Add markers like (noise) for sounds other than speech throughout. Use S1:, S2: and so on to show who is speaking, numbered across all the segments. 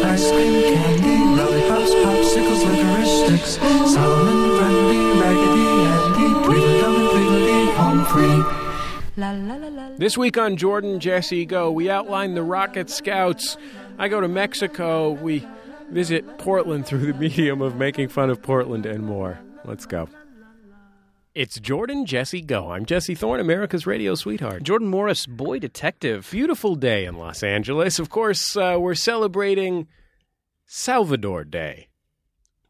S1: ice cream, candy, lollipops, popsicles, licorice sticks, Solomon, Grundy, Raggedy Andy, Tweedledum and Tweedledee, home free.
S2: La la la la.
S3: This week on Jordan Jesse Go, we outline the Rocket Scouts. I go to Mexico. We visit Portland through the medium of making fun of Portland and more. Let's go. It's Jordan Jesse Go. I'm Jesse Thorne, America's radio sweetheart.
S4: Jordan Morris, boy detective.
S3: Beautiful day in Los Angeles. Of course, uh, we're celebrating Salvador Day.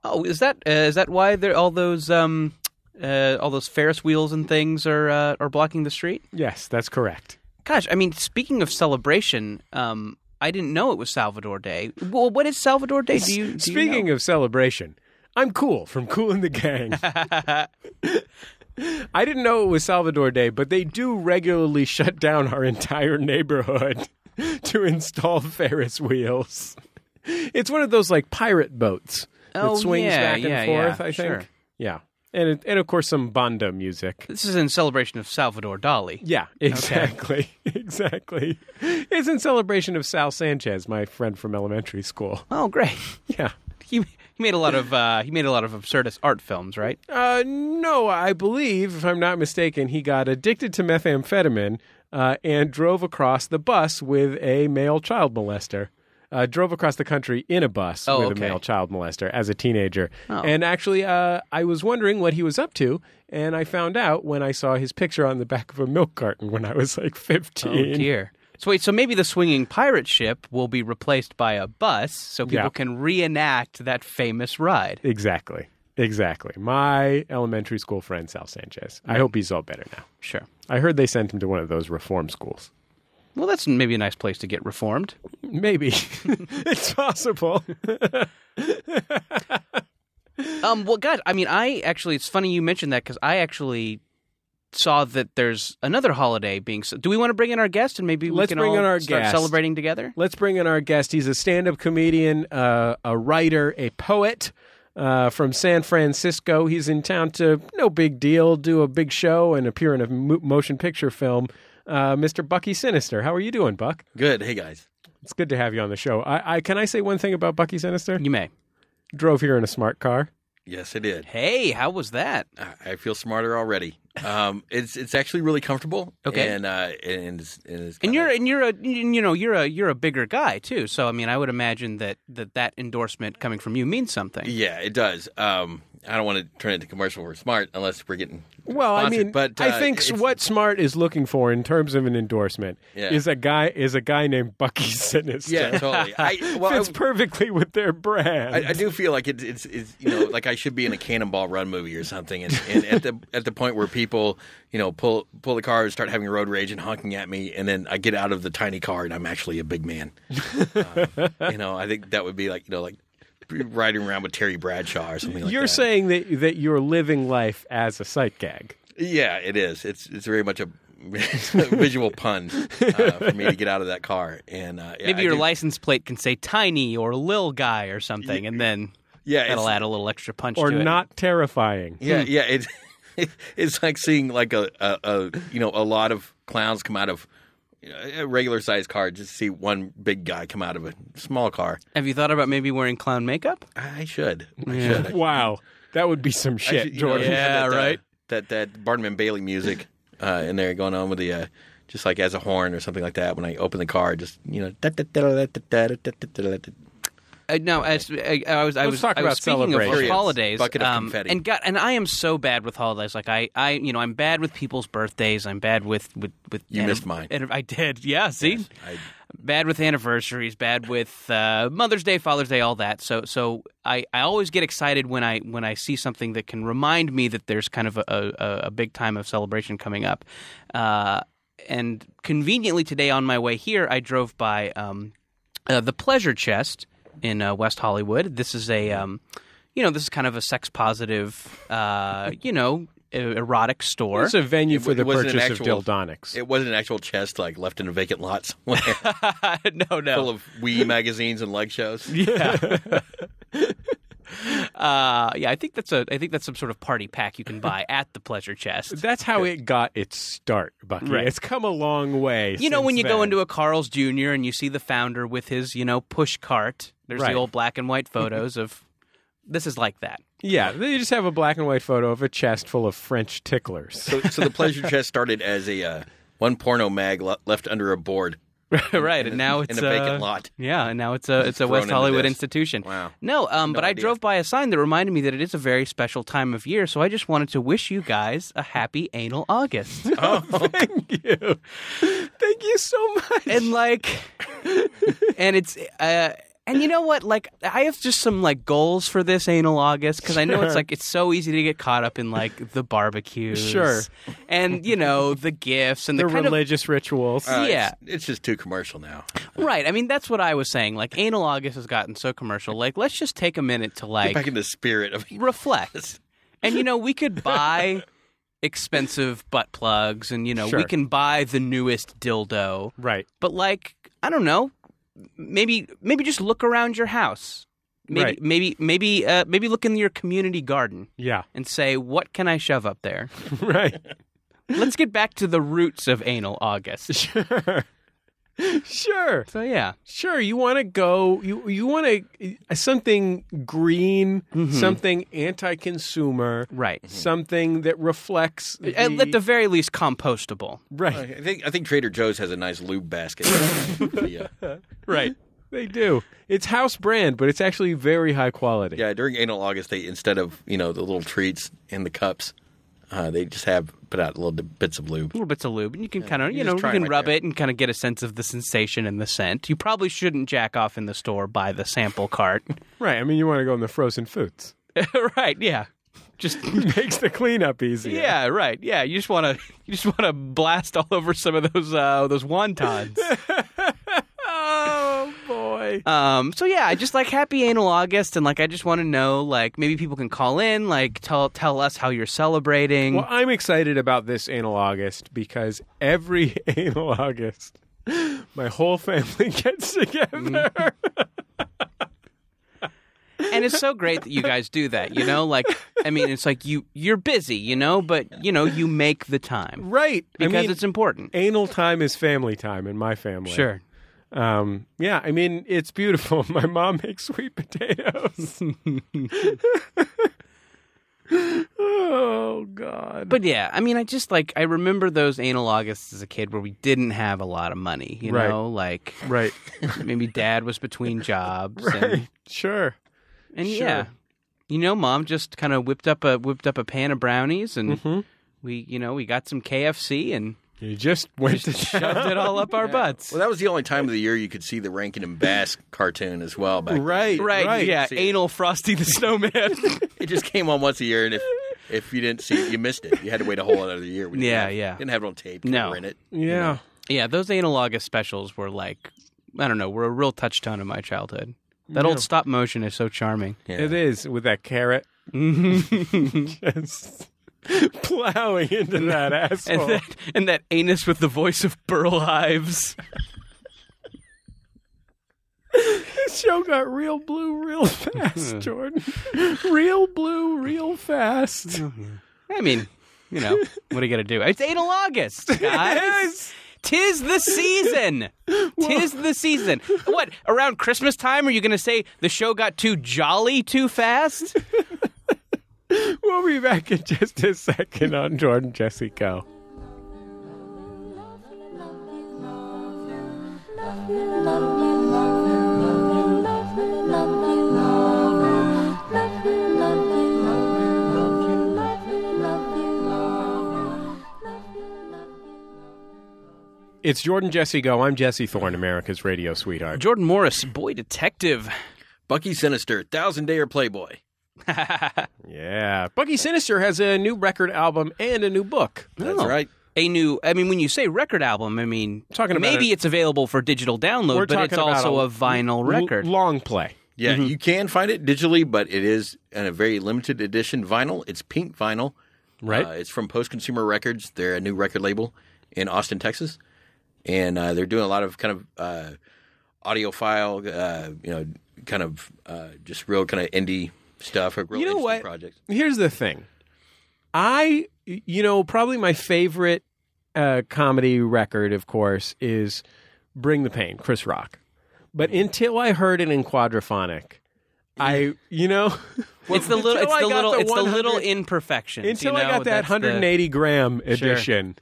S4: Oh, is that uh, is that why there all those um uh, all those Ferris wheels and things are uh, are blocking the street?
S3: Yes, that's correct.
S4: Gosh, I mean, speaking of celebration, um, I didn't know it was Salvador Day. Well, what is Salvador Day? Do you do
S3: Speaking of celebration, I'm cool from (laughs) Cool and
S4: (laughs)
S3: the Gang. I didn't know it was Salvador Day, but they do regularly (laughs) shut down our entire neighborhood (laughs) to install Ferris wheels. It's one of those like pirate boats that
S4: Oh,
S3: swings
S4: yeah,
S3: back and
S4: yeah,
S3: forth.
S4: yeah,
S3: I think,
S4: sure.
S3: yeah, and it, and of course some banda music.
S4: This is in celebration of Salvador Dali.
S3: Yeah, exactly, (laughs) exactly. It's in celebration of Sal Sanchez, my friend from elementary school.
S4: Oh, great! (laughs)
S3: Yeah.
S4: He, he made a lot of uh, he made a lot of absurdist art films, right?
S3: Uh, no, I believe, if I'm not mistaken, he got addicted to methamphetamine uh, and drove across the bus with a male child molester. Uh, drove across the country in a bus
S4: Oh,
S3: with
S4: okay. Oh.
S3: a male child molester as a teenager. And actually, uh, I was wondering what he was up to, and I found out when I saw his picture on the back of a milk carton when I was like (laughs) 15.
S4: Oh dear. So wait, so maybe the swinging pirate ship will be replaced by a bus, so people
S3: Yeah.
S4: can reenact that famous ride.
S3: Exactly. Exactly. My elementary school friend, Sal Sanchez. I hope he's all better now.
S4: Sure.
S3: I heard they sent him to one of those reform schools.
S4: Well, that's maybe a nice place to get reformed.
S3: Maybe. (laughs) it's possible.
S4: Um, well, God, I mean, I actually, it's funny you mentioned that because I actually saw that there's another holiday being. ce- Do we want to bring in our guest and maybe
S3: Let's
S4: we can
S3: bring
S4: all
S3: in our
S4: start
S3: guest.
S4: celebrating together?
S3: Let's bring in our guest. He's a stand up comedian, uh, a writer, a poet uh, from San Francisco. He's in town to, no big deal, do a big show and appear in a mo- motion picture film. Uh, Mr. Bucky Sinister. How are you doing, Buck?
S5: Good. Hey guys.
S3: It's good to have you on the show. I, I Can I say one thing about Bucky Sinister?
S4: You may.
S3: Drove here in a smart car.
S5: Yes, I did.
S4: Hey, how was that?
S5: I- I feel smarter already. Um, (laughs) it's it's actually really comfortable.
S4: Okay.
S5: And uh, and it's, and, it's
S4: And
S5: kinda-
S4: you're and you're a you know you're a you're a bigger guy too. So I mean, I would imagine that that that endorsement coming from you means something.
S5: yeah, it does. Um, I don't want to turn it into commercial for smart unless we're getting
S3: Well, I
S5: sponsored,
S3: mean,
S5: but
S3: I
S5: uh,
S3: think
S5: it's-
S3: what Smart is looking for in terms of an endorsement
S5: Yeah.
S3: is a guy is a guy named Bucky (laughs) Sinister.
S5: Yeah, totally.
S3: (laughs)
S5: I, well,
S3: fits
S5: I-
S3: perfectly with their brand.
S5: I, I do feel like it's, it's it's you know like I should be in a Cannonball Run movie or something, and, and at the at the point where people you know pull pull the car and start having road rage and honking at me, and then I get out of the tiny car and I'm actually a big man. Um, you know, I think that would be like you know like riding around with Terry Bradshaw or something. like
S3: you're
S5: that.
S3: saying that that you're living life as a sight gag.
S5: yeah, it is. It's it's very much a (laughs) visual pun uh, for me to get out of that car, and uh, yeah,
S4: Maybe
S5: I
S4: your
S5: do-
S4: license plate can say "tiny" or "lil guy" or something, and then
S5: yeah, it's-
S4: that'll add a little extra punch
S3: Or
S4: to it.
S3: not terrifying.
S5: Yeah, yeah. It's (laughs) it's like seeing like a, a, a you know a lot of clowns come out of you know, a regular sized car just to see one big guy come out of a small car.
S4: Have you thought about maybe wearing clown makeup?
S5: I should. I should. I-
S3: Wow. That would be some
S5: I
S3: shit,
S5: should, you know,
S3: Jordan.
S5: have
S3: (laughs)
S4: Yeah,
S5: that, uh,
S4: right.
S5: that that Barnum and Bailey music uh, in there going on with the. Uh, just like as a horn or something like that, when I open the car, just you know, da- da- da- da- da- da- da- da- da- da- da-
S4: Uh, no, as, I, I was. I
S3: Let's
S4: was
S3: talk
S4: I was
S3: about
S4: speaking
S3: celebrations.
S4: of holidays.
S5: Bucket of
S4: um,
S5: confetti.
S4: And God, and I am so bad with holidays. Like I, I, you know, I'm bad with people's birthdays. I'm bad with with with.
S5: You missed mine.
S4: And I did. Yeah. See.
S5: I-
S4: Bad with anniversaries. Bad with uh, Mother's Day, Father's Day, all that. So so I, I always get excited when I when I see something that can remind me that there's kind of a a, a big time of celebration coming up. Uh, and conveniently today on my way here, I drove by um, uh, the Pleasure Chest in uh, West Hollywood. This is a, um, you know, this is kind of a sex positive, uh, you know, erotic store. (laughs)
S3: It's a venue for
S5: It
S3: the
S5: wasn't an
S3: purchase
S5: actual-
S3: of dildonics.
S5: It wasn't an actual chest like left in a vacant
S3: (laughs)
S5: lot somewhere
S4: no, no.
S5: full of Wii magazines and leg shows.
S4: Uh, yeah, I think that's a. I think that's some sort of party pack you can
S5: (laughs)
S4: buy at the pleasure chest.
S3: That's how it got its start, Bucky.
S4: Right.
S3: It's come a long way.
S4: You know, when you go into
S3: a
S4: a Carl's Jr. and you see the founder with his, you know, push cart. There's
S3: Right.
S4: the old black and white photos
S5: (laughs)
S4: of. This is like that.
S3: yeah, they just have a black and white photo of a chest full of French ticklers.
S5: So, so the pleasure chest started as a uh, one porno mag le- left under a board.
S4: right, and now
S5: (laughs) in
S4: it's
S5: a vacant
S4: uh,
S5: lot.
S4: Yeah, and now it's a it's a
S5: thrown
S4: West
S5: into
S4: Hollywood
S5: this.
S4: institution.
S5: Wow.
S4: No, um, but I
S5: idea.
S4: drove by a sign that reminded me that it is a very special time of year, so I just wanted to wish you guys a happy anal August.
S3: Thank you, thank you so much.
S4: and like and it's uh and you know what like i have just some like goals for this anal august because i know it's like it's so easy to get caught up in like the barbecues
S3: Sure.
S4: and you know the gifts and the,
S3: the Uh,
S4: kind
S3: religious rituals.
S4: of yeah
S5: It's, it's just too commercial now.
S4: right i mean that's what i was saying like anal august has gotten so commercial like let's just take a minute to like
S5: Back in the spirit of
S4: reflect. And you know, we could buy (laughs) expensive butt plugs and you know, we
S3: Sure.
S4: can buy the newest dildo.
S3: Right.
S4: But like, I don't know, maybe maybe just look around your house. Maybe
S3: Right.
S4: maybe maybe uh, maybe look in your community garden
S3: Yeah.
S4: and say, "What can I shove up there?"
S3: (laughs) Right.
S4: Let's get back to the roots of anal
S3: (laughs)
S4: August.
S3: Sure. Sure.
S4: So yeah.
S3: Sure, you want to go. You you want to something green, something anti-consumer,
S4: Right.
S3: Something that reflects
S4: At, at the very least compostable.
S3: right.
S5: (laughs) I think I think Trader Joe's has a nice lube basket. (laughs) The, uh,
S3: Right. They do. It's house brand, but it's actually very high quality.
S5: yeah, during anal August, they instead of you know the little treats in the cups, uh, they just have put out little bits of lube.
S4: little bits of lube, and you can kind of you,
S5: you
S4: know
S5: just
S4: you
S5: try
S4: can
S5: 'em right
S4: rub
S5: there.
S4: it and kind of get a sense of the sensation and the scent. You probably shouldn't jack off in the store by the sample cart. (laughs)
S3: Right. I mean, you want to go in the frozen foods. (laughs)
S4: right? Yeah. Just
S3: Makes the cleanup easier.
S4: yeah. Right. Yeah. You just want to (laughs) you just want to blast all over some of those uh, those wontons.
S3: (laughs) Oh boy.
S4: Um, so yeah, I just like happy anal August, and like I just want to know, like maybe people can call in, like tell tell us how you're celebrating.
S3: Well, I'm excited about this anal August because every (laughs) anal August, my whole family (laughs) gets together.
S4: Mm-hmm. and it's so great that you guys do that. You know, like I mean, it's like you you're busy, you know, but you know you make the time
S3: Right.
S4: because
S3: I mean,
S4: it's important.
S3: anal time is family time in my family.
S4: Sure.
S3: Um, yeah, I mean, it's beautiful. (laughs) My mom makes
S4: (laughs)
S3: sweet potatoes. oh, God.
S4: But yeah, I mean, I just like I remember those anal Augusts as a kid where we didn't have a lot of money. You
S3: Right.
S4: know, like (laughs)
S3: right.
S4: maybe dad was between jobs, and,
S3: (laughs) Right. Sure.
S4: and
S3: Sure.
S4: yeah, you know, mom just kind of whipped up a whipped up a pan of brownies, and we you know we got some KFC and (laughs)
S3: You just went to (laughs)
S4: shoved it all up our butts.
S5: Well, that was the only time of the year you could see the Rankin and Bass (laughs) cartoon as well. Back then.
S3: Right.
S4: Right, yeah,
S5: See it.
S4: anal Frosty the Snowman.
S5: it just came on once a year,
S3: (laughs)
S5: and if if you didn't see it, you missed it. You had to wait a whole other year. We didn't
S4: Yeah,
S5: have-
S4: yeah.
S5: Didn't have it on tape. Couldn't
S4: No.
S5: rent it.
S3: Yeah.
S4: yeah, those anal August specials were like, I don't know, were a real touchstone in my childhood. That old stop motion is so charming.
S3: It is with that carrot. (laughs) just plowing into Mm-hmm. that
S4: and
S3: asshole.
S4: that and that anus with the voice of Burl Ives.
S3: this (laughs) show got real blue real (laughs) fast, Jordan. real blue real fast.
S4: I mean, you know, what are you gonna do? It's anal (laughs) August, guys. Tis the (laughs) season. Tis the season. What around Christmas time are you gonna say the show got too jolly too fast?
S3: We'll be back in just a second on Jordan Jesse Go. It's Jordan Jesse Go. I'm Jesse Thorne, America's radio sweetheart.
S4: Jordan Morris, boy detective.
S5: Bucky Sinister, Thousand Dayer Playboy.
S3: Yeah. Bucky Sinister has a new record album and a new book.
S5: That's right.
S4: A new. I mean, when you say record album, I mean
S3: Talking about
S4: maybe
S3: a-
S4: it's available for digital download,
S3: We're
S4: but
S3: talking
S4: it's
S3: about
S4: also a, vinyl
S3: l-
S4: record.
S3: long play.
S5: Yeah, you can find it digitally, but it is in a very limited edition vinyl. It's pink vinyl,
S3: Right.
S5: Uh, it's from Post Consumer Records. They're a new record label in Austin, Texas, and uh, they're doing a lot of kind of uh, audiophile, uh, you know, kind of uh, just real kind of indie stuff or real
S3: You know
S5: interesting
S3: what?
S5: projects.
S3: Here's the thing. I, you know, probably my favorite uh, comedy record, of course, is Bring the Pain, Chris Rock. But
S5: Mm.
S3: until I heard it in quadrophonic, I, you know,
S4: it's the little,
S3: until
S4: it's
S3: I
S4: the
S3: got
S4: little, it's the
S3: 100
S4: little imperfections.
S3: (laughs) Until
S4: you
S3: I
S4: know,
S3: got that
S4: that's the-
S3: 180 gram edition,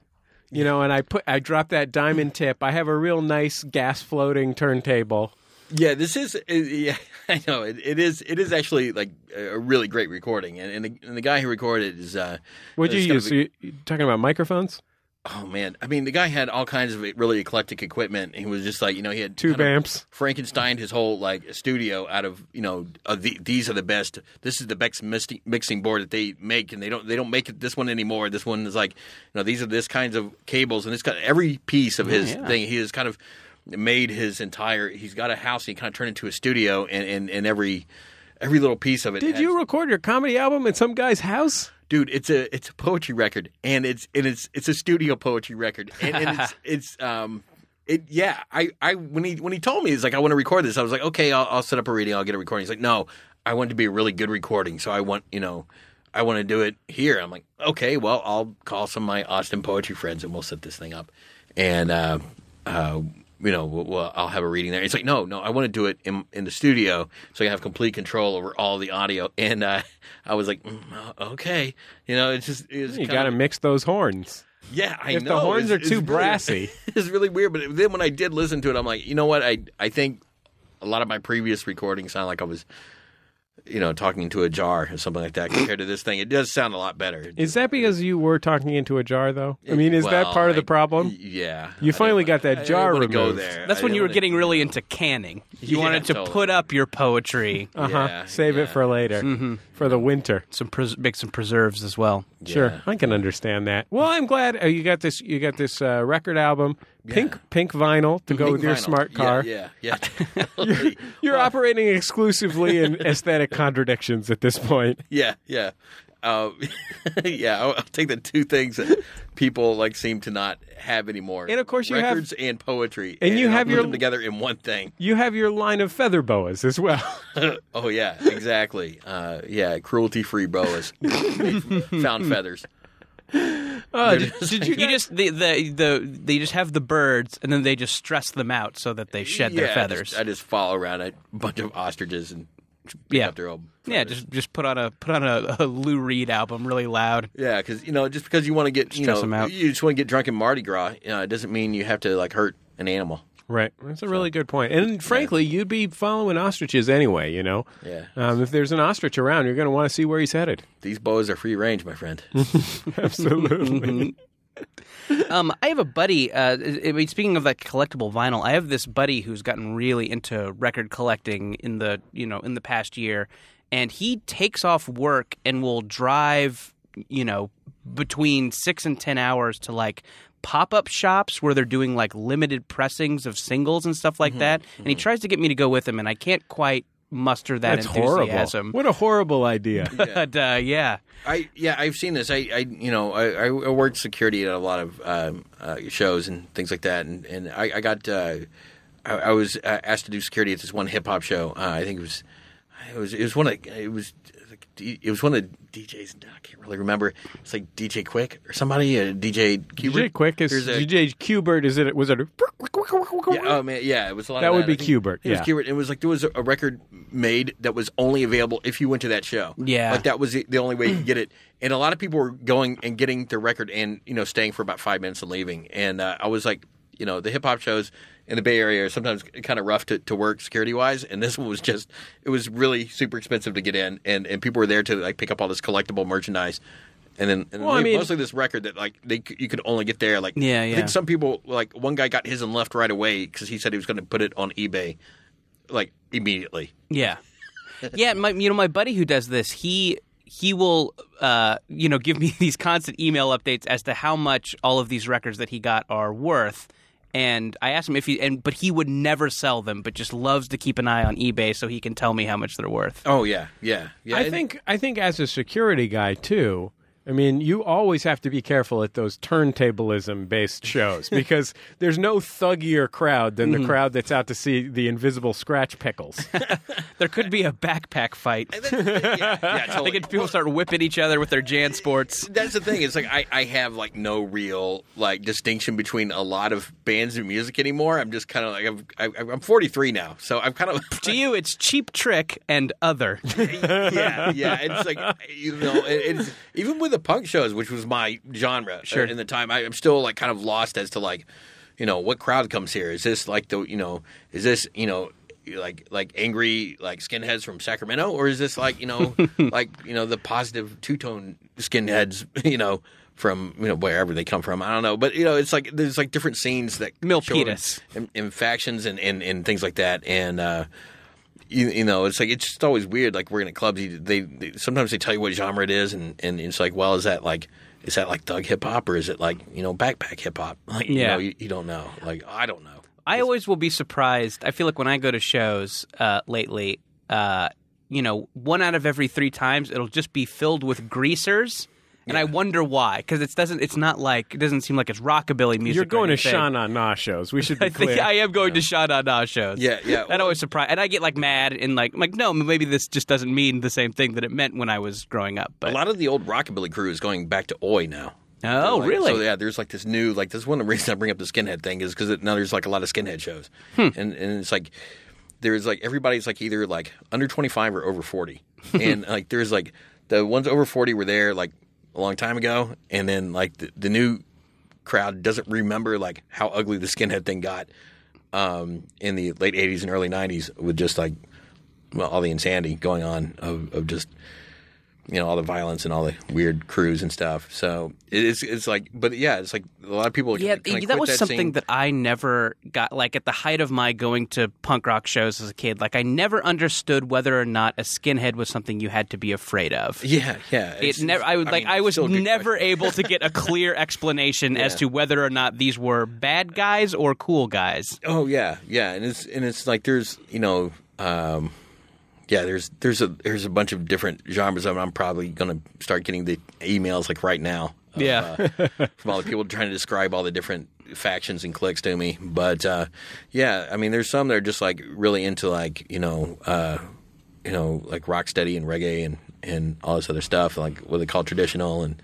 S3: you know, and I put, I dropped that diamond tip. I have a real nice gas floating turntable.
S5: Yeah, this is. uh, yeah, (laughs) I know it, it is. It is actually like a really great recording, and and the, and the guy who recorded it is. Uh,
S3: What'd
S5: it's
S3: you
S5: gotta
S3: use?
S5: be-
S3: you, you talking about microphones?
S5: Oh man, I mean, the guy had all kinds of really eclectic equipment. He was just like, you know, he had
S3: Tube
S5: kind of
S3: amps.
S5: Frankenstein his whole like studio out of you know uh, the, these are the best. This is the best misti- mixing board that they make, and they don't they don't make it, this one anymore. This one is like, you know, these are this kinds of cables, and it's got every piece of his thing. He has kind of made his entire. He's got a house. He kind of turned into a studio, and and, and every. Every little piece of it.
S3: Did
S5: has-
S3: you record your comedy album at some guy's house?
S5: dude it's a it's a poetry record and it's and it's it's a studio poetry record and, and it's it's um it yeah i i when he when he told me he's like i want to record this i was like okay I'll, I'll set up a reading i'll get a recording he's like no i want it to be a really good recording so i want you know i want to do it here i'm like okay well i'll call some of my austin poetry friends and we'll set this thing up and uh uh you know, we'll, we'll, I'll have a reading there. It's like, no, no, I want to do it in, in the studio so I have complete control over all the audio. And uh, (laughs) I was like, mm, uh, okay, you know, it's just it's
S3: You
S5: kinda-
S3: got to mix those horns.
S5: Yeah, I
S3: if the
S5: know.
S3: horns
S5: It's-
S3: are
S5: it's
S3: too
S5: really-
S3: brassy.
S5: (laughs) it's really weird. But then when I did listen to it, I'm like, you know what? I I think a lot of my previous recordings sound like I was, you know, talking to a jar or something like that. Compared to this thing, it does sound a lot better.
S3: Is that because you were talking into a jar, though? I mean, is that
S5: Well,
S3: part of
S5: I-
S3: the problem?
S5: Yeah,
S3: You finally got that jar
S5: want to
S3: removed.
S5: go there.
S4: That's
S5: I
S4: when
S5: didn't
S4: you were
S5: wanna-
S4: getting really into canning. You
S5: Yeah,
S4: wanted to
S5: totally.
S4: put up your (laughs) poetry,
S3: Uh huh.
S5: Yeah,
S3: Save
S5: yeah.
S3: it for later, for the winter.
S4: some pres- make some preserves as well.
S3: Sure, I can understand that. Well, I'm glad uh, you got this. You got this uh, record album, pink pink vinyl to go
S5: Pink
S3: with your
S5: vinyl.
S3: smart car.
S5: Yeah,
S3: (laughs)
S5: yeah. yeah. Totally.
S3: You're operating exclusively
S5: (laughs)
S3: in aesthetic contradictions at this point.
S5: Yeah, yeah, uh, (laughs) yeah. I'll, I'll take the two things that people like seem to not have anymore,
S3: And of course you have-
S5: records and poetry,
S3: And you
S5: I'll
S3: have
S5: put
S3: your-
S5: them together in one thing.
S3: You have your line of feather boas as well. (laughs)
S5: Oh yeah, exactly. Uh, yeah, cruelty-free boas, (laughs)
S3: (laughs)
S5: found feathers.
S3: did,
S4: (laughs)
S3: did
S4: Oh, You just the, the the they just have the birds and then they just stress them out so that they shed
S5: Yeah,
S4: their
S5: I
S4: feathers.
S5: just- I just, follow around a bunch of ostriches and pick
S4: yeah,
S5: up their old.
S4: yeah.
S5: feathers.
S4: Just just put on a put on a, a Lou Reed album really loud.
S5: Yeah, because you know, just because you want to get you
S4: Stress
S5: know,
S4: them out.
S5: you just want to get drunk in Mardi Gras, you know, it doesn't mean you have to like hurt an animal.
S3: Right. That's a really good point. And frankly, you'd be following ostriches anyway, you know?
S5: Yeah.
S3: Um, if there's an ostrich around, you're going to want to see where he's headed. (laughs)
S5: These boas are free range, my friend.
S3: Hmm.
S5: Mm-hmm.
S3: Absolutely.
S4: Um, I have a buddy. Uh, I mean, speaking of that collectible vinyl, I have this buddy who's gotten really into record collecting in the you know in the past year, and he takes off work and will drive you know between six and ten hours to like pop up shops where they're doing like limited pressings of singles and stuff
S3: Mm-hmm,
S4: like that. And he tries to get me to go with him, and I can't quite muster that
S3: That's horrible.
S4: enthusiasm.
S3: What a horrible (laughs) idea.
S4: (laughs) But uh, yeah,
S5: I yeah, I've seen this. I, I you know I, I worked security at a lot of um, uh, shows and things like that, and and I, I got uh, I, I was uh, asked to do security at this one hip hop show. Uh, I think it was it was it was one of it was like, D- it was one of the DJs. I can't really remember. It's like DJ Quick or somebody. Uh, DJ Kubert.
S3: DJ Quick is
S5: There's a-
S3: DJ Qbert is it was it a-
S5: yeah, oh man, yeah, it was a lot.
S3: That
S5: of
S3: would be
S5: I think
S3: Qbert,
S5: It was
S3: yeah.
S5: Qbert. It was like there was a, a record made that was only available if you went to that show.
S4: Yeah.
S5: like that was the, the only way you could get it. And a lot of people were going and getting the record and you know staying for about five minutes and leaving. And uh, I was like, you know, the hip hop shows in the Bay Area are sometimes kind of rough to, to work security wise. And this one was just it was really super expensive to get in, and and people were there to like pick up all this collectible merchandise. And then, and
S3: Well, I
S5: leave.
S3: mean-
S5: mostly this record that like they c- you could only get there like
S4: Yeah,
S5: I
S4: yeah.
S5: think some people like one guy got his and left right away because he said he was going to put it on eBay, like immediately.
S4: Yeah, yeah. My, you know, my buddy who does this, he he will, uh, you know, give me (laughs) these constant email updates as to how much all of these records that he got are worth. And I asked him if he, and but he would never sell them, but just loves to keep an eye on eBay so he can Oh, tell me how much they're worth.
S5: (laughs) Oh yeah, yeah, yeah.
S3: I
S5: and-
S3: think I think as a security guy too, I mean, you always have to be careful at those turntablism based
S5: (laughs)
S3: shows because there's no thuggier crowd than
S5: Mm-hmm.
S3: the crowd that's out to see the invisible scratch
S5: (laughs)
S3: pickles.
S4: There could be a backpack fight.
S5: (laughs) yeah, yeah,
S4: They
S5: totally.
S4: could people start whipping each other with their Jansports.
S5: that's the thing. It's like I, I have like no real like distinction between a lot of bands and music anymore. I'm just kind of like I'm- I'm I'm 43 now, so I'm kind of
S4: To you, it's cheap trick and other.
S5: yeah, (laughs) yeah. It's like you know, it, it's even with the punk shows, which was my genre uh,
S4: Sure.
S5: in the time. I, I'm still like kind of lost as to like, you know, what crowd comes here. Is this like the you know, is this you know. Like like angry like skinheads from Sacramento, or is this like you know like you know the positive two tone skinheads you know from you know wherever they come from I don't know but you know it's like there's like different scenes that
S4: Milpitas.
S5: show in, in factions and, and and things like that and uh, you, you know, it's like it's just always weird. Like we're in a club, you- they, they sometimes they tell you what genre it is, and, and it's like, well, is that like is that like thug hip hop or is it like you know backpack hip hop? (laughs) Like you
S4: Yeah.
S5: know, you, you don't know. Like I don't know.
S4: I always will be surprised. I feel like when I go to shows uh, lately, uh, you know, one out of every three times it'll just be filled with greasers, and I wonder why because it doesn't. It's not like it doesn't seem like it's rockabilly music.
S3: You're
S4: or
S3: going to
S4: anything.
S3: Sha Na Na shows. We
S5: (laughs)
S3: should
S4: (laughs)
S3: be
S4: I think
S3: clear.
S4: I am going to Sha Na Na shows.
S5: Yeah, yeah.
S4: That always surprise, and I get like mad and like, I'm like no, maybe this just doesn't mean the same thing that it meant when I was growing up.
S5: A
S4: But
S5: lot of the old rockabilly crew is going back to Oi now.
S4: oh,
S5: Like,
S4: really?
S5: So yeah, there's like this new like this is one of the reasons I bring up the skinhead thing is because now there's like a lot of skinhead shows,
S4: Hmm.
S5: and and it's like there's like everybody's like either like under 25 or over
S4: (laughs)
S5: 40, and like there's like the ones over 40 were there like a long time ago, and then like the, the new crowd doesn't remember like how ugly the skinhead thing got um, in the late 80s and early 90s with just like well, all the insanity going on of, of just you know all the violence and all the weird crews and stuff. So it's it's like, but yeah, it's like a lot of people.
S4: Yeah,
S5: kinda
S4: that
S5: quit
S4: was something
S5: scene.
S4: that I never got. Like at the height of my going to punk rock shows as a kid, like I never understood whether or not a skinhead was something you had to be afraid of.
S5: Yeah, yeah.
S4: It never. I would like. I was never able to get a
S5: (laughs)
S4: clear explanation as to whether or not these were bad guys or cool guys.
S5: Oh yeah, yeah, and it's and it's like there's you know, um, yeah, there's there's a there's a bunch of different genres of. 'em. I'm probably gonna start getting the emails like right now. of,
S4: Yeah.
S5: uh, from all the people trying to describe all the different factions and cliques to me, but uh, yeah, I mean, there's some that are just like really into like you know, uh, you know, like rock steady and reggae and and all this other stuff, like what they call traditional and.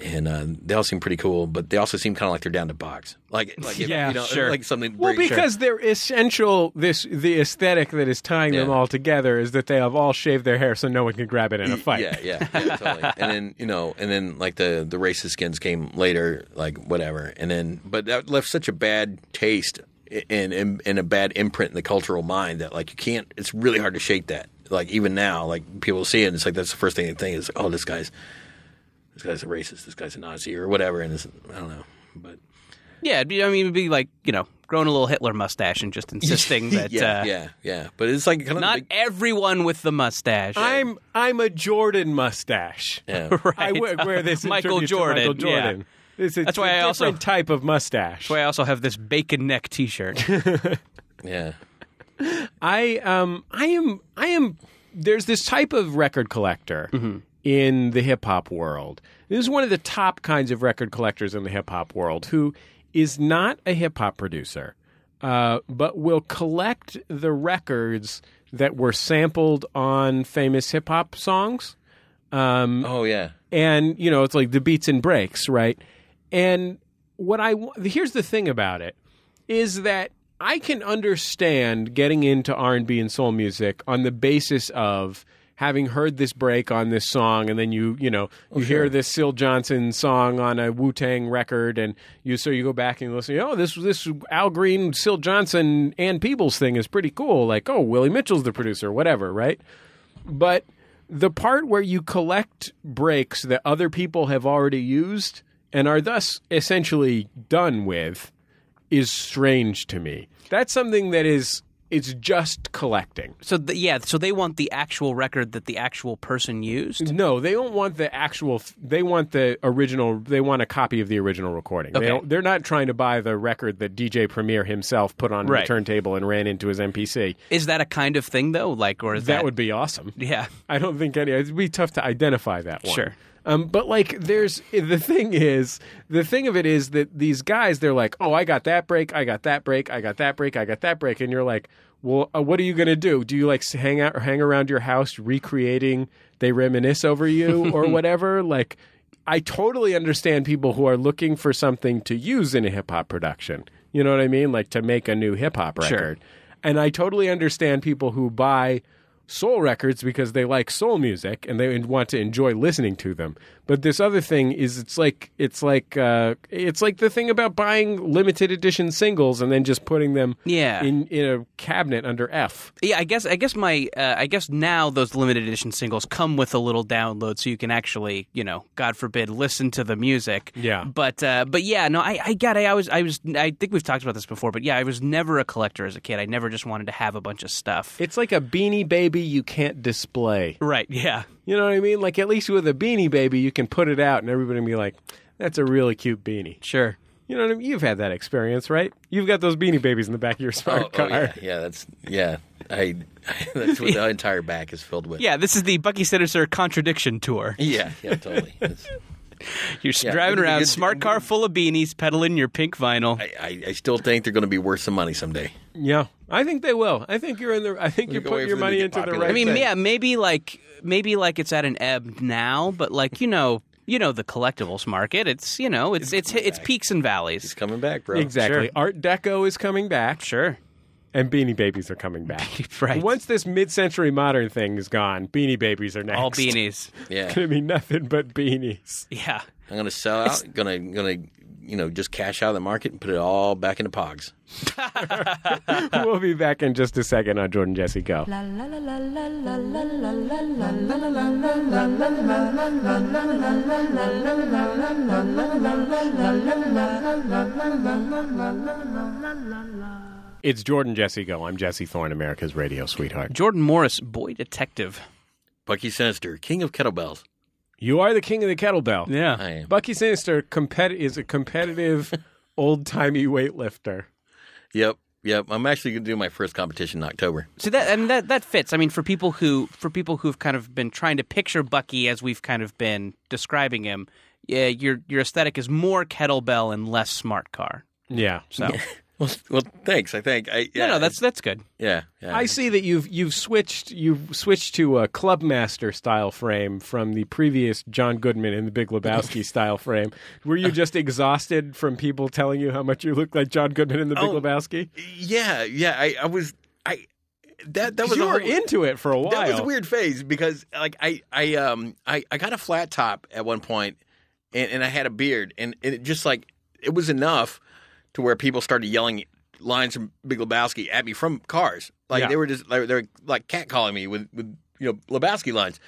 S5: And uh, they all seem pretty cool, but they also seem kind of like they're down to box, like, like if-
S3: Yeah,
S5: you know,
S3: sure.
S5: like something.
S3: Well,
S5: British-
S3: because they're essential. This the aesthetic that is tying them
S5: Yeah.
S3: all together is that they have all shaved their hair so no one can grab it in a fight.
S5: Yeah, yeah, yeah, totally. and then you know, and then like the the racist skins came later, like whatever. And then, but that left such a bad taste i- and and, and a bad imprint in the cultural mind that like you can't. It's really hard to shake that. Like even now, like people see it, and it's like that's the first thing they think is, oh, this guy's this guy's a racist, this guy's a Nazi or whatever. And it's, I don't know, but
S4: (laughs) Yeah, it'd be, I mean, it'd be like you know, growing a little Hitler mustache and just
S5: (laughs)
S4: insisting that
S5: yeah,
S4: uh,
S5: yeah, yeah. But it's like kind of
S4: not everyone with the mustache.
S3: I'm I'm a Jordan mustache. (laughs) I wear, wear this in
S4: Michael
S3: tribute to
S4: Jordan,
S3: Michael Jordan. It's, it's
S4: That's why
S3: a
S4: I also-
S3: different type of mustache.
S4: That's why I also have this bacon neck T-shirt.
S5: yeah.
S3: I um I am I am there's this type of record collector in the hip hop world. This is one of the top kinds of record collectors in the hip hop world who is not a hip hop producer, uh, but will collect the records that were sampled on famous hip hop songs
S5: Oh yeah.
S3: and you know it's like the beats and breaks right and what i wa- here's the thing about it is that i can understand getting into r&b and soul music on the basis of having heard this break on this song and then you you know you hear this Syl Johnson song on a Wu-Tang record and you so you go back and you listen oh this this Al Green Syl Johnson and Peebles thing is pretty cool like oh Willie Mitchell's the producer whatever right but the part where you collect breaks that other people have already used and are thus essentially done with is strange to me. That's something that is it's just collecting.
S4: So the, yeah, so they want the actual record that the actual person used.
S3: No, they don't want the actual. f- They want the original. They want a copy of the original recording.
S4: Okay.
S3: They don't, they're not trying to buy the record that DJ Premier himself put on
S4: Right.
S3: the turntable and ran into his MPC.
S4: Is that a kind of thing though? Like, or is
S3: That would be awesome.
S4: yeah,
S3: I don't think any. It'd be tough to identify that one.
S4: Sure.
S3: Um, but like, there's the thing is the thing of it is that these guys they're like, oh, I got that break, I got that break, I got that break, I got that break, and you're like, well, uh, what are you gonna do? Do you like s- hang out or hang around your house recreating? They reminisce over you or whatever. Like, I totally understand people who are looking for something to use in a hip hop production. You know what I mean? Like to make a new hip hop record. And I totally understand people who buy soul records because they like soul music and they want to enjoy listening to them. But this other thing is it's like it's like uh, it's like the thing about buying limited edition singles and then just putting them
S4: Yeah.
S3: in in a cabinet under F.
S4: Yeah, I guess I guess my uh, I guess now those limited edition singles come with a little download, so you can actually you know, God forbid, listen to the music.
S3: Yeah.
S4: But uh, but yeah, no, I I got I, was I was I think we've talked about this before, but yeah, I was never a collector as a kid. I never just wanted to have a bunch of stuff.
S3: It's like a beanie baby you can't display.
S4: right. Yeah.
S3: You know what I mean? Like at least with a beanie baby, you can put it out and everybody will be like, "That's a really cute beanie."
S4: Sure.
S3: You know what I mean? You've had that experience, right? You've got those beanie babies in the back of your smart
S5: Oh, oh,
S3: car.
S5: yeah, yeah, that's yeah. I (laughs) that's what the entire back is filled with.
S4: Yeah. This is the Bucky Sinister contradiction tour.
S5: yeah,
S3: (laughs)
S5: yeah, totally. It's-
S4: You're
S5: Yeah.
S4: driving around,
S5: It's-
S4: smart car full of beanies, peddling your pink vinyl.
S5: I, I, I still think they're going to be worth some money someday.
S3: Yeah, I think they will. I think you're in the. I think you're
S5: go
S3: putting
S5: wait
S3: your
S5: for them to
S3: money
S5: get
S3: into the
S5: popular.
S3: right.
S4: I mean,
S3: thing.
S4: yeah, maybe like maybe like it's at an ebb now, but like you know, you know the collectibles market. It's you know, it's it's it's, peaks and valleys.
S5: It's coming back, bro.
S3: exactly. Art Deco is coming back,
S4: Sure,
S3: and Beanie Babies are coming back.
S4: (laughs) right.
S3: Once this mid-century modern thing is gone, Beanie Babies are next.
S4: all
S3: (laughs)
S4: beanies.
S5: Yeah,
S3: Gonna be nothing but
S4: (laughs)
S3: beanies.
S4: Yeah,
S5: I'm going to sell out. Gonna gonna you know just cash out of the market and put it all back into Pogs.
S3: we'll be back in just a second on Jordan Jesse Go.
S2: La la la la la la la la la la la.
S3: It's Jordan Jesse Go. I'm Jesse Thorne, America's radio sweetheart.
S4: Jordan Morris, boy detective.
S5: Bucky Sinister, king of kettlebells.
S3: You are the king of the kettlebell.
S4: Yeah,
S5: I am.
S3: Bucky Sinister competi- is a competitive,
S4: (laughs)
S3: old-timey weightlifter.
S5: Yep, yep. I'm actually going to do my first competition in October.
S4: so that I mean that that fits. I mean, for people who for people who've kind of been trying to picture Bucky as we've kind of been describing him, yeah, your your aesthetic is more kettlebell and less smart car.
S3: Yeah.
S4: So
S5: Well, well, thanks. I think. I, yeah,
S4: no, no, that's that's good.
S5: yeah. yeah.
S3: I see that you've you've switched you've switched to a clubmaster style frame from the previous John Goodman and the Big Lebowski
S5: (laughs)
S3: style frame. Were you just exhausted from people telling you how much you look like John Goodman in the Big
S5: Oh,
S3: Lebowski?
S5: Yeah, yeah. I, I was. I that that was
S3: you
S5: a
S3: were
S5: whole-
S3: into it for a while.
S5: That was a weird phase because like I I um I, I got a flat top at one point and, and I had a beard and, and it just like it was enough to where people started yelling lines from Big Lebowski at me from cars. Like
S3: Yeah.
S5: they were just they were, they were like catcalling me with with you know Lebowski lines.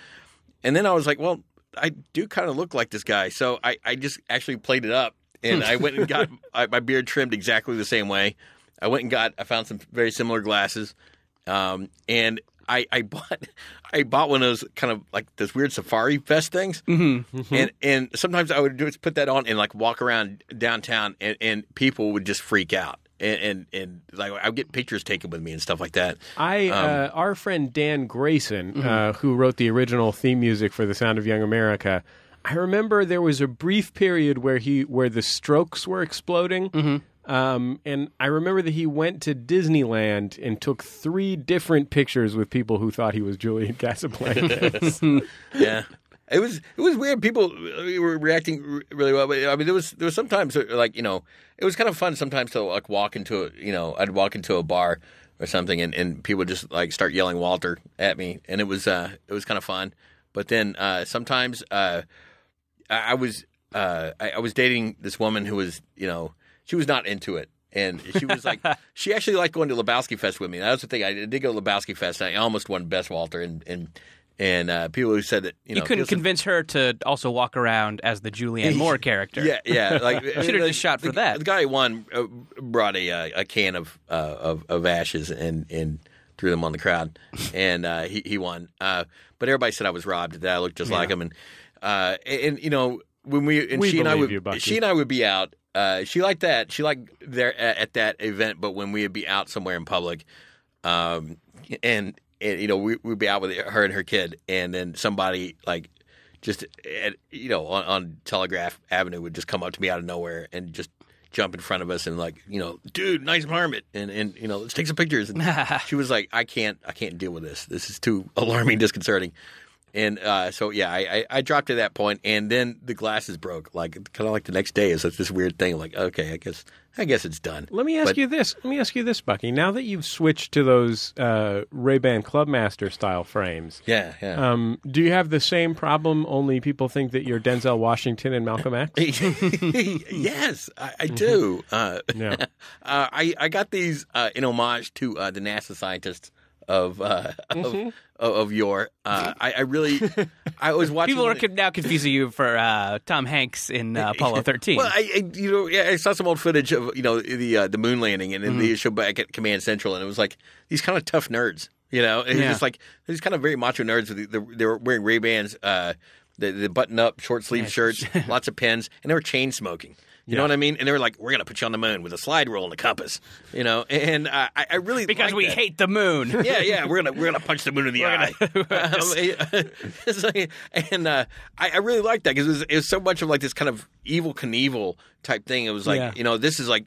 S5: And then I was like, well, I do kind of look like this guy. So I, I just actually played it up and I went
S3: (laughs)
S5: and got I, my beard trimmed exactly the same way. I went and got I found some very similar glasses. Um, and I, I bought (laughs) I bought one of those kind of like those weird safari vest things. Mm-hmm. And and sometimes I would just put that on and like walk around downtown and, and people would just freak out. And, and and like I would get pictures taken with me and stuff like that.
S3: I uh, our friend Dan Grayson, uh, who wrote the original theme music for The Sound of Young America. I remember there was a brief period where he where the Strokes were exploding, um, and I remember that he went to Disneyland and took three different pictures with people who thought he was Julian Casablancas.
S5: yeah. (laughs) It was it was weird. People uh, were reacting r- really well. But, I mean, there was there was sometimes uh, like you know it was kind of fun sometimes to like walk into a, you know I'd walk into a bar or something and, and people would just like start yelling Walter at me and it was uh it was kind of fun. But then uh, sometimes uh, I, I was uh, I, I was dating this woman who was you know she was not into it and she was like she actually liked going to Lebowski Fest with me. That was the thing. I did go to Lebowski Fest. and I almost won Best Walter and and and uh, people who said that
S4: You
S5: you, know,
S4: couldn't
S5: people said-
S4: convince her to also walk around as the
S5: (laughs)
S4: Julianne Moore character.
S5: Yeah,
S4: (laughs)
S5: yeah. Like should
S4: Should've just shot for that.
S5: The guy who won uh, brought a uh, a can of, uh, of of ashes and and threw them on the crowd, and uh, he he won. Uh, but everybody said I was robbed. That I looked just like him, and uh, and, and, you know when we and
S3: We
S5: she and I
S3: believe
S5: would
S3: you, Bucky.
S5: she and I would be out. Uh, she liked that. She liked there at, at that event, but when we would be out somewhere in public, um, and, and you know we, we'd be out with her and her kid, and then somebody like just at, you know on, on Telegraph Avenue would just come up to me out of nowhere and just jump in front of us and like you know dude nice marmot and and you know let's take some
S3: (laughs)
S5: pictures and she was like I can't I can't deal with this this is too alarming disconcerting and uh, so yeah I, I I dropped at that point and then the glasses broke like kind of like the next day is like this weird thing like okay I guess I guess it's done
S3: Let me ask
S5: But-
S3: you this. Let me ask you this, Bucky. Now that you've switched to those uh, Ray Ban Clubmaster style frames,
S5: yeah yeah.
S3: um, do you have the same problem? Only people think that you're Denzel Washington and Malcolm X.
S5: (laughs) yes, I, I do. Uh, (laughs)
S3: Yeah.
S5: uh, I I got these uh, in homage to uh, the NASA scientists of uh, of, of of yore. Uh, I, I really I was watching
S4: People are
S5: the-
S4: con- now confusing you for uh, Tom Hanks in uh, Apollo 13.
S5: Well, I, I you know yeah, I saw some old footage of you know the uh, the moon landing and then they
S4: Mm-hmm.
S5: show back at Command Central and it was like these kind of tough nerds, you know, it was
S4: Yeah.
S5: just like these kind of very macho nerds. With the, the, they were wearing Ray Bans, uh, the, the button up short sleeve shirts,
S4: (laughs)
S5: lots of pins, and they were chain smoking. You know what I mean? And they were like, "We're gonna put you on the moon with a slide rule and a compass," you know. And uh, I, I really
S4: because
S5: liked
S4: we
S5: that
S4: hate the moon. (laughs)
S5: yeah, yeah, we're gonna we're gonna punch the moon in the eye. (laughs) Um, it's like- and uh, I, I really liked that because it was, it was so much of like this kind of evil Knievel type thing. It was like
S3: Yeah.
S5: you know this is like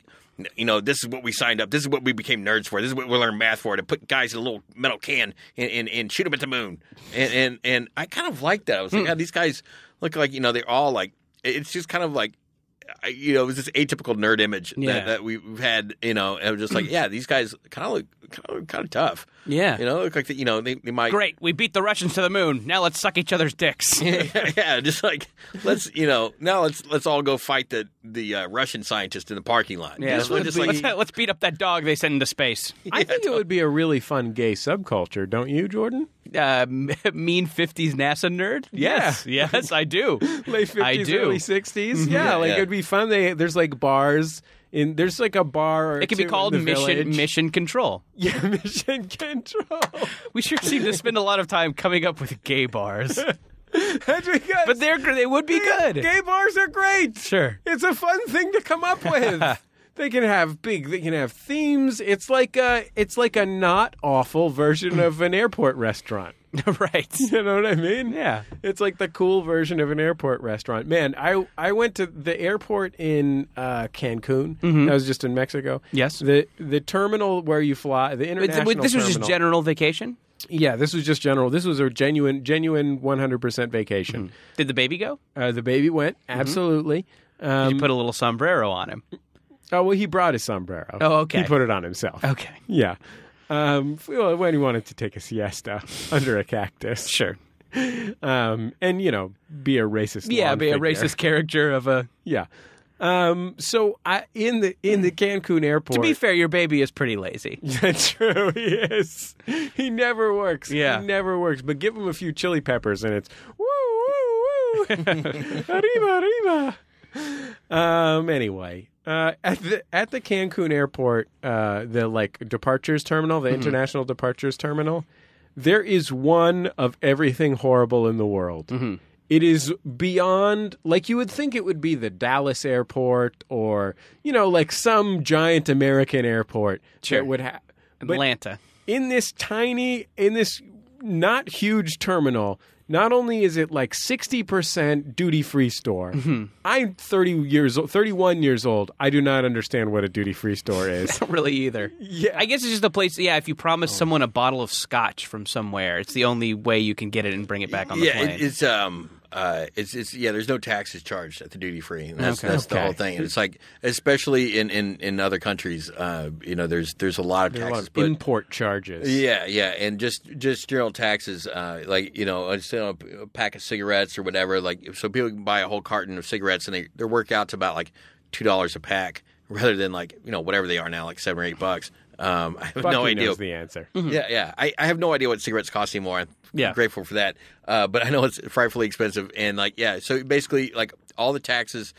S5: you know this is what we signed up. This is what we became nerds for. This is what we learned math for to put guys in a little metal can and and, and shoot them at the moon. And and and I kind of liked that. I was like, yeah, these guys look like you know they're all like it's just kind of like. I- You know, it was this atypical nerd image
S4: Yeah.
S5: that, that we- we've had. You know, and I was just like, yeah, these guys kind of look kind of, kind of tough.
S4: Yeah.
S5: You know, look like, the, you know, they, they might.
S4: Great, we beat the Russians to the moon. Now let's suck each other's dicks. (laughs)
S5: (laughs) yeah, just like let's you know now let's let's all go fight the the uh, Russian scientist in the parking lot.
S4: Yeah,
S5: You know,
S4: let's,
S5: just
S4: let's,
S5: like
S4: let's beat up that dog they sent into space.
S3: I think it would be a really fun gay subculture, don't you, Jordan?
S4: Uh, mean 50s NASA nerd? Yes, yes, I do.
S3: (laughs) Late fifties,
S4: I do. Mm-hmm.
S3: early 60s Yeah, like
S5: yeah.
S3: it'd be fun. They there's like bars in there's like a bar. Or
S4: It could be
S3: two in
S4: called
S3: the
S4: Mission
S3: village.
S4: Mission Control.
S3: (laughs) Yeah, mission control. (laughs)
S4: We sure seem to spend a lot of time coming up with gay bars,
S3: That's because
S4: but
S3: (laughs)
S4: they're they would be good.
S3: Gay bars are great.
S4: Sure.
S3: It's a fun thing to come
S4: (laughs)
S3: up with. they can have big. They can have themes. It's like a. It's like a not awful version of an airport restaurant.
S4: (laughs) right.
S3: (laughs) You know what I mean? Yeah. It's like the cool version of an airport restaurant. Man, I I went to the airport in uh, Cancun. That was just in Mexico.
S4: Mm-hmm. Yes.
S3: The the terminal where you fly, the
S4: But th-
S3: international.
S4: but this was just
S3: terminal.
S4: general vacation.
S3: Yeah, this was just general. This was a genuine, genuine 100% vacation.
S4: Did the baby go?
S3: Uh, the baby went absolutely. Um,
S4: Mm-hmm. You put a little sombrero on him.
S3: oh well, he brought his sombrero.
S4: Oh, okay.
S3: He put it on himself.
S4: Okay.
S3: Yeah. Um, well, when he wanted to take a siesta (laughs) under a cactus.
S4: Sure.
S3: Um, and you know, be a racist.
S4: Yeah,
S3: lawn
S4: be a
S3: figure.
S4: racist character of a.
S3: (laughs) Yeah. Um, so I in the in the Cancun airport.
S4: To be
S3: (laughs)
S4: fair, your baby is pretty lazy.
S3: that's true. He is. He never works.
S4: Yeah.
S3: He never works. But give him a few chili peppers, and it's woo woo (laughs) woo. arriba arriba. Um. Anyway. Uh, at the at the Cancun airport, uh, the like departures terminal, the international departures terminal, there is one of everything horrible in the world. It is beyond like you would think it would be the Dallas airport or you know like some giant American airport that would have.
S4: Atlanta.
S3: in this tiny, in this not huge terminal, not only is it like sixty percent duty free store. I'm thirty years old, thirty one years old. I do not understand what a duty free store (laughs) is.
S4: Not really either.
S3: Yeah.
S4: I guess it's just a place. Yeah, if you promise someone a bottle of scotch from somewhere, it's the only way you can get it and bring it back on the
S5: yeah,
S4: plane.
S5: it, it's um uh it's it's yeah. There's no taxes charged at the duty free. and That's
S4: Okay.
S5: that's the
S3: Okay.
S5: whole thing. And it's like especially in in in other countries, uh, you know, there's there's a lot of
S3: A lot
S5: taxes,
S3: of
S5: but
S3: import charges.
S5: Yeah, yeah, and just just general taxes, uh, like you know, just, you know, a pack of cigarettes or whatever. Like, so people can buy a whole carton of cigarettes, and they their workout's about like two dollars a pack, rather than like you know whatever they are now, like seven or eight bucks. Um, (laughs) I have
S3: Bucky
S5: no idea.
S3: knows the answer.
S5: Yeah, yeah. I, I have no idea what cigarettes cost anymore. I'm
S4: Yeah.
S5: grateful for that. Uh, but I know it's frightfully expensive. And like, yeah. So basically, like all the taxes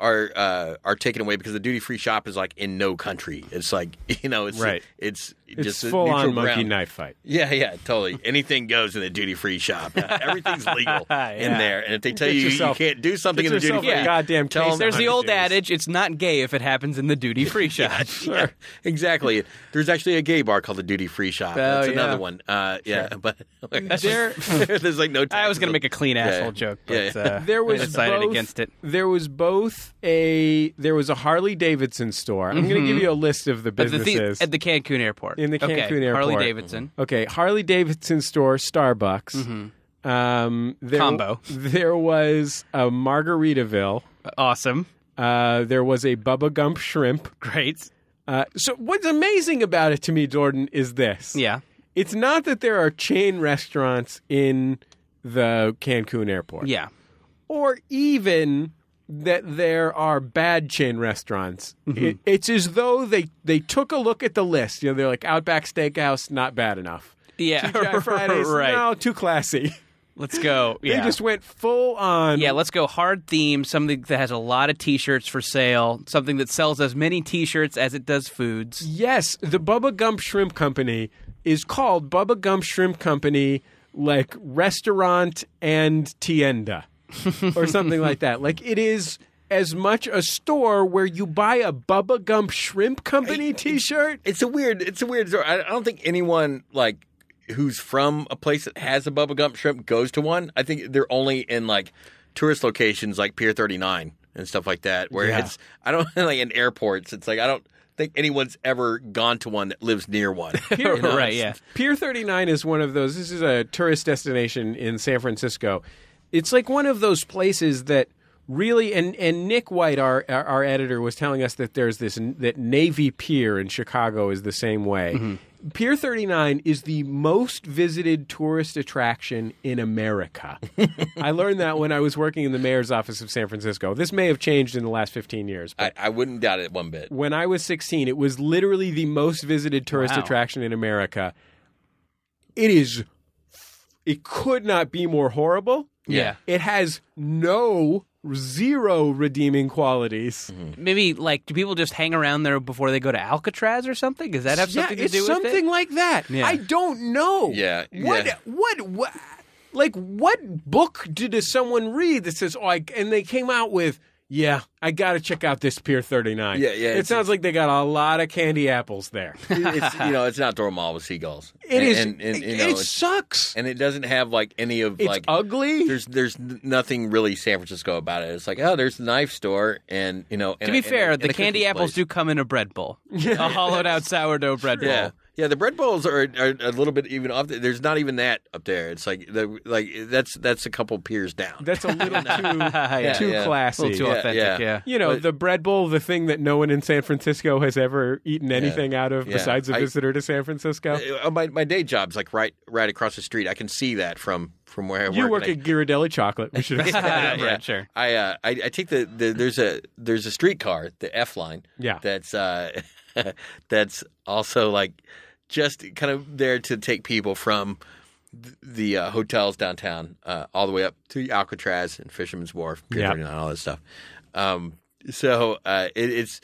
S5: are uh, are taken away because the duty free shop is like in no country. It's like (laughs) you know, it's
S3: Right.
S5: It's,
S3: It's
S5: just a
S3: full on
S5: neutral
S3: monkey
S5: ground.
S3: knife fight.
S5: Yeah, yeah, totally. (laughs) Anything goes in the duty free
S3: (laughs)
S5: shop. Everything's legal in there, and if they tell
S3: Get
S5: you
S3: yourself-
S5: you can't do something
S3: get
S5: in the duty
S3: yourself a
S5: free,
S3: goddamn
S5: tell
S3: case
S5: them-
S4: There's the old
S3: Hundred days.
S4: adage: it's not gay if it happens in the duty free (laughs) shop.
S5: (laughs) Yeah, exactly. There's actually a gay bar called the Duty Free Shop. That's
S4: Oh, yeah.
S5: another one. Uh, yeah, but (laughs)
S4: There-
S5: there's like no.
S4: (laughs) I was going to make a clean asshole
S5: Yeah.
S4: joke, but
S5: Yeah, yeah.
S4: Uh,
S3: There was
S4: I decided
S3: both-
S4: against it.
S3: There was both a there was a Harley Davidson store. I'm going to give you a list of Mm-hmm. the
S4: At the,
S3: businesses
S4: at the Cancun airport.
S3: in the Cancun
S4: okay.
S3: airport. Mm-hmm.
S4: Harley Davidson.
S3: Okay, Harley Davidson store, Starbucks. Um, there,
S4: Mm-hmm. Combo.
S3: (laughs) There was a Margaritaville.
S4: Awesome.
S3: Uh, there was a Bubba Gump shrimp.
S4: Great.
S3: Uh, so what's amazing about it to me, Jordan, is this.
S4: Yeah.
S3: It's not that there are chain restaurants in the Cancun airport.
S4: Yeah.
S3: or even that there are bad chain restaurants.
S4: Mm-hmm.
S3: It, it's as though they, they took a look at the list. You know, they're like Outback Steakhouse, not bad enough.
S4: (laughs) Yeah.
S3: TGI Fridays,
S4: right.
S3: no, too classy.
S4: Let's go. Yeah.
S3: They just went full on.
S4: Yeah, let's go hard theme, something that has a lot of t-shirts for sale, something that sells as many t-shirts as it does foods.
S3: Yes, the Bubba Gump Shrimp Company is called Bubba Gump Shrimp Company, like restaurant and
S4: (laughs)
S3: tienda, or something like that. Like it is as much a store where you buy a Bubba Gump Shrimp Company T-shirt.
S5: (laughs) It's a weird. It's a weird. story. I, I don't think anyone like who's from a place that has a Bubba Gump shrimp goes to one. I think they're only in like tourist locations like Pier 39 and stuff like that, where it's. I don't (laughs) like in airports. It's like I don't think anyone's ever gone to one that lives near
S4: (laughs)
S5: one. You know,
S4: right,
S5: it's-
S4: yeah.
S3: Pier 39 is one of those. This is a tourist destination in San Francisco. It's like one of those places that really and and Nick White our our, our editor was telling us that there's this that Navy Pier in Chicago is the same way. Pier 39 is the most visited tourist attraction in America. I learned that when I was working in the mayor's office of San Francisco. This may have changed in the last 15 years, but
S5: I, I wouldn't doubt it one bit.
S3: when I was 16, it was literally the most visited tourist
S4: Wow.
S3: attraction in America. It is, it could not be more horrible.
S4: Yeah.
S3: It has no, zero redeeming qualities.
S4: Mm-hmm. Maybe like do people just hang around there before they go to Alcatraz or something? Does that have
S3: Yeah,
S4: something to
S3: it's
S4: do with
S3: something
S4: it?
S3: like that.
S4: Yeah.
S3: I don't know.
S5: Yeah,
S3: What,
S5: yeah.
S3: what, what, like, what book did someone read that says, oh, I, and they came out with, yeah, I got to check out this Pier 39.
S5: Yeah, yeah,
S3: It
S5: it's-
S3: sounds like they got a lot of candy apples
S4: (laughs)
S3: there.
S5: it's you know, it's an outdoor mall with seagulls.
S3: It
S5: and,
S3: is.
S5: and, and, you
S3: it,
S5: know,
S3: it
S5: it's-
S3: sucks.
S5: and it doesn't have like any of
S3: it's
S5: like
S3: ugly.
S5: there's there's n- nothing really San Francisco about it. It's like oh, there's the knife store, and you know. And,
S4: To
S5: a-
S4: be
S5: and a-
S4: fair,
S5: and
S4: the
S5: a cookie
S4: candy apples
S5: place.
S4: do come in a bread bowl. a hollowed out
S5: (laughs)
S4: sourdough
S3: (laughs)
S4: bread
S5: Yeah,
S4: bowl.
S5: yeah. The bread bowls are, are a little bit even off. There's not even that up there. It's like the, like that's that's a couple piers down.
S3: That's a
S5: (laughs)
S3: little too,
S4: Yeah,
S3: too
S5: yeah.
S3: classy.
S4: A little too
S5: Yeah,
S4: authentic, yeah.
S5: yeah.
S3: you know, the bread bowl, the thing that no one in San Francisco has ever eaten anything out of
S5: Yeah.
S3: besides a
S5: I-
S3: visitor to San Francisco.
S5: Uh, my my day job's like right right across the street. I can see that from from where I
S3: you
S5: work.
S3: work
S5: and I-
S3: at Ghirardelli Chocolate.
S5: (laughs)
S3: We should explain.
S4: Yeah, right, sure.
S5: I, uh, I I take the, the there's a there's a streetcar, the F line.
S3: Yeah.
S5: That's uh, (laughs) that's also like just kind of there to take people from th- the uh, hotels downtown uh, all the way up to Alcatraz and Fisherman's Wharf, Pier
S3: Yeah.
S5: 39, all that stuff. Um, so uh, it, it's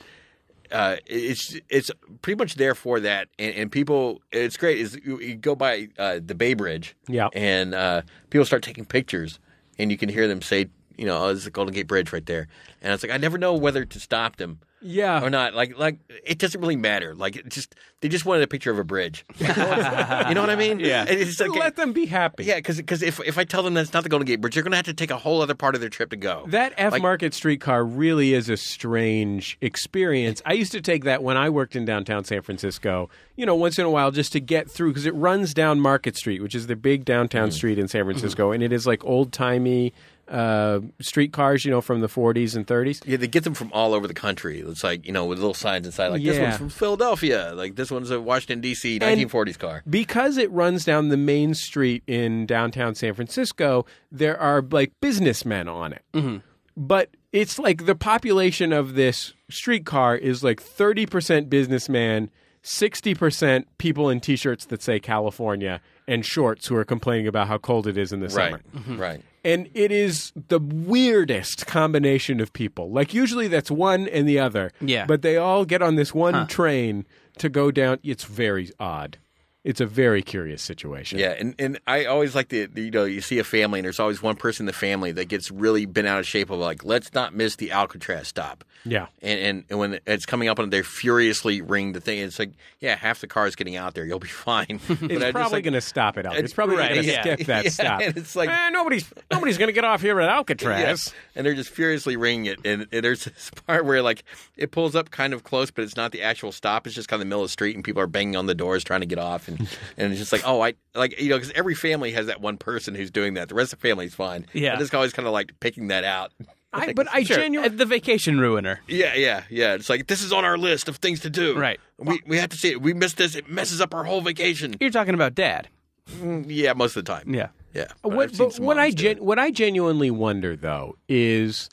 S5: uh, it's it's pretty much there for that, and, and people. It's great. Is you, you go by uh, the Bay Bridge,
S3: Yeah.
S5: and uh, people start taking pictures, and you can hear them say, you know, "Oh, this is the Golden Gate Bridge right there," and it's like I never know whether to stop them.
S3: Yeah.
S5: or not. Like, like it doesn't really matter. Like, it just they just wanted a picture of
S3: (laughs)
S5: a bridge. you know what I mean? Yeah. It's okay.
S3: Let them be happy.
S5: yeah, because if if I tell them that's not the Golden Gate Bridge, they're going to have to take a whole other part of their trip to go.
S3: That F
S5: Like-
S3: Market streetcar really is a strange experience. I used to take that when I worked in downtown San Francisco, you know, once in a while just to get through because it runs down Market Street, which is the big downtown street in San Francisco, and it is like old timey uh, streetcars, you know, from the 40s and 30s.
S5: Yeah, they get them from all over the country. It's like you know, with little signs inside, like this
S3: Yeah.
S5: one's from Philadelphia, like this one's a Washington D.C.
S3: And-
S5: 1940s car.
S3: Because it runs down the main street in downtown San Francisco, there are like businessmen on it. But it's like the population of this streetcar is like 30% businessman, 60% people in t-shirts that say California and shorts who are complaining about how cold it is in the
S5: Right.
S3: summer. Mm-hmm.
S5: Right.
S3: And it is the weirdest combination of people. Like usually that's one and the other.
S4: Yeah.
S3: But they all get on this one train to go down. It's very odd. It's a very curious situation.
S5: Yeah, and, and I always like the, the you know you see a family and there's always one person in the family that gets really bent out of shape of like let's not miss the Alcatraz stop.
S3: Yeah.
S5: and and, and when it's coming up and they furiously ring the thing, it's like yeah, half the car is getting out there. You'll be (laughs) fine. But I
S3: It's
S5: just,
S3: probably
S5: like-
S3: going to stop it out. It's probably
S4: right,
S3: going to
S4: yeah.
S3: skip that
S5: (laughs) Yeah,
S3: stop.
S5: and it's like-
S3: Eh, nobody's nobody's going to get off here at
S5: (laughs)
S3: Alcatraz.
S5: Yes, and they're just furiously ringing it, and, and there's (laughs) this part where like it pulls up kind of close, but it's not the actual stop. It's just kind of the middle of the street, and people are banging on the doors trying to get
S3: (laughs)
S5: off, and and it's just like oh I like you know because every family has that one person who's doing that. The rest of the family's fine.
S4: Yeah.
S5: I just always kind of like picking that out.
S3: I, but I
S4: Sure.
S3: genuinely
S4: Uh, the vacation ruiner.
S5: Yeah, yeah, yeah. It's like this is on our list of things to do.
S4: Right.
S5: We we have to see it. We miss this. It messes up our whole vacation.
S4: You're talking about dad.
S5: Yeah, most of the time.
S4: Yeah.
S5: Yeah.
S3: what,
S5: I've seen
S3: but
S5: some
S3: what I
S5: moms do
S3: gen- what I genuinely wonder though is,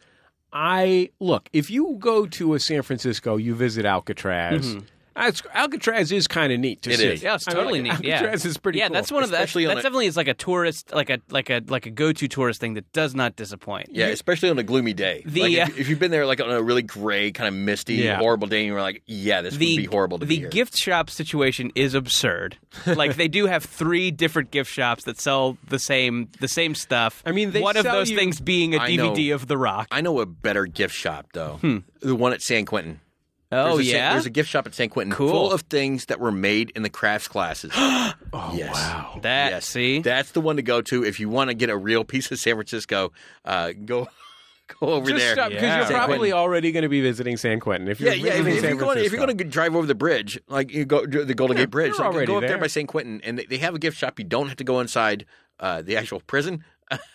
S3: I look if you go to a San Francisco, you visit Alcatraz. That's- Alcatraz is kind of neat to
S5: Mm-hmm. It
S3: see.
S5: is.
S4: Yeah, it's
S3: I mean,
S4: totally
S3: like,
S4: neat. Yeah,
S3: Alcatraz is pretty.
S4: Yeah,
S3: cool.
S4: that's one of the. That's,
S5: Especially on
S4: that's
S5: a-
S4: definitely is like a tourist, like a like a like a go to tourist thing that does not disappoint.
S5: Yeah, especially on a gloomy day.
S4: The,
S5: like if,
S4: uh,
S5: if you've been there like on a really gray, kind of misty,
S3: Yeah.
S5: horrible day, and you're like, yeah, this
S4: The,
S5: would be horrible to
S4: the
S5: be here.
S4: gift shop situation is
S5: (laughs)
S4: absurd. like they do have three different gift shops that sell the same the same stuff.
S3: I mean, they
S4: one of
S3: sell
S4: those
S3: you-
S4: things being a
S5: I
S4: DVD
S5: know.
S4: of The Rock.
S5: I know a better gift shop though. The one at San Quentin.
S4: Hmm. oh
S5: there's a San-
S4: yeah,
S5: there's a gift shop at San Quentin
S4: Cool.
S5: full of things that were made in the
S4: (gasps)
S5: crafts classes. oh yes. wow.
S4: that
S5: Yes.
S4: see
S5: That's the one to go to if you want to get a real piece of San Francisco. Uh, go (laughs) go over
S3: Just
S5: there.
S3: stop because
S4: Yeah.
S3: you're
S5: San
S3: probably
S5: Quentin.
S3: already going to be visiting San Quentin. If you're
S5: Yeah, yeah. If,
S3: visiting
S5: if
S3: San
S5: you're going, if
S3: Francisco.
S5: you're going to drive over the bridge, like you go the Golden Gate Bridge,
S3: you're
S5: so
S3: already
S5: go up there.
S3: there.
S5: by San Quentin, and they, they have a gift shop. You don't have to go inside uh, the actual prison.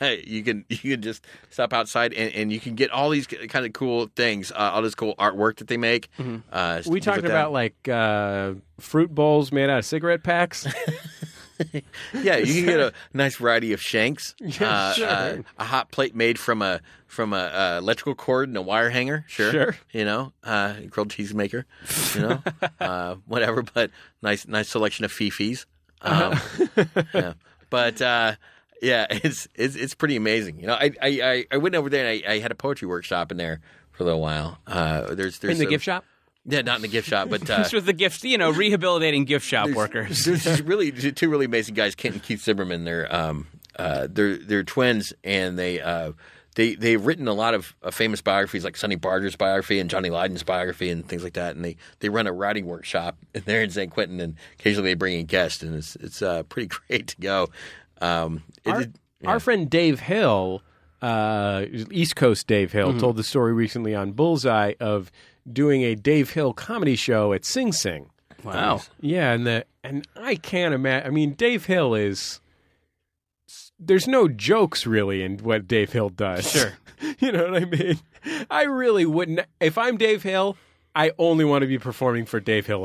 S5: (laughs) you can you can just stop outside, and, and you can get all these kind of cool things, uh, all this cool artwork that they make. Uh,
S3: Mm-hmm. we
S5: things like
S3: talking
S5: that.
S3: about like uh, fruit bowls made out of cigarette packs.
S5: Yeah, you can
S3: (laughs)
S5: get a nice variety of shanks. uh,
S3: sure.
S5: uh, a hot plate made from a from a uh, electrical cord and a wire hanger. Sure,
S3: Sure.
S5: You know, uh, grilled cheese maker.
S3: (laughs)
S5: You know, uh, whatever. But nice, nice selection of fifis. Um,
S3: Uh-huh.
S5: yeah. But uh, yeah, (laughs) it's, it's it's pretty amazing. You know, I I, I, I went over there and I, I had a poetry workshop in there for a little while. Uh, there's there's
S3: in the
S5: a-
S3: gift shop.
S5: Yeah, not in the gift shop, but
S3: (laughs)
S5: uh,
S4: this was the gift. You know, rehabilitating gift shop workers.
S5: (laughs) there's these really two really amazing guys, Kent and Keith Zimmerman. They're um, uh, they're they're twins, and they uh, they they've written a lot of uh, famous biographies, like Sonny Barger's biography and Johnny Lydon's biography, and things like that. And they, they run a writing workshop, (laughs) and they're in San Quentin, and occasionally they bring in guests, and it's it's uh, pretty (laughs) great to go. Um, it,
S3: our,
S5: it-
S3: our friend Dave Hill, uh, East Coast Dave Hill,
S4: Mm-hmm.
S3: told the story recently on Bullseye of doing a Dave Hill comedy show at Sing Sing.
S4: Wow.
S3: Yeah, and the and I can't imagine. I mean, Dave Hill is there's no jokes really in what Dave Hill does.
S4: Sure.
S3: (laughs) you know what I mean? I really wouldn't. If I'm Dave Hill, I only want to be performing for Dave Hill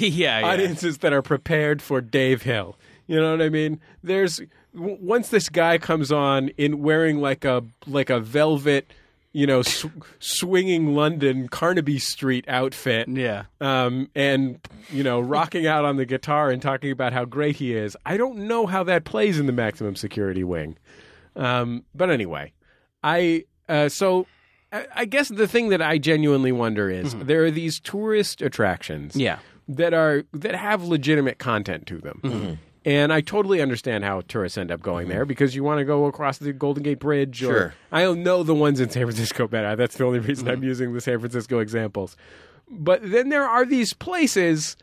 S4: (laughs) yeah, yeah.
S3: audiences that are prepared for Dave Hill. You know what I mean? There's w- once this guy comes on in wearing like a like a velvet, you know, sw- swinging London Carnaby Street outfit,
S4: Yeah.
S3: um, and you know, rocking out on the guitar and talking about how great he is. I don't know how that plays in the maximum security wing, um, but anyway, I uh, so. I I guess the thing that I genuinely wonder is there are these tourist attractions
S4: Yeah.
S3: that are that have legitimate content to them. And I totally understand how tourists end up going there because you want to go across the Golden Gate Bridge. Or,
S5: Sure.
S3: I don't know the ones in San Francisco better. That's the only reason I'm using the San Francisco examples. But then there are these places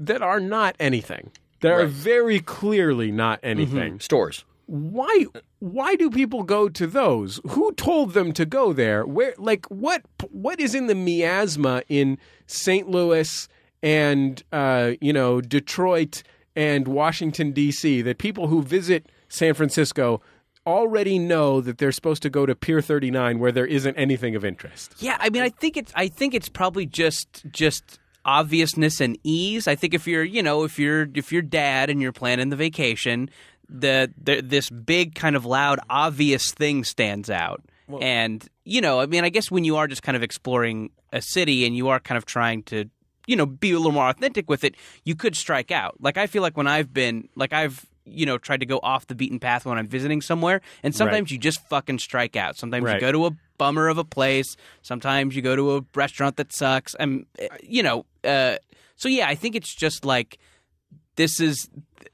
S3: that are not anything. That are
S5: Right.
S3: very clearly not anything.
S5: stores.
S3: Why? Why do people go to those? Who told them to go there? Where? Like what? What is in the miasma in St. Louis and uh, you know Detroit and Washington D.C. that people who visit San Francisco already know that they're supposed to go to Pier 39 where there isn't anything of interest.
S4: Yeah, I mean, I think it's I think it's probably just just obviousness and ease. I think if you're you know if you're if you're dad and you're planning the vacation, the, the this big kind of loud obvious thing stands out. and you know, I mean, I guess when you are just kind of exploring a city and you are kind of trying to you know be a little more authentic with it, you could strike out. Like I feel like when I've been like I've you know tried to go off the beaten path when I'm visiting somewhere, and sometimes you just fucking strike out. Sometimes
S3: Right.
S4: you go to a bummer of a place. Sometimes you go to a restaurant that sucks. And uh, you know, uh, so yeah, I think it's just like this is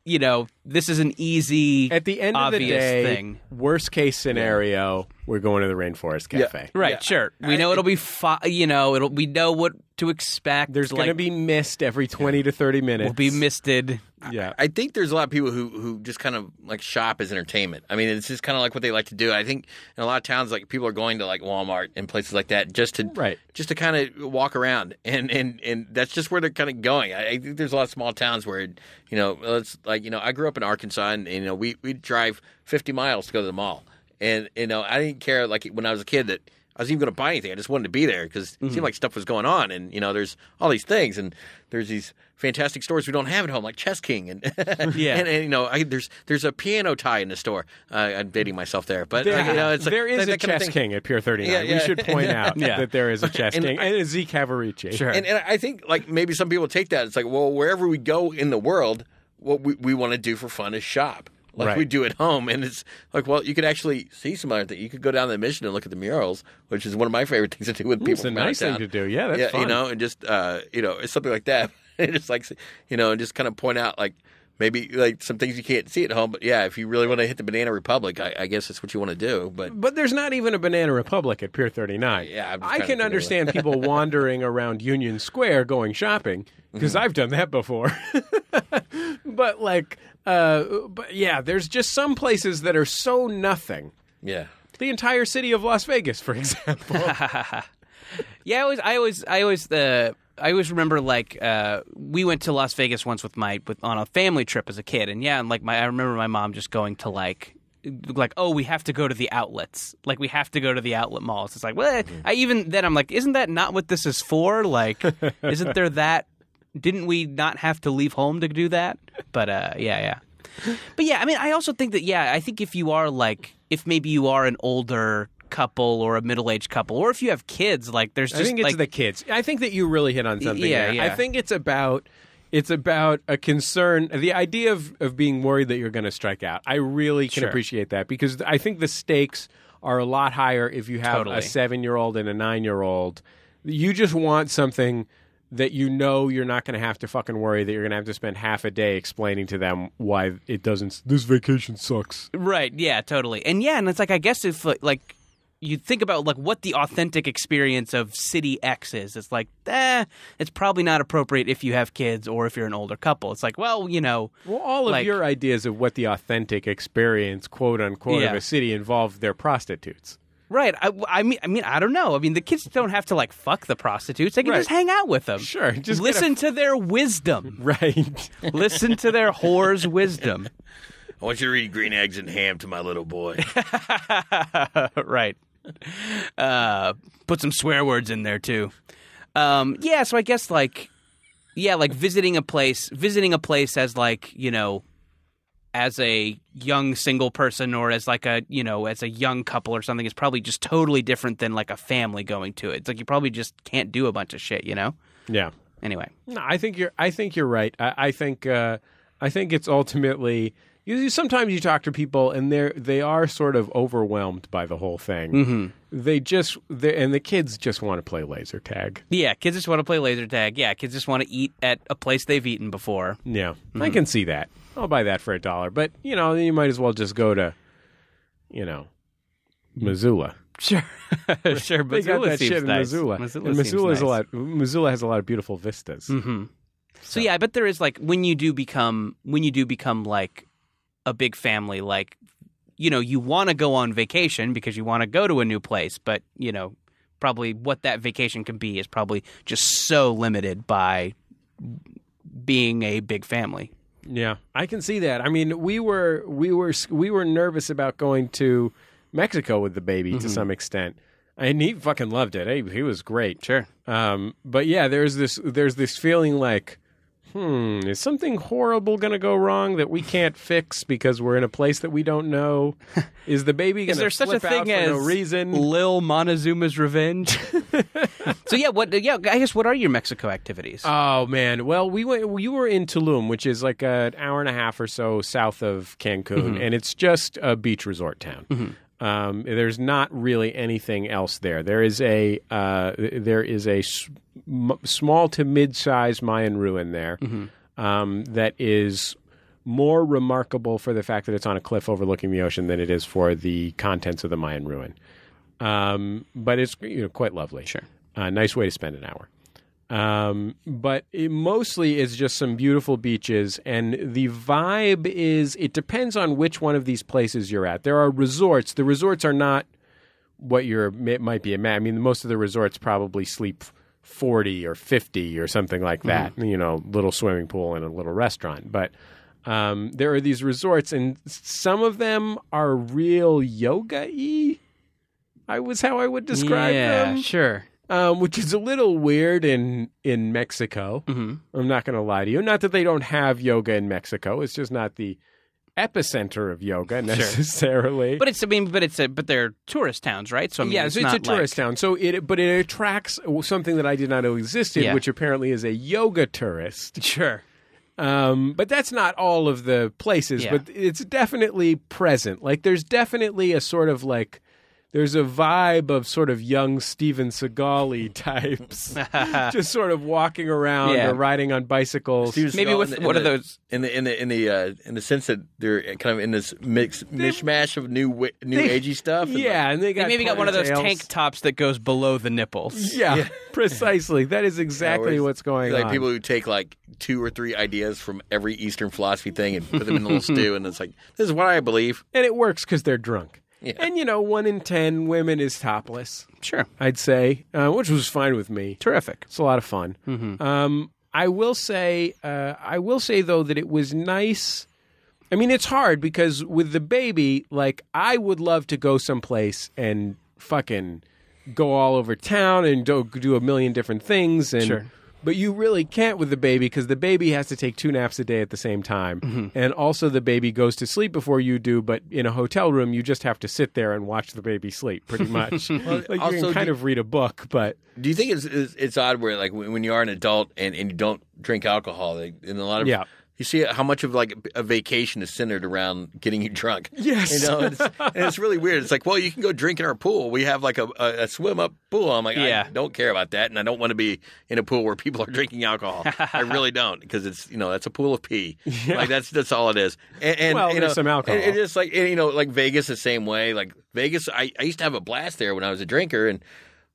S4: you know this is an easy
S3: At the end of the
S4: obvious
S3: day,
S4: thing.
S3: worst case scenario, we're going to the Rainforest Cafe.
S4: Right, sure. We know it'll be fi- you know, it'll we know what to expect.
S3: There's
S4: like,
S3: going to be mist every 20 to 30 minutes.
S4: will be misted.
S3: Yeah.
S5: I think there's a lot of people who, who just kind of like shop as entertainment. I mean, it's just kind of like what they like to do. I think in a lot of towns, like people are going to like Walmart and places like that just to
S3: Right.
S5: just to kind of walk around, and and and that's just where they're kind of going. I, I think there's a lot of small towns where you know, it's like you know, I grew up in Arkansas, and you know, we we drive 50 miles to go to the mall, and you know, I didn't care like when I was a kid that. I was even going to buy anything. I just wanted to be there because it
S3: Mm-hmm.
S5: seemed like stuff was going on, and you know, there's all these things, and there's these fantastic stores we don't have at home, like Chess King, and (laughs)
S4: Yeah.
S5: and, and, you know, I, there's there's a piano tie in the store. Uh, I'm dating myself there, but
S3: There,
S5: uh, you know, it's like,
S3: there is
S5: that-
S3: a
S5: that kind of
S3: chess
S5: thing.
S3: king at Pier 39.
S5: Yeah, yeah.
S3: We should
S5: (laughs)
S3: point out
S4: Yeah.
S3: that there is a chess
S5: And
S3: king
S5: I-
S3: and a Z Cavarici. Sure.
S5: And, and I think like maybe some people take that. It's like, well, wherever we go in the world, what we, we want to do for fun is shop, like
S3: Right.
S5: we do at home. And it's like, well, you could actually see some other thing. You could go down to the mission and look at the murals, which is one of my favorite things to do with people.
S3: It's a
S5: from out of
S3: nice thing
S5: town.
S3: to do. Yeah, that's
S5: yeah, you
S3: fun.
S5: know, and just uh, you know, it's something like that. (laughs) And just like you know, and just kind of point out like maybe like some things you can't see at home. But yeah, if you really want to hit the Banana Republic, I, I guess that's what you want to do. But
S3: But there's not even a Banana Republic at Pier 39.
S5: Yeah, I'm just
S3: I
S5: trying to
S3: can
S5: think of
S3: understand
S5: (laughs)
S3: people wandering around Union Square going shopping
S5: Mm-hmm.
S3: because I've done that before. (laughs) but like, uh, but yeah, there's just some places that are so nothing.
S5: yeah,
S3: The entire city of Las Vegas, for (laughs) example.
S4: Yeah, I always, I always, I always, uh, I always remember like uh, we went to Las Vegas once with my with on a family trip as a kid, and yeah, and like my, I remember my mom just going to like. Like oh we have to go to the outlets like we have to go to the outlet malls it's like what I even then I'm like isn't that not what this is for like isn't there that didn't we not have to leave home to do that but uh yeah yeah But yeah, I mean, I also think that yeah, I think if you are like, if maybe you are an older couple or a middle aged couple, or if you have kids, like there's just
S3: I think it's
S4: like
S3: the kids. I think that you really hit on something.
S4: Yeah,
S3: there.
S4: yeah.
S3: I think it's about it's about a concern. The idea of of being worried that you're going to strike out. I really can appreciate that because I think the stakes are a lot higher if you have
S4: Totally.
S3: a seven year old and a nine year old. You just want something that you know you're not going to have to fucking worry that you're going to have to spend half a day explaining to them why it doesn't. This vacation sucks.
S4: right, yeah, totally, and yeah, and it's like I guess if like, like you think about like what the authentic experience of City X is, it's like eh, it's probably not appropriate if you have kids or if you're an older couple. It's like well, you know,
S3: Well, all of
S4: like-
S3: your ideas of what the authentic experience, quote unquote, of
S4: Yeah.
S3: a city involved
S4: (laughs)
S3: their prostitutes.
S4: right? I, I mean, I mean, I don't know. I mean, the kids don't have to like fuck the prostitutes; they can
S3: Right.
S4: just hang out with them.
S3: Sure, just get a-
S4: listen to their wisdom.
S3: (laughs) Right.
S4: Listen to their whore's wisdom.
S5: I want you to read Green Eggs and Ham to my little boy.
S4: (laughs) right. Uh, put some swear words in there too. Um, yeah, so I guess like, yeah, like visiting a place, visiting a place as like you know, as a young single person or as like a you know as a young couple or something is probably just totally different than like a family going to it. It's like you probably just can't do a bunch of shit, you know.
S3: Yeah.
S4: Anyway,
S3: No, I think you're. I think you're right. I, I think. Uh, I think it's ultimately. You, you- sometimes you talk to people, and they're they are sort of overwhelmed by the whole thing.
S4: Mm-hmm.
S3: They just they and the kids just want to play laser tag.
S4: yeah, kids just want to play laser tag. Yeah, kids just want to eat at a place they've eaten before.
S3: Yeah,
S4: Mm-hmm.
S3: I can see that. I'll buy that for a dollar. But you know, you might as well just go to, you know,
S4: Mm.
S3: Missoula.
S4: Sure, (laughs) sure.
S3: They got
S4: Missoula
S3: that
S4: seems
S3: shit in
S4: nice.
S3: Missoula.
S4: Missoula
S3: and
S4: seems
S3: Missoula is a
S4: nice. Mm-hmm.
S3: lot. Missoula has a lot of beautiful vistas.
S4: So yeah, I bet there is like when you do become when you do become like a big family, like you know you want to go on vacation because you want to go to a new place, but you know probably what that vacation can be is probably just so limited by being a big family.
S3: Yeah, I can see that. I mean, we were we were we were nervous about going to Mexico with the baby
S4: Mm-hmm.
S3: to some extent, and he fucking loved it. He, he was great.
S4: Sure.
S3: Um, but yeah, there's this there's this feeling like, hmm, is something horrible going to go wrong that we can't fix because we're in a place that we don't
S4: (laughs)
S3: know? Is the baby going
S4: Is
S3: to
S4: there such a
S3: flip
S4: thing
S3: out for
S4: as
S3: no reason?
S4: Lil Montezuma's revenge? (laughs) so yeah, what? Yeah, I guess what are your Mexico activities?
S3: Oh man! Well, we went. You were in Tulum, which is like an hour and a half or so south of Cancun, and it's just a beach resort town. Um, there's not really anything else there. There is a uh, there is a s- m- small to mid sized Mayan ruin there um, that is more remarkable for the fact that it's on a cliff overlooking the ocean than it is for the contents of the Mayan ruin. Um, but it's you know quite lovely.
S4: Sure.
S3: a nice way to spend an hour. Um, but it mostly is just some beautiful beaches, and the vibe is it depends on which one of these places you're at. There are resorts. The resorts are not what you're it might be. ima- I mean, most of the resorts probably sleep forty or fifty or something like that.
S4: Mm-hmm.
S3: You know, little swimming pool and a little restaurant, but. Um, there are these resorts, and some of them are real yoga y. I was how I would describe
S4: yeah,
S3: them
S4: sure.
S3: um, which is a little weird in in Mexico. I'm not going to lie to you. Not that they don't have yoga in Mexico. It's just not the epicenter of yoga necessarily.
S4: But it's I mean, but it's a but they're tourist towns, right? So I mean,
S3: yeah,
S4: it's,
S3: so it's,
S4: not
S3: a tourist town. So it, but it attracts something that I did not know existed,
S4: Yeah.
S3: which apparently is a yoga tourist.
S4: Like, sure.
S3: Um, but that's not all of the places,
S4: Yeah.
S3: but it's definitely present. Like there's definitely a sort of like there's a vibe of sort of young
S4: (laughs)
S3: Steven Seagal types just sort of walking around
S4: Yeah.
S3: or riding on bicycles.
S5: Steven
S4: Maybe
S5: Seagal
S4: with
S5: in
S4: one of
S5: in
S4: those-
S5: in the in the in the uh, in the sense that they're kind of in this mix mishmash of new wi- new agey stuff. and, like,
S3: yeah, and they got
S4: They maybe got one of those
S3: ponytails.
S4: tank tops that goes below the
S5: Mm,
S4: nipples.
S3: (laughs) Yeah, (laughs) precisely. That is
S5: you
S3: exactly
S5: know, it's
S3: what's going
S5: like
S3: on.
S5: people who take like two or three ideas from every Eastern philosophy thing and put them in a little stew, and it's like this is what I believe.
S3: and it works because they're drunk.
S5: Yeah.
S3: And you know, one in ten women is topless.
S4: Sure.
S3: I'd say, uh, which was fine with me.
S4: Terrific.
S3: It's a lot of fun. Um, I will say, uh, I will say though that it was nice. I mean, it's hard because with the baby, like I would love to go someplace and fucking go all over town and do, do a million different things. And
S4: Sure.
S3: but you really can't with the baby because the baby has to take two naps a day at the same time, and also the baby goes to sleep before you do. But in a hotel room, you just have to sit there and watch the baby sleep, pretty
S5: (laughs)
S3: much. like you
S5: also
S3: can kind
S5: do-
S3: of read a book, but.
S5: Do you think it's it's, it's odd where like when when you are an adult and, and you don't drink alcohol, like, and a lot of
S3: Yeah.
S5: You see how much of like a vacation is centered around getting you drunk.
S3: (laughs) Yes.
S5: you know, and it's, and it's really weird. It's like, well, you can go drink in our pool. We have like a, a, a swim up pool. I'm like,
S4: Yeah.
S5: I don't care about that, and I don't want to be in a pool where people are drinking alcohol. I really don't because it's you know that's a pool
S3: (laughs)
S5: of pee. Like that's that's all it is. And, and
S3: Well,
S5: you
S3: there's
S5: know,
S3: some alcohol.
S5: It, it just like and, you know, like Vegas the same way. Like Vegas, I, I used to have a blast there when I was a drinker and.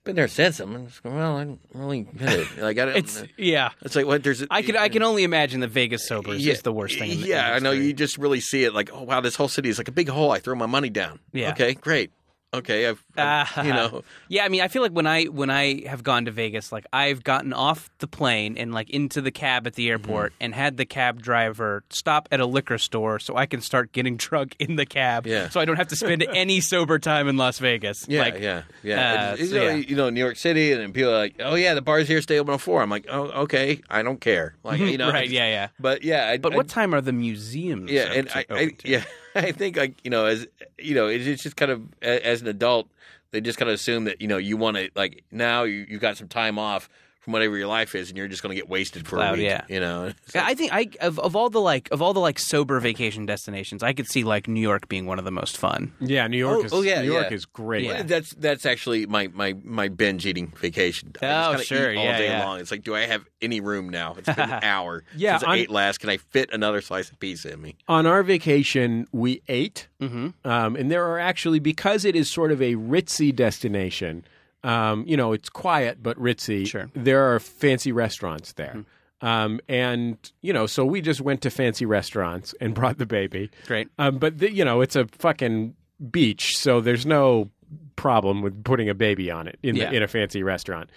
S5: Been there since. I'm just going. Well, I'm really get
S4: (laughs)
S5: it. Like I don't.
S4: It's yeah.
S5: It's like what there's.
S4: I could I can only imagine the Vegas sobers is the worst thing. in the
S5: yeah, I know.
S4: industry.
S5: You just really see it like, oh wow, this whole city is like a big hole. I throw my money down.
S4: Yeah.
S5: Okay, great. Okay, I've,
S4: (laughs)
S5: I've- you know.
S4: Yeah, I mean, I feel like when I when I have gone to Vegas, like I've gotten off the plane and like into the cab at
S5: Mm-hmm.
S4: the airport and had the cab driver stop at a liquor store so I can start getting (laughs) drunk in the cab.
S5: Yeah.
S4: So I don't have to
S5: (laughs)
S4: spend any sober time in Las Vegas.
S5: Yeah,
S4: like,
S5: yeah, yeah.
S4: uh,
S5: It's- it's,
S4: so,
S5: you, know,
S4: yeah.
S5: you know, New York City, and then people are like, "Oh yeah, the bars here stay open till four. I'm like, "Oh okay, I don't care." Like you know,
S4: Mm-hmm. Right, yeah, yeah.
S5: But yeah, I,
S4: But
S5: I-
S4: what time are the museums?
S5: Yeah,
S4: up
S5: and
S4: to-
S5: I, I
S4: open to?
S5: yeah, (laughs) I think like you know, as you know, it's, it's just kind of a- as an adult, they just kind of assume that you know you want to like now you you got some time off from whatever your life is, and you're just going to get wasted for
S4: Cloud,
S5: a week.
S4: yeah.
S5: You know, It's
S4: Yeah,
S5: like-
S4: I think I of, of all the like of all the like sober vacation destinations, I could see like New York being one of the most fun.
S3: Yeah, New York
S5: Oh,
S3: is
S5: oh, yeah,
S3: New York
S5: yeah.
S3: is great.
S4: Yeah.
S5: that's that's actually my my my binge eating vacation. I
S4: Oh,
S5: just kinda
S4: sure,
S5: eat all
S4: yeah,
S5: day
S4: yeah.
S5: long. It's like, do I have any room now? It's been (laughs) an hour
S3: Yeah,
S5: since I
S3: on-
S5: ate last. Can I fit another slice of pizza in me? (laughs)
S3: On our vacation, we ate,
S4: Mm-hmm.
S3: um, and there are actually because it is sort of a ritzy destination. Um, you know, it's quiet but ritzy.
S4: Sure. Mm-hmm.
S3: There are fancy restaurants there. Um, and you know, so we just went to fancy restaurants and (laughs) brought the baby.
S4: Great.
S3: Um, but the, you know, it's a fucking beach, so there's no problem with putting a baby on it in
S4: Yeah.
S3: the, in a fancy restaurant.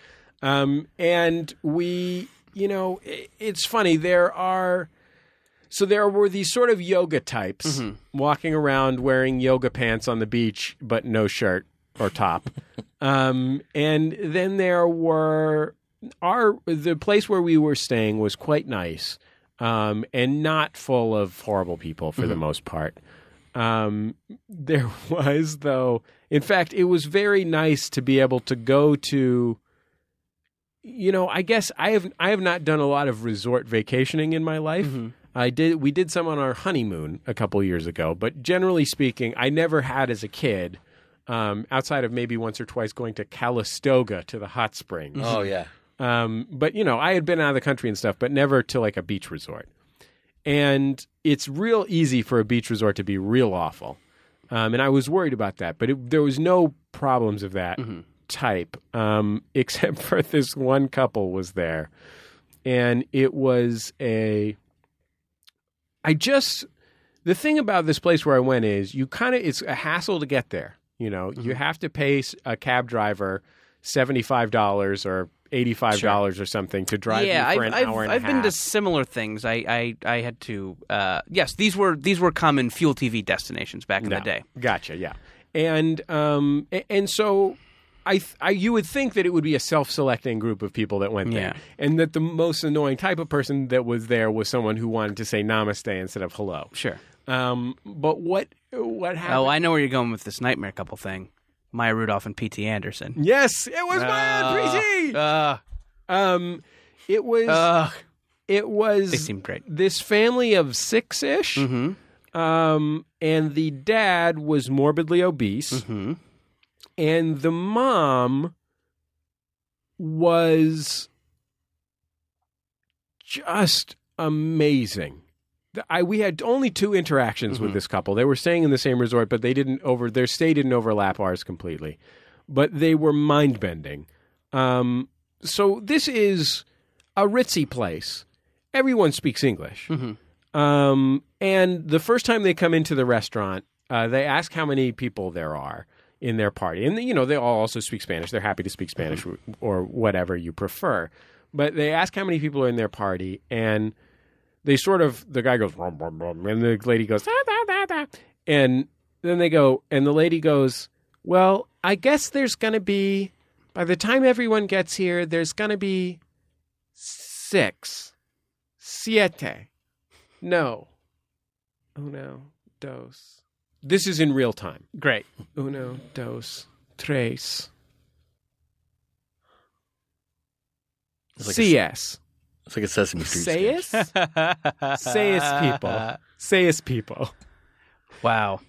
S3: Um, and we, you know, i it's funny. There are so there were these sort of yoga types walking around wearing yoga pants on the beach, but no shirt or top. um, and then there were our the place where we were staying was quite nice um, and not full of horrible people for the most part. Um, there (laughs) was though, in fact, it was very nice to be able to go to you know, I guess I have I have not done a lot of resort vacationing in my life. I did we did some on our honeymoon a couple years ago, but generally speaking, I never had as a kid. Um, outside of maybe once or twice going to Calistoga to the hot springs.
S5: Oh yeah.
S3: Um, but you know, I had been out of the country and stuff, but never to like a beach resort. And it's real easy for a beach resort to be real awful. Um, and I was worried about that, but it, there was no problems of that
S4: Mm-hmm.
S3: type, um, (laughs) except for this one couple was there, and it was a. I just the thing about this place where I went is you kind of it's a hassle to get there. You know,
S4: Mm-hmm.
S3: you have to pay s- a cab driver seventy five dollars or eighty five dollars or something to drive
S4: yeah,
S3: you
S4: I've,
S3: for an
S4: I've,
S3: hour and
S4: I've
S3: a
S4: been
S3: half.
S4: to similar things. I, I, I had to. Uh, yes, these were these were common fuel TV destinations back in the
S3: No.
S4: day.
S3: Gotcha. Yeah, and um, a- and so. I, th- I, you would think that it would be a self-selecting group of people that went there,
S4: Yeah.
S3: and that the most annoying type of person that was there was someone who wanted to say namaste instead of hello.
S4: Sure.
S3: Um, but what what happened?
S4: Oh, I know where you're going with this nightmare couple thing. Maya Rudolph and P.T. Anderson.
S3: yes, it was my aunt, Preeti!
S4: Uh,
S3: Um, it was
S4: uh,
S3: it was
S4: they seemed great. Mm-hmm.
S3: this family of six ish, um, and the dad was morbidly obese,
S4: hmm
S3: and the mom was just amazing. The- I we had only two interactions
S4: Mm-hmm.
S3: with this couple. They were staying in the same resort, but they didn't over their stay didn't overlap ours completely. But they were mind bending. Um, so this is a ritzy place. Everyone speaks English. Um, and the first time they come into the restaurant, uh, they ask how many people there are in their party, and you know they all also speak Spanish. They're happy to speak Spanish w- or whatever you prefer. But they ask how many people are in their party, and they sort of the guy goes "Rum, rum, rum," and the lady goes "Da, da, da, da." and then they go and the lady goes well i guess there's going to be by the time everyone gets here there's going to be six siete no uno dos this is in real time
S4: Great.
S3: uno dos tres
S5: It's like a-
S3: cs
S5: It's like a Sesame
S4: (laughs)
S5: Street. sketch.
S3: sayes sayes people sayes people
S4: Wow.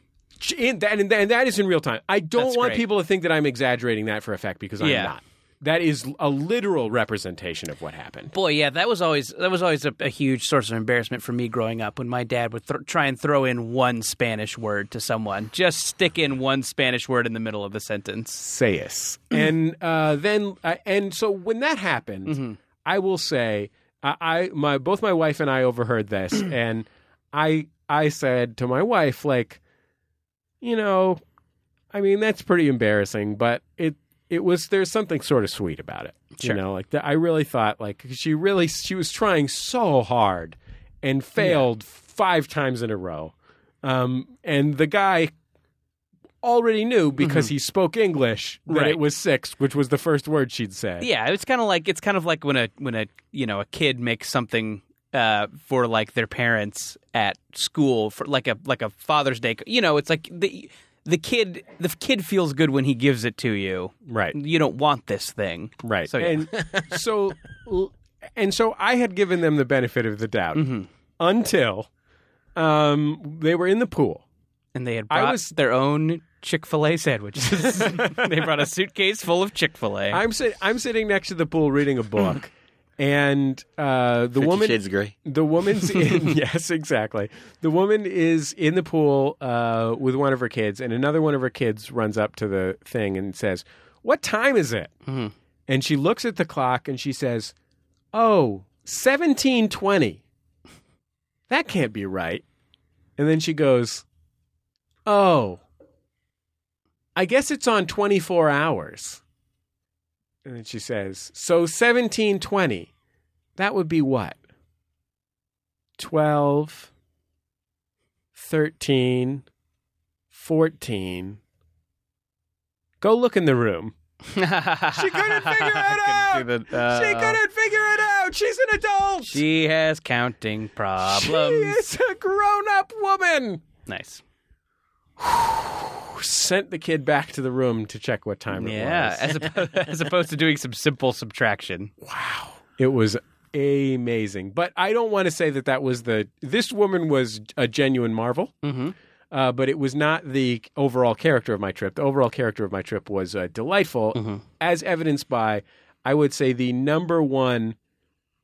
S3: in that, and, that, and that is in real time. I don't
S4: That's
S3: want
S4: great.
S3: people to think that I'm exaggerating that for effect because I'm
S4: Yeah.
S3: not. That is a literal representation of what happened.
S4: Boy, yeah, that was always that was always a, a huge source of embarrassment for me growing up when my dad would th- try and throw in one Spanish word to someone. Just stick in one Spanish word in the middle of the sentence.
S3: Sayus. (clears throat) and uh, then, uh, and so when that happened,
S4: Mm-hmm.
S3: I will say, I, I my both my wife and I
S4: (clears throat)
S3: overheard this, and I I said to my wife, like, you know, I mean that's pretty embarrassing, but it it was there's something sort of sweet about it.
S4: Sure.
S3: You know, like that I really thought like she really she was trying so hard and failed five times in a row. Um, and the guy already knew because he spoke English that
S4: Mm-hmm. Right.
S3: it was six, which was the first word she'd said.
S4: Yeah, it's kind of like it's kind of like when a when a you know a kid makes something uh, for like their parents at school for like a like a Father's Day. You know, it's like the the kid the kid feels good when he gives it to you.
S3: Right.
S4: You don't want this thing,
S3: Right.
S4: Mm-hmm. So yeah.
S3: and
S4: (laughs)
S3: so and so I had given them the benefit of the doubt
S4: Mm-hmm.
S3: until um, they were in the pool.
S4: and they had
S3: I
S4: brought
S3: was-
S4: their own Chick Fil A sandwiches. (laughs) they brought a suitcase full of Chick Fil (laughs) A.
S3: I'm sit- I'm sitting next to the pool reading a book, and uh, the
S5: Fifty
S3: woman
S5: Shades of Grey.
S3: The
S5: (laughs)
S3: woman's in (laughs) yes, exactly. The woman is in the pool uh, with one of her kids, and another one of her kids runs up to the thing and says, "What time is it?" And she looks at the clock and she says, "Oh, seventeen twenty. That can't be right." And then she goes, "Oh, I guess it's on twenty four hours." And then she says, "So seventeen twenty, that would be what?" 12, 13, 14. Go look in
S4: (laughs)
S3: the room. She couldn't figure it out. she couldn't uh, figure it out. She's an
S4: uh,
S3: adult.
S4: She has counting
S3: She
S4: problems.
S3: is a grown up woman.
S4: Nice.
S3: sent the kid back to the room to check what time it
S4: Yeah,
S3: was.
S4: as, oppo- (laughs) as opposed to doing some simple subtraction.
S3: It was amazing. But I don't want to say that that was the. This woman was a genuine marvel.
S4: Mhm.
S3: Uh, but it was not the overall character of my trip. The overall character of my trip was uh, delightful,
S4: Mm-hmm.
S3: as evidenced by, I would say, the number one.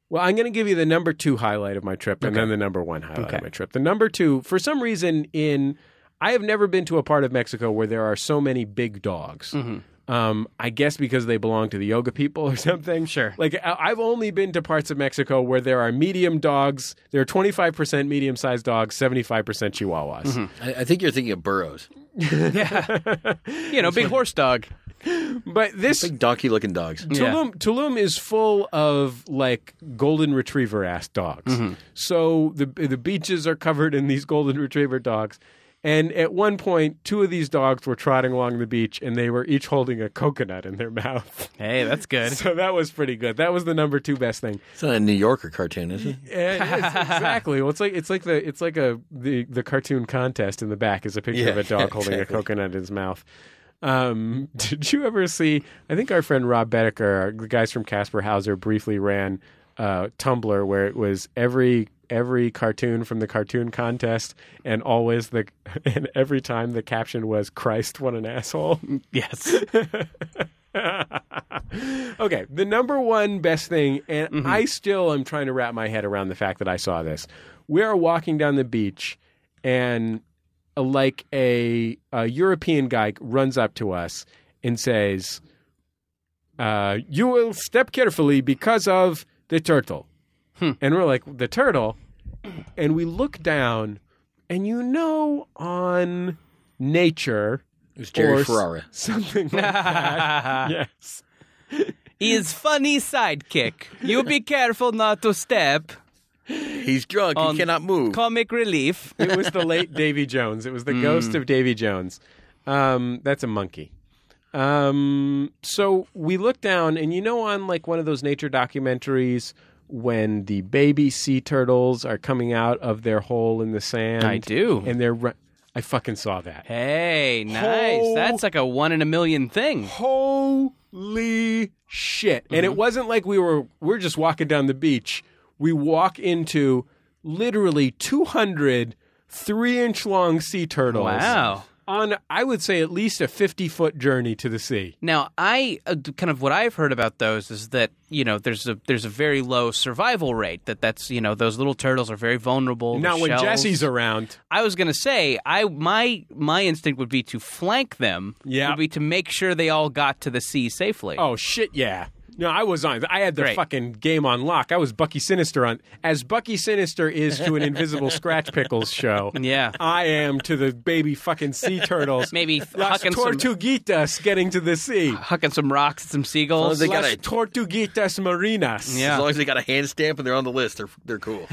S3: Well, I'm going to give you the number two highlight of my trip and then the number one highlight
S4: Okay.
S3: of my trip. The number two, for some reason, in. I have never been to a part of Mexico where there are so many big dogs.
S4: Mm-hmm.
S3: Um, I guess because they belong to the yoga people or something.
S4: Sure.
S3: Like I- I've only been to parts of Mexico where there are medium dogs. There are twenty five percent medium sized dogs, seventy five percent Chihuahuas.
S4: Mm-hmm.
S5: I, I think you're thinking of burros.
S3: (laughs)
S4: You know, big horse dog.
S3: But this
S5: Big donkey looking dogs.
S4: Yeah.
S3: Tulum, Tulum is full of like golden retriever ass dogs.
S4: Mm-hmm.
S3: So the the beaches are covered in these golden retriever dogs. And at one point, two of these dogs were trotting along the beach, and they were each holding a coconut in their mouth.
S4: Hey, that's good.
S3: (laughs)
S4: (laughs)
S3: So that was pretty good. That was the number two best thing.
S5: It's not a New Yorker cartoon, is it?
S3: Yeah, it is, exactly. Well, it's like it's like the it's like a the the cartoon contest in the back is a picture
S5: Yeah, (laughs)
S3: of a dog
S5: yeah,
S3: holding
S5: exactly.
S3: a coconut in his mouth. Um, (laughs) did you ever see? I think our friend Rob Bedecker, the guys from Casper Hauser, briefly ran uh, Tumblr where it was every every cartoon from the cartoon contest, and always the (laughs) and every time the caption was "Christ, what an asshole."
S4: Yes.
S3: (laughs) okay, the number one best thing, and
S5: Mm-hmm.
S3: I still am trying to wrap my head around the fact that I saw this. We are walking down the beach, and uh, like a, a European guy runs up to us and says, uh, "You will step carefully because of the turtle."
S5: Hmm.
S3: And we're like, "The turtle," and we look down, and you know, on nature.
S5: It was Jerry
S3: or s-
S5: Ferrara.
S3: Something like
S5: (laughs)
S3: that. yes.
S4: His funny sidekick. You be careful not to step.
S5: He's drunk.
S4: On-
S5: he cannot move.
S4: Comic relief.
S3: It was the late Davy Jones. It was the
S4: Mm.
S3: ghost of Davy Jones. Um, that's a monkey. Um, so we look down, and you know, on like one of those nature documentaries, when the baby sea turtles are coming out of their hole in the sand,
S4: I do.
S3: and they're. Ru- I fucking saw that.
S4: Hey, nice.
S3: Ho-
S4: That's like a one in a million thing.
S3: holy shit and
S4: Mm-hmm.
S3: it wasn't like we were we're just walking down the beach we walk into literally 200 three inch long sea turtles
S4: Wow.
S3: on i would say at least a 50 foot journey to the sea
S4: Now, I uh, d- kind of what I've heard about those is that you know there's a there's a very low survival rate. That that's you know those little turtles are very vulnerable.
S3: now
S4: Their
S3: when
S4: shells-
S3: jesse's around
S4: I was gonna say I my my instinct would be to flank them.
S3: Yeah.
S4: would be to make sure they all got to the sea safely.
S3: oh shit yeah no, I was on. I had the
S4: Great.
S3: fucking game on lock. I was Bucky Sinister on, as Bucky Sinister is to an Invisible Scratch Pickles show.
S4: (laughs) Yeah.
S3: I am to the baby fucking sea turtles.
S4: (laughs) Maybe
S3: Las
S4: hucking some- Ah,
S3: Tortuguitas getting to the sea.
S4: hucking some rocks, and some
S5: As
S4: seagulls.
S5: long as they got
S3: Las
S5: a-
S3: Tortuguitas Marinas.
S4: Yeah.
S5: As long as they got a hand stamp and they're on the list, they're
S4: (laughs)
S5: they're cool.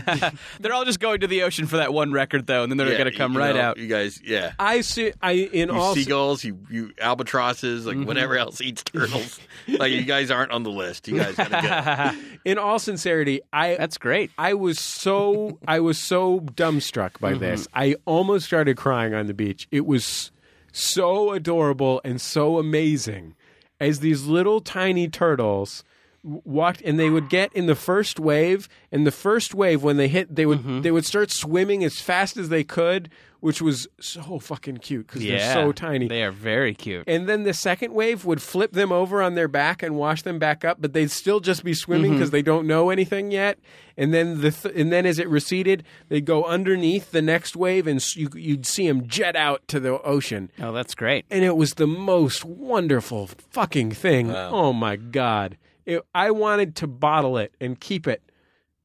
S4: They're all just going to the ocean for that one record though, and then they're
S5: Yeah,
S4: gonna come
S5: you
S4: right
S5: know,
S4: out.
S5: You guys, yeah.
S3: I see. I in
S5: You
S3: all
S5: seagulls, you, you albatrosses,
S4: Mm-hmm.
S5: like whatever
S4: (laughs)
S5: else eats turtles. like you guys aren't on the list. You guys gotta
S3: in all sincerity, I
S4: That's great.
S3: I was so I was so dumbstruck by this.
S4: Mm-hmm.
S3: I almost started crying on the beach. It was so adorable and so amazing as these little tiny turtles w- walked and they would get in the first wave and the first wave when they hit they would
S4: Mm-hmm.
S3: they would start swimming as fast as they could which was so fucking cute cuz
S4: yeah,
S3: they're so tiny
S4: They are very cute.
S3: and then the second wave would flip them over on their back and wash them back up, but they'd still just be swimming
S4: Mm-hmm.
S3: because they don't know anything yet. And then the th- and then as it receded, they'd go underneath the next wave, and s- you, you'd see them jet out to the ocean.
S4: oh, that's great.
S3: And it was the most wonderful fucking thing. Oh my god! It, I wanted to bottle it and keep it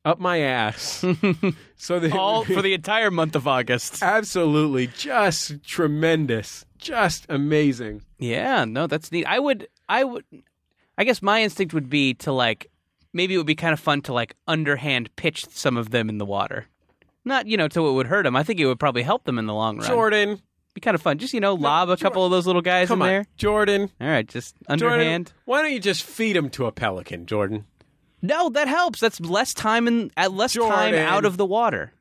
S3: up my
S4: (laughs)
S3: ass, so that it
S4: All
S3: would be-
S4: for the entire month of August.
S3: (laughs) absolutely just tremendous, just amazing.
S4: Yeah, no, that's neat. I would, I would, I guess my instinct would be to like, maybe it would be kind of fun to like underhand pitch some of them in the water. Not, you know, till it would hurt them. I think it would probably help them in the long run.
S3: Jordan.
S4: Be kind of fun. Just, you know, lob a couple of those little guys
S3: Come
S4: in
S3: on,
S4: there.
S3: Jordan.
S4: All right, just
S3: Jordan,
S4: underhand.
S3: why don't you just feed him to a pelican, Jordan?
S4: No, that helps. That's less time in, at less time
S3: Jordan.
S4: out of the water.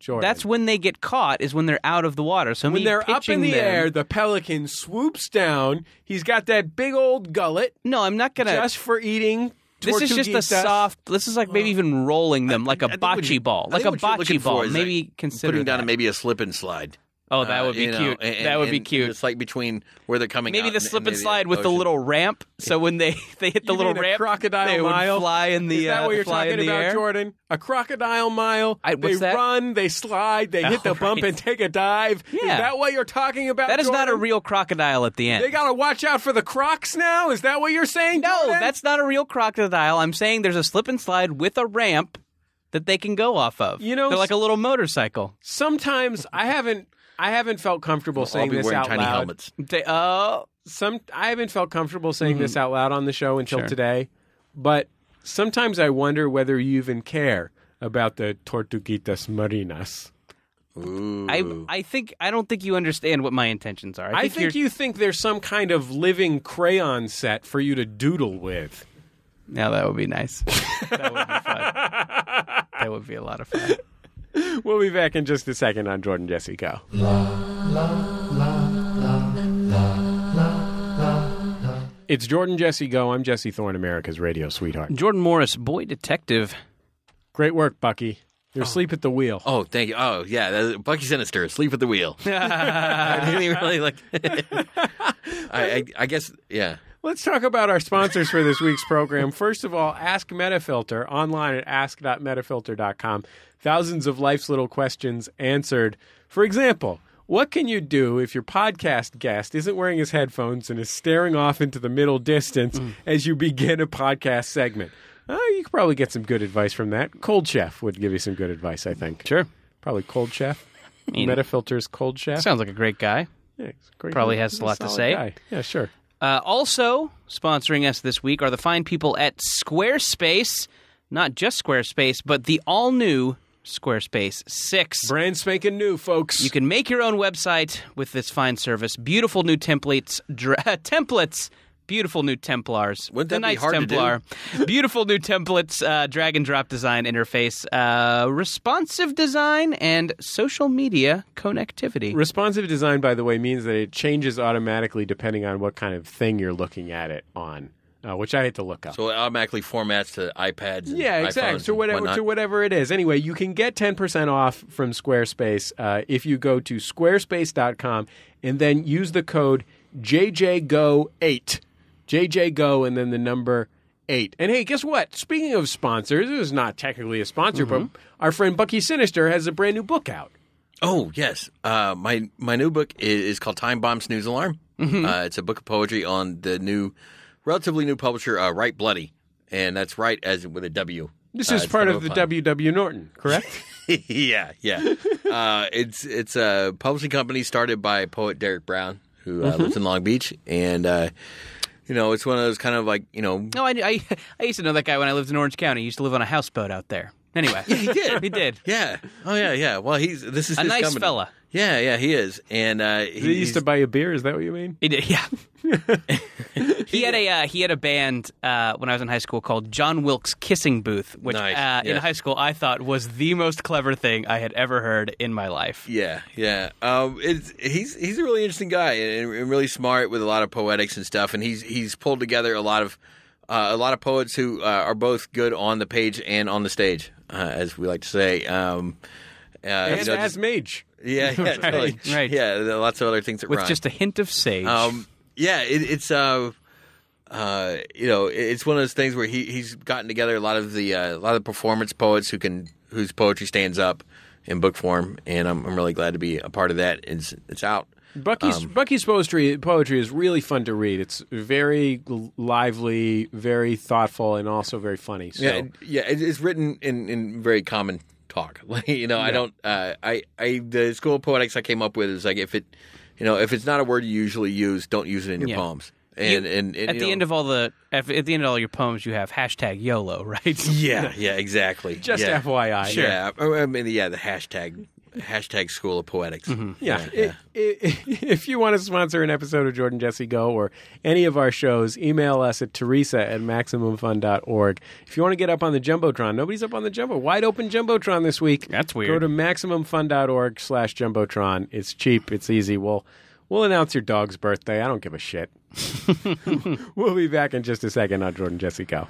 S3: Jordan.
S4: That's when they get caught. Is when they're out of the water. So
S3: when
S4: me
S3: they're up in
S4: pitching
S3: the
S4: them-
S3: air, the pelican swoops down. He's got that big old gullet
S4: No, I'm not gonna.
S3: just for eating.
S4: this is just a
S3: tortuguita. Oh.
S4: soft. This is like maybe even rolling them like a
S5: I think what you-
S4: bocce ball,
S5: I
S4: like
S5: think
S4: a
S5: what you're looking
S4: bocce
S5: for
S4: ball.
S5: is, like,
S4: Maybe consider
S5: Putting down
S4: that.
S5: a- maybe a slip and slide.
S4: Oh, that
S5: Uh,
S4: would be
S5: you know,
S4: cute.
S5: and-
S4: that would be
S5: and
S4: cute.
S5: It's like between where they're coming.
S4: Maybe
S5: out
S4: the
S5: and-
S4: slip
S5: and
S4: and slide with the
S5: ocean.
S4: little
S3: (laughs)
S4: ramp. So when they they hit the
S3: You
S4: little
S3: mean a
S4: ramp,
S3: crocodile
S4: they would
S3: mile?
S4: fly in the
S3: Is that
S4: uh,
S3: what you're
S4: fly in
S3: talking
S4: the
S3: about,
S4: air.
S3: Jordan? A crocodile mile.
S4: I- what's
S3: they
S4: that?
S3: run, they slide, they hit
S4: (laughs) Oh,
S3: the bump
S4: right.
S3: and take a dive. Is
S4: Yeah.
S3: that what you're talking about?
S4: That is not a
S3: Jordan?
S4: real crocodile at the end.
S3: They gotta watch out for the crocs now. Is that what you're saying?
S4: no,
S3: Jordan?
S4: that's not a real crocodile. I'm saying there's a slip and slide with a ramp that they can go off of.
S3: You know,
S4: they're like a little motorcycle.
S3: sometimes I haven't. I haven't felt comfortable
S5: I'll
S3: saying
S5: be
S3: this
S5: wearing
S3: out
S5: tiny
S3: loud.
S5: helmets.
S4: They, oh,
S3: some I haven't felt comfortable saying
S5: Mm-hmm.
S3: this out loud on the show until today, but sometimes I wonder whether you even care about the Tortuguitas Marinas.
S4: I I think I don't think you understand what my intentions are.
S3: I think,
S4: you're-
S3: you think there's some kind of living crayon set for you to doodle with.
S4: Yeah, that would be
S3: (laughs)
S4: nice. that would be fun. That would be a lot of fun.
S3: We'll be back in just a second on Jordan Jesse Go. It's Jordan Jesse Go. I'm Jesse Thorne, America's radio sweetheart.
S4: Jordan Morris, boy detective.
S3: Great work, Bucky. You're asleep at the wheel.
S5: Oh, thank you. Oh, yeah. that- Bucky Sinister, sleep at
S4: (laughs)
S5: the wheel. I didn't even really like. I, I, I guess, yeah.
S3: Let's talk about our sponsors for this week's program. First of all, Ask Metafilter online at ask.metafilter.com. Thousands of life's little questions answered. For example, what can you do if your podcast guest isn't wearing his headphones and is staring off into the middle distance as you begin a podcast segment? Uh, you could probably get some good advice from that. Cold Chef would give you some good advice, I think.
S4: Sure.
S3: Probably Cold Chef.
S4: mean-
S3: Metafilter's Cold Chef.
S4: Sounds like a great guy.
S3: Yeah, he's a great-
S4: probably has
S3: he's
S4: a lot to
S3: solid
S4: say.
S3: guy. Yeah, sure.
S4: Uh, also sponsoring us this week are the fine people at Squarespace. Not just Squarespace, but the all new Squarespace 6.
S3: Brand spanking new, folks.
S4: You can make your own website with this fine service. Beautiful new templates, dra- (laughs) templates. Beautiful new Templars.
S5: Wouldn't
S4: the
S5: that be
S4: Knights
S5: hard to
S4: Templar. (laughs) Beautiful new templates, uh, drag and drop design interface, uh, responsive design, and social media connectivity.
S3: Responsive design, by the way, means that it changes automatically depending on what kind of thing you're looking at it on, uh, which I had to look up.
S5: So it automatically formats to iPads. And
S3: yeah, exactly.
S5: iPhones
S3: To
S5: and
S3: whatever,
S5: whatnot.
S3: to whatever it is. Anyway, you can get 10% off from Squarespace uh, if you go to squarespace.com and then use the code JJGO8. JJGO and then the number 8. And hey, guess what? Speaking of sponsors, this is not technically a sponsor, but
S5: Mm-hmm.
S3: our friend Bucky Sinister has a brand new book out.
S5: Oh yes, uh, my my new book is, is called Time Bomb Snooze Alarm.
S3: Mm-hmm.
S5: Uh, it's a book of poetry on the new, relatively new publisher, uh, Right Bloody, and that's right as with a W.
S3: This
S5: Uh,
S3: is
S5: it's
S3: part of
S5: kind a
S3: the
S5: pun.
S3: W.W. Norton, correct?
S5: (laughs) yeah, yeah. Uh, it's it's a publishing company started by poet Derek Brown, who
S3: Mm-hmm.
S5: uh, lives in Long Beach, and uh, you know it's one of those kind of like you know
S4: No, I, I, (laughs) I used to know that guy when I lived in Orange County. He used to live on a houseboat out there.
S5: (laughs)
S4: Anyway, he did. (laughs) He did.
S5: yeah oh yeah yeah. Well, he's this is
S4: A
S5: his
S4: nice
S5: company.
S4: fella.
S5: Yeah, yeah, he is, and uh, he,
S3: (laughs) They used
S5: he's-
S3: to buy you beer. Is that what you mean?
S4: He did. Yeah. (laughs) he had a uh, he had a band uh, when I was in high school called John Wilkes Kissing Booth, which
S5: Nice,
S4: uh, in
S5: yes.
S4: high school I thought was the most clever thing I had ever heard in my life.
S5: Yeah, yeah. Um, it's, he's he's a really interesting guy and, and really smart with a lot of poetics and stuff. And he's he's pulled together a lot of uh, a lot of poets who uh, are both good on the page and on the stage, uh, as we like to say. Um, uh,
S3: And
S5: you know,
S3: as
S5: just-
S3: mage.
S5: yeah, yeah, totally.
S4: (laughs) right.
S5: Yeah, there are lots of other things that
S4: With
S5: rhyme.
S4: just a hint of sage.
S5: Um, yeah, it, it's uh, uh, you know, it- it's one of those things where he he's gotten together a lot of the uh, a lot of the performance poets who can whose poetry stands up in book form, and I'm I'm really glad to be a part of that. It's it's out.
S3: Bucky's Bucky's poetry poetry is really fun to read. It's very l- lively, very thoughtful, and also very funny. So.
S5: Yeah, and- yeah, it, it's written in in very common talk. (laughs) Like, you know, I don't, uh, I I the school of poetics I came up with is like if it, you know, if it's not a word you usually use, don't use it in your
S4: Yeah.
S5: poems. And,
S4: You-
S5: and, and
S4: at
S5: you
S4: the
S5: know-
S4: end of all the at the end of all your poems, you have hashtag YOLO, (laughs) right?
S3: (laughs)
S5: yeah, yeah, exactly.
S3: Just
S5: yeah.
S3: FYI.
S5: Yeah, I I mean, yeah, the hashtag hashtag School of Poetics.
S3: Mm-hmm. Yeah. I- i- (laughs) if you want to sponsor an episode of Jordan Jesse Go or any of our shows, email us at teresa at maximumfun.org. If you want to get up on the Jumbotron, nobody's up on the Jumbo. Wide open Jumbotron this week.
S4: That's
S3: Go
S4: weird.
S3: to maximumfun.org slash Jumbotron. It's cheap. It's easy. We'll, we'll announce your dog's birthday. I don't give a
S5: (laughs)
S3: shit. we'll be back in just a second on Jordan Jesse Go.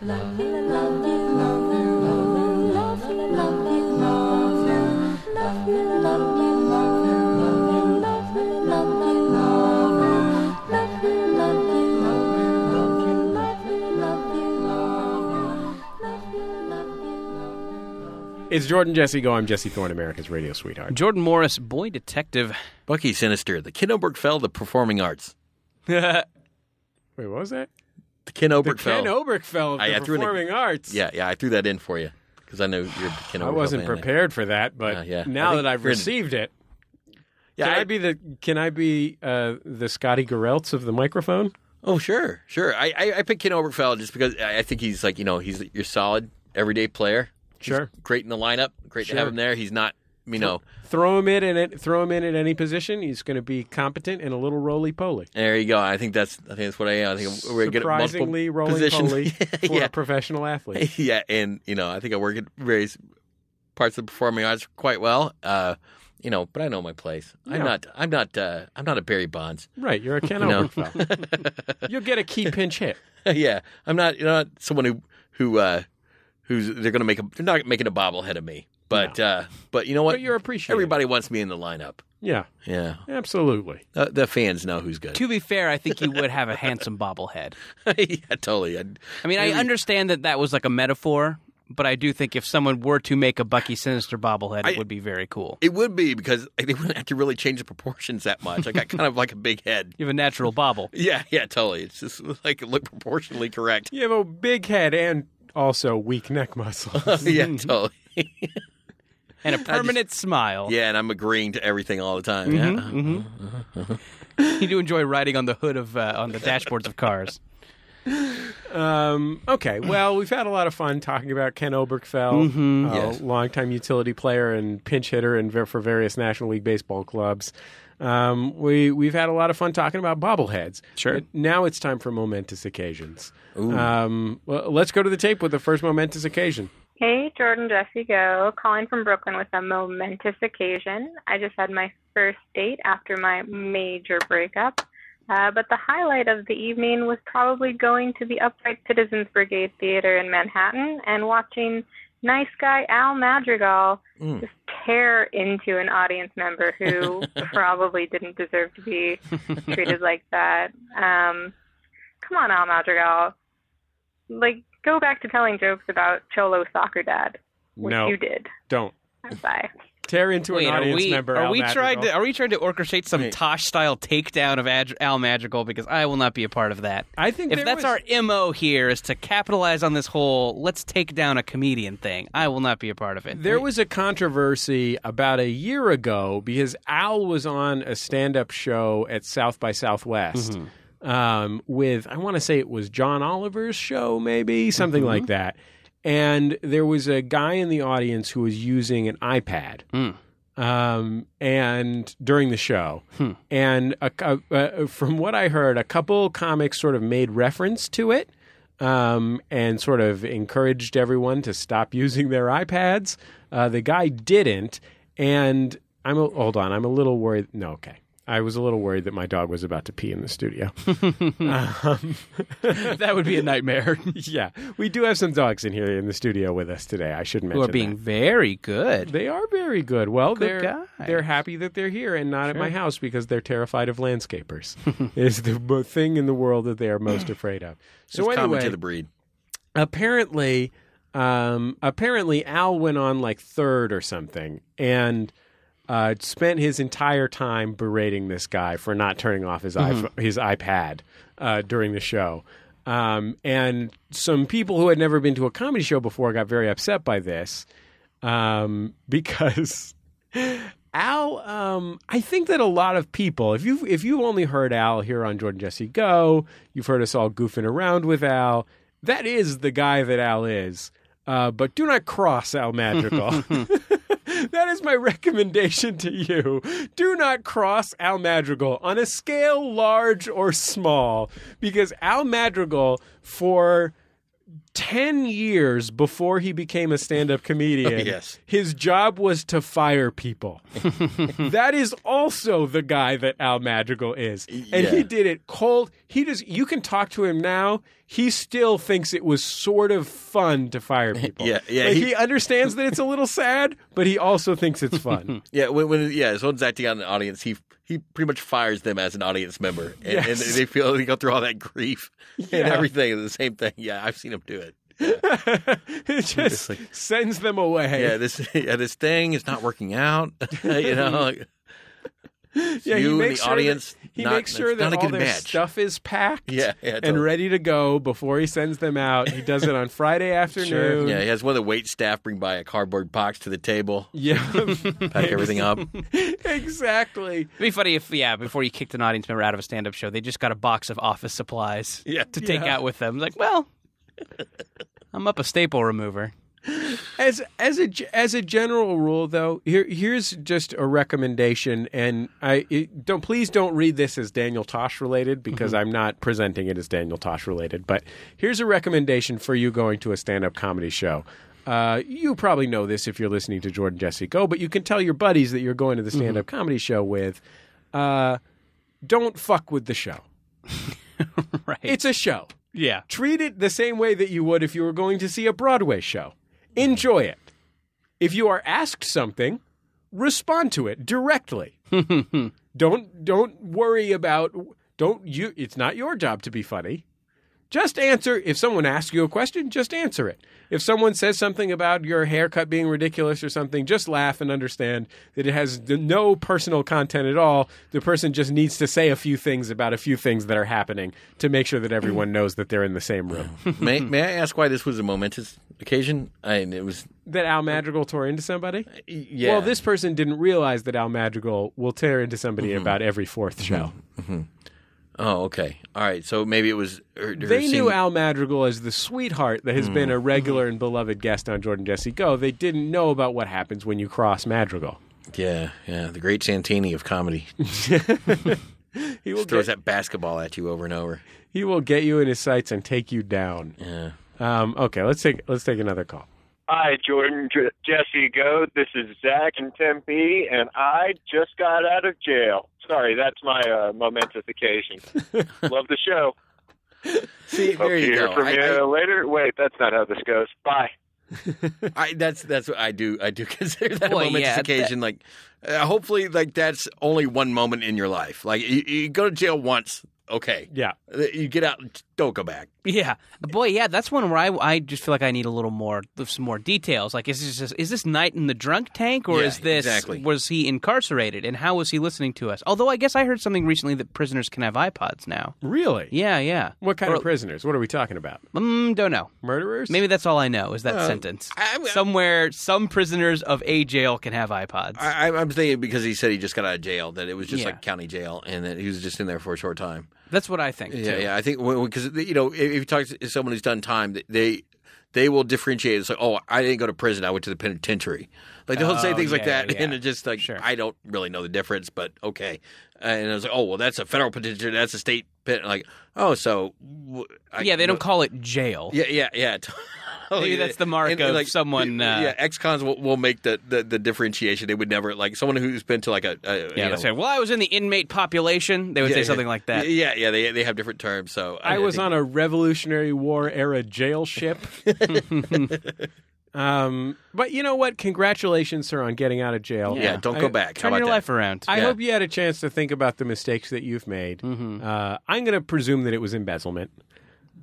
S3: It's Jordan Jesse Go. I'm Jesse Thorne, America's radio
S5: (laughs)
S3: sweetheart.
S4: Jordan Morris, boy detective.
S5: Bucky Sinister, the Ken Obergfell, the performing arts.
S3: Wait, what was that?
S5: The Ken Obergfell.
S3: Ken Obergfell of
S5: I-
S3: the
S5: I threw it in-
S3: Performing Arts.
S5: yeah, yeah, I threw that in for you because I know you're the Ken
S3: I
S5: Obergfell
S3: wasn't
S5: fan.
S3: prepared for that, but
S5: Uh, yeah. I
S3: now
S5: think
S3: that I've
S5: you're in-
S3: received it,
S5: Yeah,
S3: can I,
S5: I-
S3: be the can I be uh, the Scotty Garelts of the microphone?
S5: Oh, sure, sure. I, I, I picked Ken Obergfell just because I I think he's like, you know, he's your solid everyday player.
S3: Sure.
S5: Great in the lineup. Great
S3: Sure.
S5: to have him there. He's not, you know,
S3: Throw him in and it, throw him in at any position. He's going to be competent and a little roly poly.
S5: there you go. I think that's I think that's what I am. I think we're good at multiple
S3: Surprisingly roly
S5: positions.
S3: poly for
S5: (laughs) yeah.
S3: a professional athlete.
S5: (laughs) yeah, and you know, I think I work at various parts of the performing arts quite well. Uh, you know, but I know my place.
S3: Yeah.
S5: I'm not. I'm not. Uh, I'm not a Barry Bonds. (laughs)
S3: Right, you're a Ken
S5: No. (laughs)
S3: Obergfell. You'll get a key pinch hit.
S5: yeah, I'm not. You're not someone who who uh, who's they're gonna make a. They're not making a bobblehead of me. But uh, but you know what?
S3: But you're appreciated.
S5: Everybody wants me in the lineup.
S3: Yeah,
S5: Yeah,
S3: absolutely.
S5: uh, the fans know who's good.
S4: To be fair, I think you would have a handsome bobblehead.
S5: (laughs) yeah, totally. I'd-
S4: I mean, I understand that that was like a metaphor, but I do think if someone were to make a Bucky Sinister bobblehead, it
S5: I-
S4: would be very cool.
S5: it would be because they wouldn't have to really change the proportions that much. I got kind of like a big head. (laughs)
S4: You have a natural bobble.
S5: Yeah, yeah, totally. It's just like look proportionally correct.
S3: You have a big head and also weak neck muscles.
S5: (laughs) yeah, totally.
S4: and a permanent smile.
S5: Yeah, and I'm agreeing to everything all the time.
S3: Mm-hmm.
S5: Yeah.
S4: You do enjoy riding on the hood of uh, on the dashboards of
S3: (laughs)
S4: cars.
S3: Um, okay, well, we've had a lot of fun talking about Ken Obergfell, a
S5: Yes.
S3: longtime utility player and pinch hitter and ver- for various National League baseball clubs. Um, we we've had a lot of fun talking about bobbleheads.
S4: Sure.
S3: But Now it's time for momentous occasions. Um, well, let's go to the tape with the first momentous occasion.
S6: Hey, Jordan Jesse Go, calling from Brooklyn with a momentous occasion. I just had my first date after my major breakup, uh, but the highlight of the evening was probably going to the Upright Citizens Brigade Theater in Manhattan and watching nice guy Al Madrigal just tear into an audience member who probably didn't deserve to be treated like that. Um, come on, Al Madrigal like go back to telling jokes about Cholo soccer dad, which
S3: No.
S6: you did.
S3: Don't
S6: Bye.
S3: tear into an
S4: are
S3: audience
S4: we
S3: member.
S4: are
S3: Al
S4: we trying
S3: Madrigal.
S4: to are we trying to orchestrate some Tosh style takedown of Ad- Al Madrigal? Because I will not be a part of that.
S3: I think
S4: if
S3: there
S4: that's
S3: was-
S4: our mo here is to capitalize on this whole let's take down a comedian thing. I will not be a part of it.
S3: There was a controversy about a year ago because Al was on a stand up show at South by Southwest um, with, I want to say it was John Oliver's show, maybe, something like that. And there was a guy in the audience who was using an iPad. Um, and during the show, and a, cou- uh, from what I heard, a couple comics sort of made reference to it um, and sort of encouraged everyone to stop (laughs) using their iPads. Uh, the guy didn't, and I'm a, hold on. I'm a little worried. No, okay. I was a little worried that my dog was about to pee in the studio. (laughs)
S4: that would be a (laughs) nightmare.
S3: yeah, we do have some dogs in here in the studio with us today. I should mention
S4: Who are being
S3: that.
S4: very good.
S3: They are very good. Well, they're
S4: guys.
S3: they're happy that they're here and not at my house because they're terrified of landscapers. is the bo- thing in the world that they are most afraid of. So
S5: It's common
S3: anyway,
S5: to the breed.
S3: apparently um apparently al went on like third or something and uh spent his entire time berating this guy for not turning off his iPhone, his ipad uh during the show um and some people who had never been to a comedy show before got very upset by this um (laughs) because Al, um, I think that a lot of people, if you if you only heard Al here on Jordan Jesse Go, you've heard us all goofing around with Al. That is the guy that Al is. Uh, but do not cross Al Madrigal. (laughs) That is my recommendation to you. Do not cross Al Madrigal on a scale large or small, because Al Madrigal, for 10 years before he became a stand up comedian,
S5: Yes.
S3: his job was to fire people. that is also the guy that Al Madrigal is. And
S5: Yeah.
S3: he did it cold. He just, you can talk to him now. He still thinks it was sort of fun to fire people.
S5: (laughs) Yeah, yeah,
S3: Like,
S5: he-
S3: he understands that it's a little sad, but he also thinks it's
S5: (laughs)
S3: fun. (laughs)
S5: Yeah, when, when yeah, someone's acting out in the audience, he he pretty much fires them as an audience member, and, and
S3: Yes.
S5: they feel they go through all that grief and
S3: Yeah.
S5: everything. The same thing. Yeah, I've seen him do it.
S3: it just sends them away.
S5: Yeah, this yeah, this thing is not working out. (laughs) you know,
S3: Yeah,
S5: you and the
S3: sure that-
S5: audience,
S3: he
S5: not-
S3: makes sure
S5: it's not
S3: that
S5: a
S3: all
S5: good
S3: their
S5: match.
S3: stuff is packed
S5: Yeah, yeah,
S3: and
S5: totally.
S3: ready to go before he sends them out. He does it on
S5: (laughs)
S3: Friday afternoon.
S5: yeah, he has one of the wait staff bring by a cardboard box to the table,
S3: (laughs) yeah.
S5: pack everything up.
S3: exactly.
S4: It'd be funny if, yeah, before you kicked an audience member out of a stand-up show, they just got a box of office supplies
S5: Yeah.
S4: to take out with them. Like, well, I'm up a staple remover.
S3: As as a ge- as a general rule, though, here here's just a recommendation, and I it, don't please don't read this as Daniel Tosh related because
S4: Mm-hmm.
S3: I'm not presenting it as Daniel Tosh related. But here's a recommendation for you going to a stand up comedy show. Uh, you probably know this if you're listening to Jordan Jesse Go, but you can tell your buddies that you're going to
S4: Mm-hmm.
S3: the stand up comedy show with. Uh, don't fuck with the show.
S4: (laughs) Right.
S3: It's a show
S4: yeah.
S3: treat it the same way that you would if you were going to see a Broadway show. Enjoy it. If you are asked something, respond to it directly. don't don't worry about don't you it's not your job to be funny. Just answer if someone asks you a question, just answer it. If someone says something about your haircut being ridiculous or something, just laugh and understand that it has d- no personal content at all. The person just needs to say a few things about a few things that are happening to make sure that everyone knows that they're in the same room.
S5: may May I ask why this was a momentous occasion? I, and it was.
S3: that Al Madrigal tore into somebody?
S5: Yeah.
S3: Well, this person didn't realize that Al Madrigal will tear into somebody
S5: Mm-hmm.
S3: about every fourth show.
S5: Oh, okay. All right. So maybe it was. Her, her
S3: They
S5: seeing-
S3: knew Al Madrigal as the sweetheart that has
S5: Mm-hmm.
S3: been a regular and beloved guest on Jordan Jesse Go. They didn't know about what happens when you cross Madrigal.
S5: Yeah, yeah. The great Santini of comedy
S3: He will,
S5: throws
S3: get,
S5: that basketball at you over and over.
S3: he will get you in his sights and take you down.
S5: Yeah.
S3: Um, okay, let's take let's take another call.
S7: Hi, Jordan, J- Jesse, go. This is Zach and Tempe, and I just got out of jail. Sorry, that's my uh, momentous occasion. Love the show.
S5: See,
S7: Hope
S5: there
S7: to
S5: you
S7: hear
S5: go.
S7: from
S5: I-
S7: you
S5: I-
S7: later. Wait, that's not how this goes. Bye.
S5: I that's that's what I do. I do (laughs) consider that
S4: Well,
S5: a momentous
S4: yeah, that-
S5: occasion. Like, uh, hopefully, like that's only one moment in your life. Like, you, you go to jail once, okay.
S3: Yeah,
S5: Uh, You get out, don't go back.
S4: Yeah, boy, yeah, that's one where I, I just feel like I need a little more, some more details. Like, is this just, is this night in the drunk tank, or
S5: Yeah,
S4: is this
S5: exactly.
S4: was he incarcerated, and how was he listening to us? Although I guess I heard something recently that prisoners can have iPods now.
S3: really?
S4: Yeah, yeah.
S3: What kind
S4: Or-
S3: of prisoners? What are we talking about?
S4: Mm, don't know.
S3: Murderers?
S4: Maybe that's all I know is that sentence.
S5: Uh, I- I-
S4: Somewhere, some prisoners of a jail can have iPods.
S5: I, I- I'm thinking because he said he just got out of jail that it was just
S4: Yeah.
S5: like county jail and that he was just in there for a short time.
S4: that's what I think.
S5: Yeah,
S4: too.
S5: yeah. I think because you know if, if you talk to someone who's done time, th- they they will differentiate. It's like, oh, I didn't go to prison. I went to the penitentiary. Like they'll say
S4: Oh,
S5: things like
S4: yeah,
S5: that, (laughs)
S4: yeah.
S5: and it just like
S4: Sure.
S5: I don't really know the difference, but okay. And I was like, oh well, that's a federal penitentiary. That's a state pen. Like oh, so w- I-
S4: Yeah, they don't call it jail.
S5: Yeah, yeah, yeah. (laughs)
S4: Maybe that's the mark of someone, uh,
S5: yeah, ex-cons will, will make the, the, the differentiation. They would never like someone who's been to like a, a you
S4: Yeah,
S5: know,
S4: they say, well, I was in the inmate population. They would say
S5: yeah,
S4: something like that.
S5: Yeah, yeah. They they have different terms. So
S3: I was
S5: think-
S3: on a Revolutionary War era
S4: (laughs)
S3: jail ship. um, but you know what? Congratulations, sir, on getting out of jail.
S5: Yeah, don't go
S3: I-
S5: back. How
S4: Turn
S5: about
S4: your
S5: that?
S4: life around.
S3: I
S5: Yeah.
S3: hope you had a chance to think about the mistakes that you've made.
S4: Mm-hmm.
S3: Uh, I'm going to presume that it was embezzlement.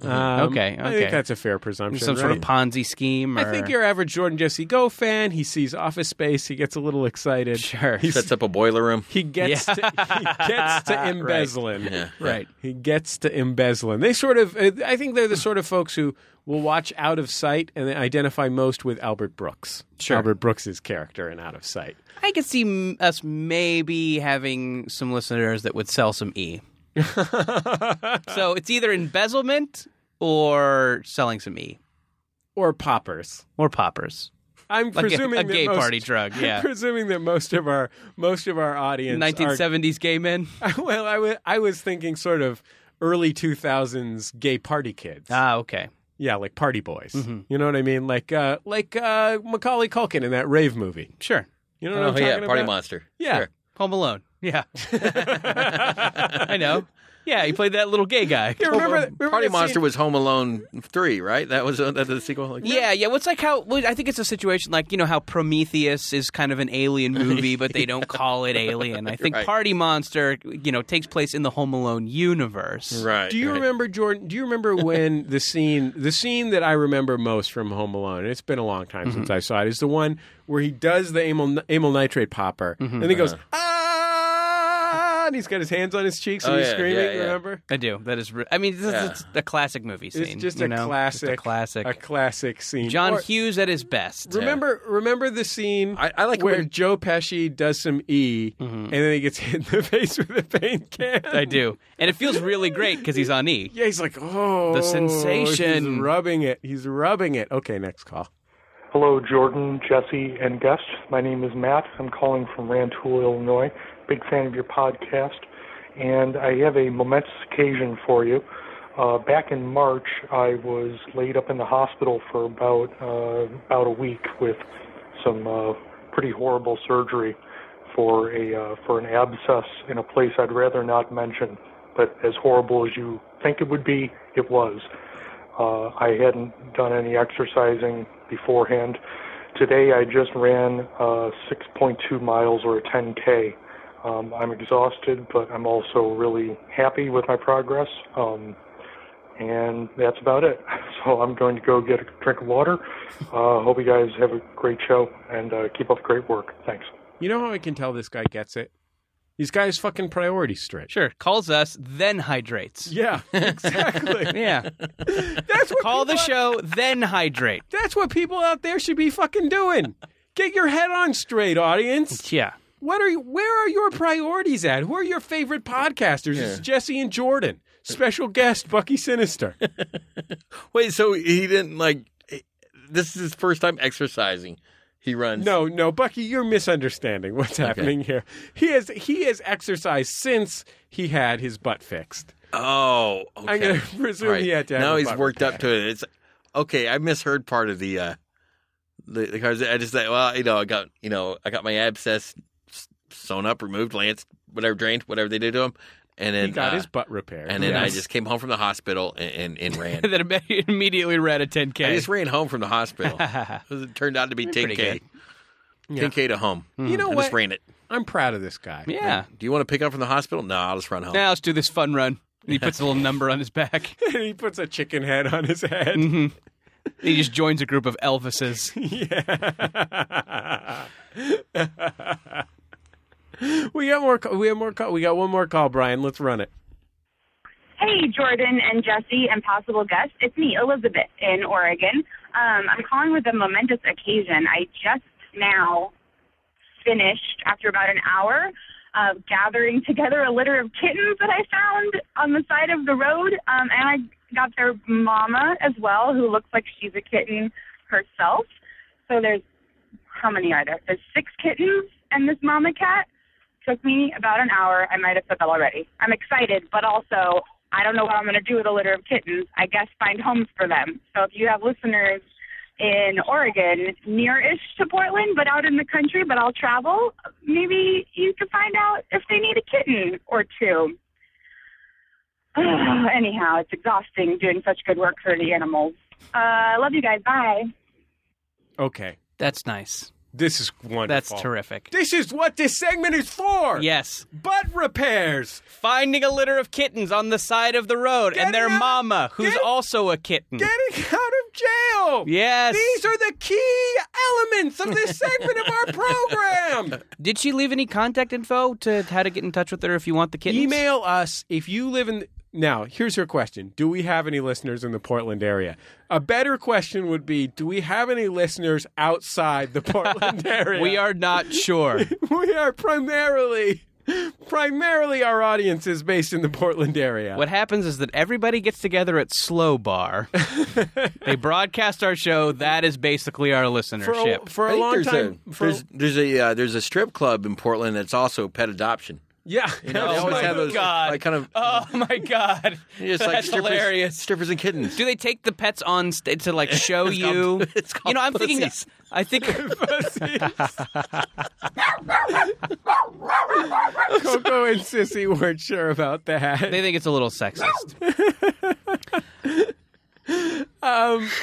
S3: Um,
S4: Okay,
S3: I
S4: okay.
S3: think that's a fair presumption.
S4: some sort of
S3: right?
S4: Ponzi scheme. Or...
S3: I think your average Jordan Jesse Go fan, he sees Office Space, he gets a little excited.
S4: (laughs) Sure.
S3: He's-
S5: sets up a boiler (laughs) room.
S3: He gets
S4: Yeah.
S3: to, he gets
S4: (laughs)
S3: to
S4: Right.
S3: embezzling.
S5: Yeah.
S4: right.
S3: He gets to embezzling. They sort of, uh, I think they're the sort of folks who will watch Out of Sight and they identify most with Albert Brooks.
S4: Sure.
S3: Albert Brooks' character in Out of Sight.
S4: I could see m- us maybe having some listeners that would sell some
S3: (laughs)
S4: E. so it's either embezzlement or selling some E
S3: Or Poppers.
S4: or poppers.
S3: I'm
S4: Like a,
S3: presuming
S4: a gay
S3: that most,
S4: party
S3: (laughs)
S4: drug, yeah.
S3: Presuming that most of our most of our audience are
S4: 1970s gay men.
S3: (laughs) Well, I wa- I was thinking sort of early 2000s gay party kids.
S4: Ah, Mm-hmm. okay.
S3: yeah, like party boys. You know what I mean? Like uh, like uh, Macaulay Culkin in that rave movie.
S4: Sure.
S3: You know what
S5: Oh
S3: I'm
S5: yeah,
S3: talking
S5: Party
S3: about?
S5: Monster.
S3: Yeah.
S5: Sure.
S4: Paul Malone.
S3: (laughs)
S4: Yeah. (laughs) I know. Yeah, he played that little gay guy.
S3: You remember, remember
S5: Party
S3: that
S5: Monster
S3: scene?
S5: was Home Alone three, right? That was uh, that's the sequel. Like,
S4: Yeah, yeah. What's like how well, I think it's a situation like you know how Prometheus is kind of an alien
S3: (laughs)
S4: movie, but they don't call it alien. I think
S5: Right.
S4: Party Monster, you know, takes place in the Home Alone universe.
S5: Right.
S3: Do you
S5: right.
S3: remember Jordan? Do you remember when the scene the scene that I remember most from Home Alone? and It's been a long time since I saw it. Is the one where he does the amyl, amyl nitrate popper and then he goes ah, and he's got his hands on his cheeks and
S5: Oh,
S3: he's
S5: yeah,
S3: screaming.
S5: yeah, yeah.
S3: Remember?
S4: I do. That is. Re- I mean, this,
S5: Yeah.
S4: it's a classic movie scene.
S3: It's just
S4: you
S3: a
S4: know?
S3: classic,
S4: Just a classic.
S3: a classic scene.
S4: John
S3: Or-
S4: Hughes at his best.
S3: Remember, remember the scene
S5: I- I like
S3: where
S5: when-
S3: Joe Pesci does some E and then he gets (laughs) hit in the face with a paint can.
S4: I do, and it feels really great because he's on E.
S3: (laughs) Yeah, he's like, oh,
S4: The
S3: he's
S4: sensation.
S3: rubbing it. He's rubbing it. Okay, next call.
S8: Hello, Jordan, Jesse, and guests. My name is Matt. I'm calling from Rantoul, Illinois. Big fan of your podcast. And I have a momentous occasion for you. Uh, back in March, I was laid up in the hospital for about uh, about a week with some uh, pretty horrible surgery for a uh, for an abscess in a place I'd rather not mention. But as horrible as you think it would be, it was. Uh, I hadn't done any exercising beforehand. Today I just ran uh, 6.2 miles or a 10K. Um, I'm exhausted, but I'm also really happy with my progress. Um, and that's about it. (laughs) So I'm going to go get a drink of water. Uh, hope you guys have a great show and uh, keep up the great work. Thanks.
S3: You know how I can tell this guy gets it? He's got his fucking priorities straight.
S4: Sure, calls us, then hydrates. (laughs)
S3: Yeah, exactly.
S4: Yeah.
S3: That's what
S4: Call the
S3: people-
S4: show, then hydrate.
S3: (laughs) That's what people out there should be fucking doing. Get your head on straight,
S4: (laughs)
S3: audience.
S4: Yeah.
S3: What are you, where are your priorities at? Who are your favorite podcasters? It's Jesse and Jordan. Special guest Bucky Sinister.
S5: Wait, so he didn't like. This is his first time exercising. He runs.
S3: No, no, Bucky, you're misunderstanding what's happening here. He has he has exercised since he had his butt fixed.
S5: Oh, okay.
S3: I'm gonna (laughs) presume he had to have
S5: now
S3: a
S5: he's
S3: butt
S5: worked up to it. It's okay. I misheard part of the uh, the, the cars. I just said, well, you know, I got you know, I got my abscess s- sewn up, removed, lanced, whatever, drained, whatever they did to him, and then
S3: He got
S5: uh,
S3: his butt repaired.
S5: and then I
S3: Yes.
S5: just came home from the hospital and and, and
S4: (laughs)
S5: ran.
S4: And then imme- immediately ran a 10K.
S5: I just ran home from
S4: (laughs)
S5: the hospital. it turned out to be
S4: Pretty
S5: 10k,
S4: good. Hmm.
S5: 10k to home.
S3: You know
S5: I
S3: what?
S5: just ran it.
S3: I'm proud of this guy.
S4: yeah.
S5: Do you want to pick up from the hospital? No, I'll just run home.
S4: Now let's do this fun run. And he puts a little number on his back.
S3: (laughs) he puts a chicken head on his head.
S5: Mm-hmm.
S4: He just joins a group of Elvises.
S3: Yeah. we got more. Call, we have more. Call, we got one more call, Brian. Let's run it.
S9: Hey, Jordan and Jesse and possible guests. It's me, Elizabeth, in Oregon. Um, I'm calling with a momentous occasion. I just now finished, after about an hour, of gathering together a litter of kittens that I found on the side of the road. Um, and I got their mama as well, who looks like she's a kitten herself. So there's, how many are there? There's six kittens and this mama cat took me about an hour. I might have said that already. I'm excited, but also I don't know what I'm going to do with a litter of kittens. I guess find homes for them. So if you have listeners in Oregon, near-ish to Portland, but out in the country, but I'll travel, maybe you can find out if they need a kitten or two. anyhow, it's exhausting doing such good work for the animals. Uh, love you guys. Bye.
S3: Okay.
S4: That's nice.
S3: This is wonderful.
S4: That's terrific.
S3: This is what this segment is for.
S4: Yes.
S3: Butt repairs.
S4: Finding a litter of kittens on the side of the road
S3: Get
S4: and their
S3: out.
S4: mama, who's
S3: Get-
S4: also a
S5: Mm.
S4: kitten.
S3: Getting out of jail.
S4: Yes.
S3: These are the key elements of this segment of our
S5: (laughs)
S3: program.
S4: Did she leave any contact info to how to get in touch with her if you want the kittens?
S3: Email us if you live in. Now, here's her question Do we have any listeners in the Portland area? A better question would be Do we have any listeners
S4: (laughs)
S3: outside the Portland area?
S4: We are not sure.
S3: We are primarily. primarily our audience is based in the Portland area.
S4: What happens is that everybody gets together at Slow (laughs) Bar. they broadcast our show. That is basically our
S3: for a,
S4: listenership.
S3: for
S5: I
S3: a
S5: think
S3: long
S5: there's
S3: time?
S5: A,
S3: for-
S5: there's, there's a uh, there's a strip club in Portland that's also pet adoption.
S4: (laughs)
S3: yeah,
S5: You know, they
S4: Oh
S3: (laughs)
S5: always
S4: my
S5: have those
S4: God.
S5: like kind of
S4: oh my god,
S5: just
S4: that's
S5: like strippers,
S4: hilarious.
S5: strippers and kittens.
S4: Do they take the pets on st- to like show
S5: It's
S4: you?
S5: called- it's called
S4: you know, I'm thinking.
S5: pussies.
S4: I think
S3: Coco and Sissy weren't sure about that.
S4: they think it's a little sexist.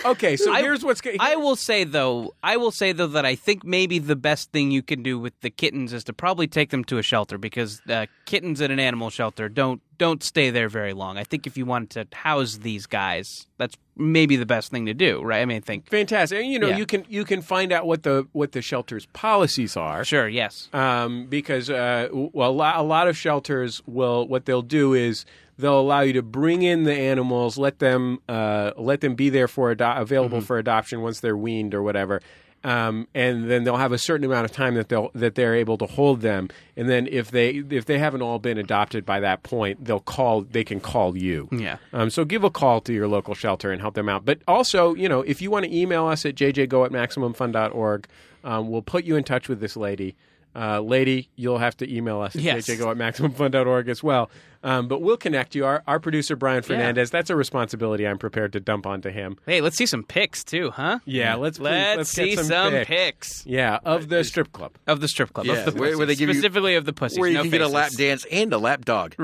S3: Okay, so
S4: I-
S3: here's what's going.
S4: I will say though, I will say though that I think maybe the best thing you can do with the kittens is to probably take them to a shelter because uh, kittens at an animal shelter don't don't stay there very long. I think if you wanted to house these guys, that's maybe the best thing to do, right? I mean, I think
S3: Fantastic. And, You know,
S4: Yeah.
S3: you can you can find out what the what the shelter's policies are.
S4: sure, yes.
S3: um, because uh, w- well, a lot, a lot of shelters will what they'll do is they'll allow you to bring in the animals, let them uh, let them be there for ado- available for adoption once they're weaned or whatever. Um, and then they'll have a certain amount of time that they'll that they're able to hold them, and then if they if they haven't all been adopted by that point, they'll call they can call you.
S4: Yeah.
S3: Um, so give a call to your local shelter and help them out. But also, you know, if you want to email us at jjgo at maximumfun.org, um, we'll put you in touch with this lady. Uh, lady, you'll have to email us at
S4: Yes.
S3: jjgo at maximumfun.org as well. Um, but we'll connect you. Our, our producer, Brian Fernandez, that's a responsibility I'm prepared to dump onto him.
S4: Hey, let's see some pics too, huh?
S3: Yeah, let's please-
S4: Let's,
S3: let's get
S4: see
S3: some pics.
S4: pics
S3: Yeah, of the strip club.
S4: of the strip club.
S5: Yeah,
S4: of the
S5: where- where they
S4: pussies.
S5: give you-
S4: specifically of the pussies.
S5: Where you
S4: no
S5: can get a lap
S4: faces.
S5: dance and a lap dog.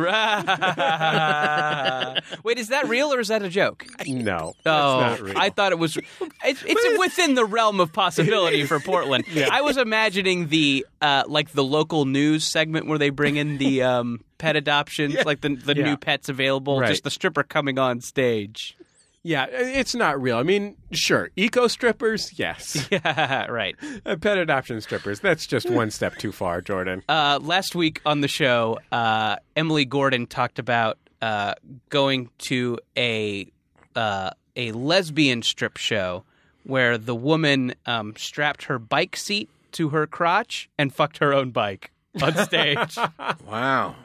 S4: Right. (laughs) Wait, is that real or is that a joke?
S3: (laughs) No, that's
S4: Oh,
S3: not real.
S4: I thought it was. It's, it's within the realm of possibility
S3: (laughs)
S4: for Portland. I was imagining the uh, like the local news segment where they bring in the um, pet adoptions, like the the
S3: Yeah.
S4: new pets available,
S3: Right.
S4: just the stripper coming on stage. (laughs)
S3: yeah, it's not real. I mean, sure, eco strippers, (laughs) yes.
S4: right.
S3: Uh, Pet adoption strippers, that's just one step too far, Jordan.
S4: Uh, last week on the show, uh, Emily Gordon talked about uh, going to a uh, a lesbian strip show where the woman um, strapped her bike seat to her crotch and fucked her own bike on (laughs) stage.
S5: Wow.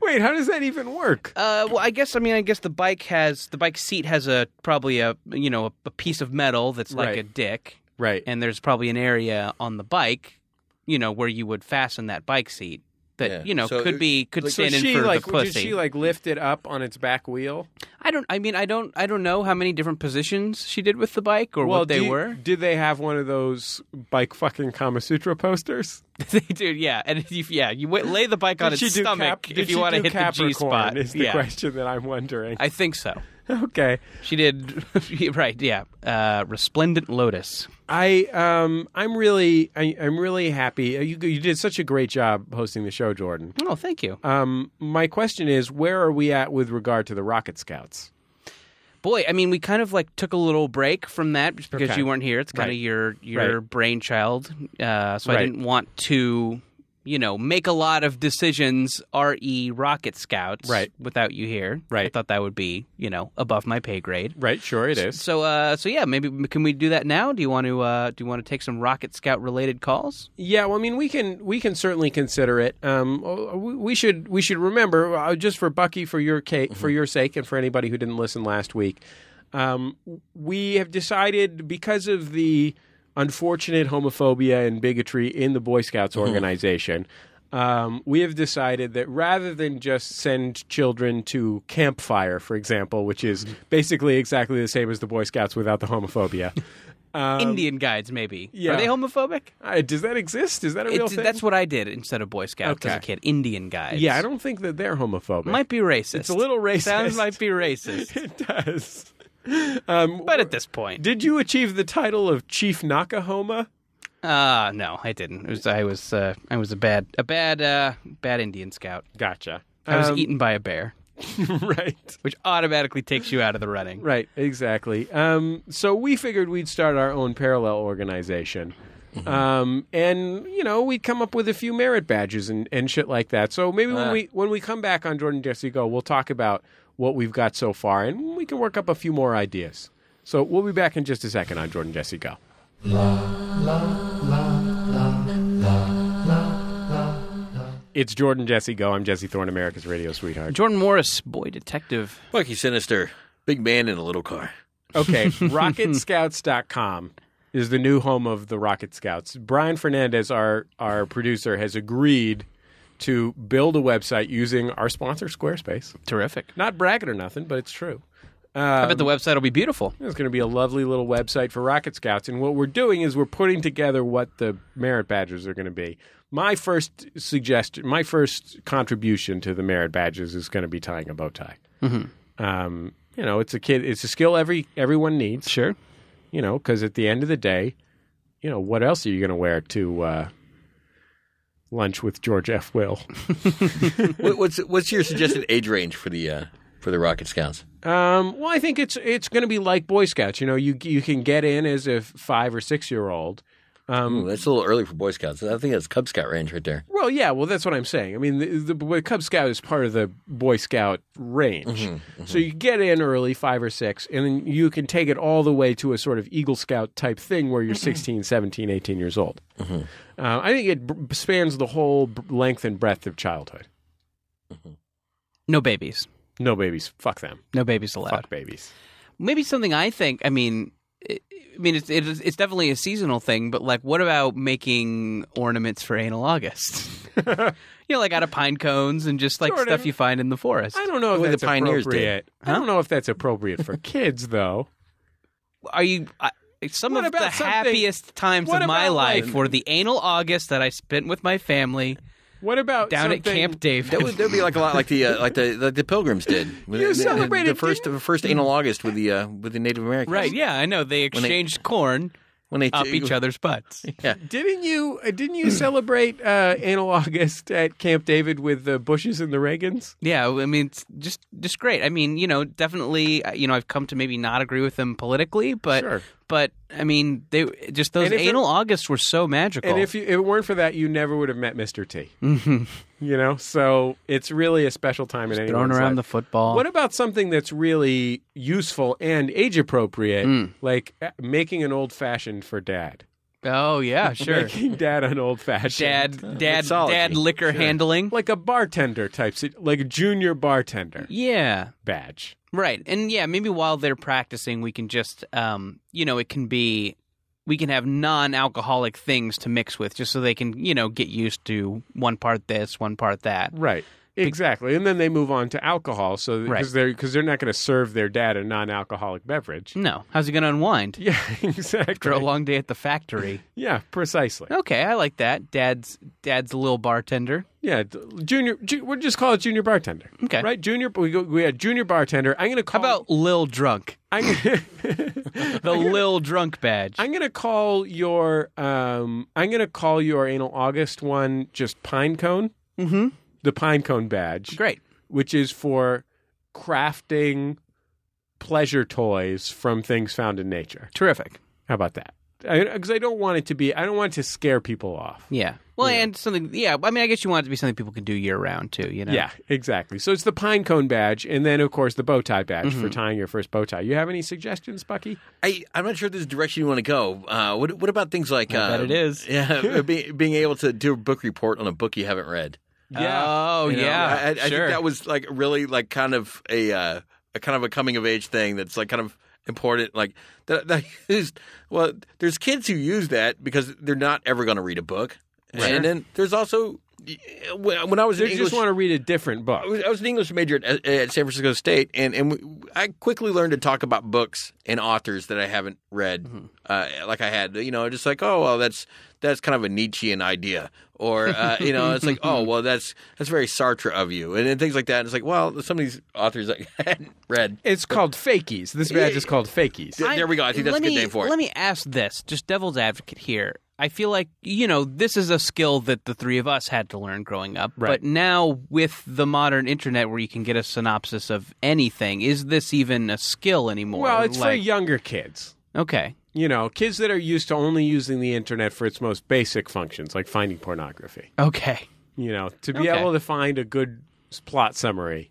S3: Wait, how does that even work?
S4: Uh, well, I guess I mean I guess the bike has the bike seat has a probably a you know a, a piece of metal that's like
S3: Right.
S4: a dick,
S3: Right.
S4: and there's probably an area on the bike, you know, where you would fasten that bike seat that
S5: Yeah.
S4: you know
S5: So
S4: could
S5: it-
S4: be could
S5: like-
S3: so
S4: stand
S3: she
S4: in for
S3: like
S4: the
S3: did
S4: pussy.
S3: she like lift it up on its back wheel?
S4: I don't. I mean, I don't. I don't know how many different positions she did with the bike or what
S3: do
S4: they
S3: you-
S4: were. (laughs)
S3: Did they have one of those bike fucking Kama Sutra posters?
S4: they do. Yeah, and if you, yeah, you wa- lay the bike on
S3: did
S4: its
S3: she do
S4: stomach
S3: Cap- did
S4: if you
S3: she
S4: want
S3: do
S4: to hit the
S3: Capricorn
S4: G spot.
S3: Is the
S4: yeah,
S3: question that I'm wondering.
S4: I think so.
S3: (laughs) okay,
S4: She did. (laughs) right. Yeah. Uh, Resplendent Lotus.
S3: I um I'm really I, I'm really happy. Uh, You you did such a great job hosting the show, Jordan.
S4: Oh, thank you.
S3: Um, my question is, where are we at with regard to the Rocket Scouts?
S4: boy, I mean, we kind of like took a little break from that just because
S3: Okay.
S4: you weren't here. It's kind
S3: Right.
S4: of your your
S3: Right.
S4: brainchild, uh, so
S3: Right.
S4: I didn't want to, you know, make a lot of decisions. Re Rocket Scouts,
S3: Right.
S4: Without you here,
S3: Right.
S4: I thought that would be you know above my pay grade.
S3: Right, sure it is.
S4: So, uh, so yeah, maybe can we do that now? Do you want to uh, do you want to take some Rocket Scout related calls?
S3: Yeah, well, I mean, we can we can certainly consider it. Um, we we should we should remember uh, just for Bucky for your ca- for your sake and for anybody who didn't listen last week. Um, we have decided because of the unfortunate homophobia and bigotry in the Boy Scouts organization, um, we have decided that rather than just send children to campfire, for example, which is basically exactly the same as the Boy Scouts without the homophobia.
S4: Indian guides, maybe.
S3: Um, yeah.
S4: Are they homophobic?
S3: Uh, does that exist? Is that a real
S4: It's,
S3: thing?
S4: that's what I did instead of Boy Scouts as a
S3: Okay.
S4: kid. Indian guides.
S3: Yeah, I don't think that they're homophobic.
S4: Might be racist.
S3: It's a little racist.
S4: Sounds might be racist.
S3: (laughs) it does. Um,
S4: But at this point,
S3: did you achieve the title of Chief Nakahoma?
S4: uh no, I didn't. It was, I was uh, I was a bad a bad uh, bad Indian scout.
S3: Gotcha.
S4: I was
S3: Um,
S4: eaten by a bear,
S3: (laughs) right.
S4: which automatically takes you out of the running.
S3: Right. Exactly. Um, so we figured we'd start our own parallel organization. Um, and you know we'd come up with a few merit badges and, and shit like that. So maybe when we when we come back on Jordan Jesse Go, we'll talk about what we've got so far, and we can work up a few more ideas. So we'll be back in just a second on Jordan Jesse Go. It's Jordan Jesse Go. I'm Jesse Thorne, America's radio sweetheart.
S4: Jordan Morris, boy detective.
S5: Bucky Sinister, big man in a little car.
S3: Okay, rocketscouts.com is the new home of the Rocket Scouts. Brian Fernandez, our our producer, has agreed to build a website using our sponsor Squarespace.
S4: Terrific. Um,
S3: Not bragging or nothing, but it's true.
S4: I bet the website will be beautiful.
S3: It's going to be a lovely little website for Rocket Scouts. And what we're doing is we're putting together what the merit badges are going to be. My first suggestion, my first contribution to the merit badges is going to be tying a bow tie. Um, you know, it's a kid, it's a skill every everyone needs.
S4: Sure.
S3: You know, because at the end of the day, you know, what else are you going to wear to uh, lunch with George F. Will?
S5: What- what's what's your suggested age range for the uh, for the Rocket Scouts?
S3: Um, well, I think it's it's going to be like Boy Scouts. You know, you you can get in as a five or um, six year old.
S5: Ooh, that's a little early for Boy Scouts. I think that's Cub Scout range right there.
S3: Well, yeah, well, that's what I'm saying. I mean, the, the, the Cub Scout is part of the Boy Scout range.
S4: Mm-hmm,
S3: So you get in early, five or six, and then you can take it all the way to a sort of Eagle Scout type thing where you're 16, 17, 18 years old.
S4: Mm-hmm.
S3: Uh, I think it b- spans the whole b- length and breadth of childhood.
S4: No babies.
S3: No babies. Fuck them.
S4: No babies allowed.
S3: Fuck babies.
S4: Maybe something I think. I mean, I I mean, it's it is- it's definitely a seasonal thing. But like, what about making ornaments for anal August? (laughs) you know, like out of pine cones and just like
S3: Jordan.
S4: stuff you find in the forest.
S3: I don't know if
S5: Well, the
S3: that's
S5: pioneers did.
S3: appropriate. I don't know if that's appropriate for kids, though.
S4: Are you? I, some
S3: What
S4: of the
S3: about something-
S4: happiest times
S3: what
S4: of my
S3: about,
S4: life
S3: like-
S4: were the anal August that I spent with my
S3: (laughs)
S4: family
S3: What about
S4: down at
S3: Oh, something-
S4: Camp David. (laughs)
S5: That would that'd be like a lot like the uh, like the like the Pilgrims (laughs) did. When
S3: You
S5: the- the- the,
S3: celebrated,
S5: first
S3: didn't
S5: the first anal August with the uh, with the Native Americans.
S4: right? Yeah, I know. They
S5: they-
S4: exchanged corn
S5: When they
S4: up each other's (laughs) butts.
S3: Didn't you uh, didn't you celebrate uh, Anal August at Camp David with the Bushes and the Reagans?
S4: Yeah, I mean, it's just just great. I mean, you know, definitely, uh, you know, I've come to maybe not agree with them politically, but
S3: Sure.
S4: but I mean, they just those
S3: And if it-
S4: anal Augusts were so magical.
S3: And if, you, if it weren't for that, you never would have met Mr. T.
S4: Mm-hmm.
S3: You know, so it's really a special time in
S4: thrown
S3: anyone's
S4: around the
S3: life.
S4: football,
S3: What about something that's really useful and age appropriate,
S4: Mm.
S3: like uh, making an old fashioned for dad?
S4: oh
S3: (laughs)
S4: yeah, sure, Uh,
S3: Making dad an old fashioned. (laughs)
S4: dad, dad,
S5: Mixology.
S4: dad, liquor handling,
S3: Like a bartender type, sit- like a junior bartender
S4: yeah.
S3: badge.
S4: Right. And yeah, maybe while they're practicing, we can just, um, you know, it can be, we can have non alcoholic things to mix with just so they can, you know, get used to one part this, one part that.
S3: Right. Exactly. And then they move on to alcohol. So because
S4: Right.
S3: they're because they're not going to serve their dad a non-alcoholic beverage.
S4: No. How's he going to unwind?
S3: Yeah, (laughs) exactly.
S4: After Mm. a long day at the factory.
S3: Yeah, precisely.
S4: okay. I like that. Dad's, dad's a little bartender.
S3: Yeah, d- junior. Ju- we'll just call it junior bartender.
S4: Okay.
S3: Right. Junior. We go. We had junior bartender. I'm going to
S4: How
S3: call.
S4: about Lil Drunk?
S3: I'm, gonna-
S4: (laughs) The Lil Drunk badge.
S3: (laughs) I'm going to call your. Um. I'm going to call your anal August one just pine cone. Mm-hmm. The pine cone badge.
S4: Great.
S3: which is for crafting pleasure toys from things found in nature.
S4: Terrific.
S3: How about that? Because I, don't want it to be, I don't want it to scare people off.
S4: Yeah. Well, and something, yeah. I mean, I guess you want it to be something people can do year round too, you know?
S3: Yeah, exactly. So it's the pine cone badge, and then of course the bow tie badge
S5: Mm-hmm.
S3: for tying your first bow tie. You have any suggestions, Bucky?
S5: I, I'm not sure this is the direction you want to go. Uh, what, what about things like uh,
S4: bet it is. (laughs)
S5: Yeah, be, being able to do a book report on a book you haven't read.
S4: Oh,
S5: You know,
S4: yeah.
S5: I, I
S4: sure.
S5: think that was like really like kind of a, uh, a kind of a coming of age thing that's like kind of important. Like that, (laughs) that is well, there's kids who use that because they're not ever going to read a book, and then there's also when when I was
S3: They
S5: in English,
S3: just want to read a different book.
S5: I was, I was an English major at, at San Francisco State, and and we, I quickly learned to talk about books and authors that I haven't read,
S3: Mm-hmm.
S5: uh, like I had. You know, just like oh well, that's that's kind of a Nietzschean idea,
S3: (laughs)
S5: or uh, you know, it's like oh well, that's that's very Sartre of you, and, and things like that. And it's like well, some of these authors I (laughs) hadn't read.
S3: It's called fakies. This badge is called fakies.
S5: Th- there we go. I think that's
S4: let
S5: a good
S4: me,
S5: name for it.
S4: Let me ask this, just devil's advocate here. I feel like, you know, this is a skill that the three of us had to learn growing up.
S3: Right.
S4: But now with the modern internet where you can get a synopsis of anything, is this even a skill anymore?
S3: Well, it's for
S4: Like-
S3: younger kids.
S4: Okay.
S3: You know, kids that are used to only using the internet for its most basic functions, like finding pornography.
S4: Okay.
S3: You know, to be
S4: Okay.
S3: able to find a good s- plot summary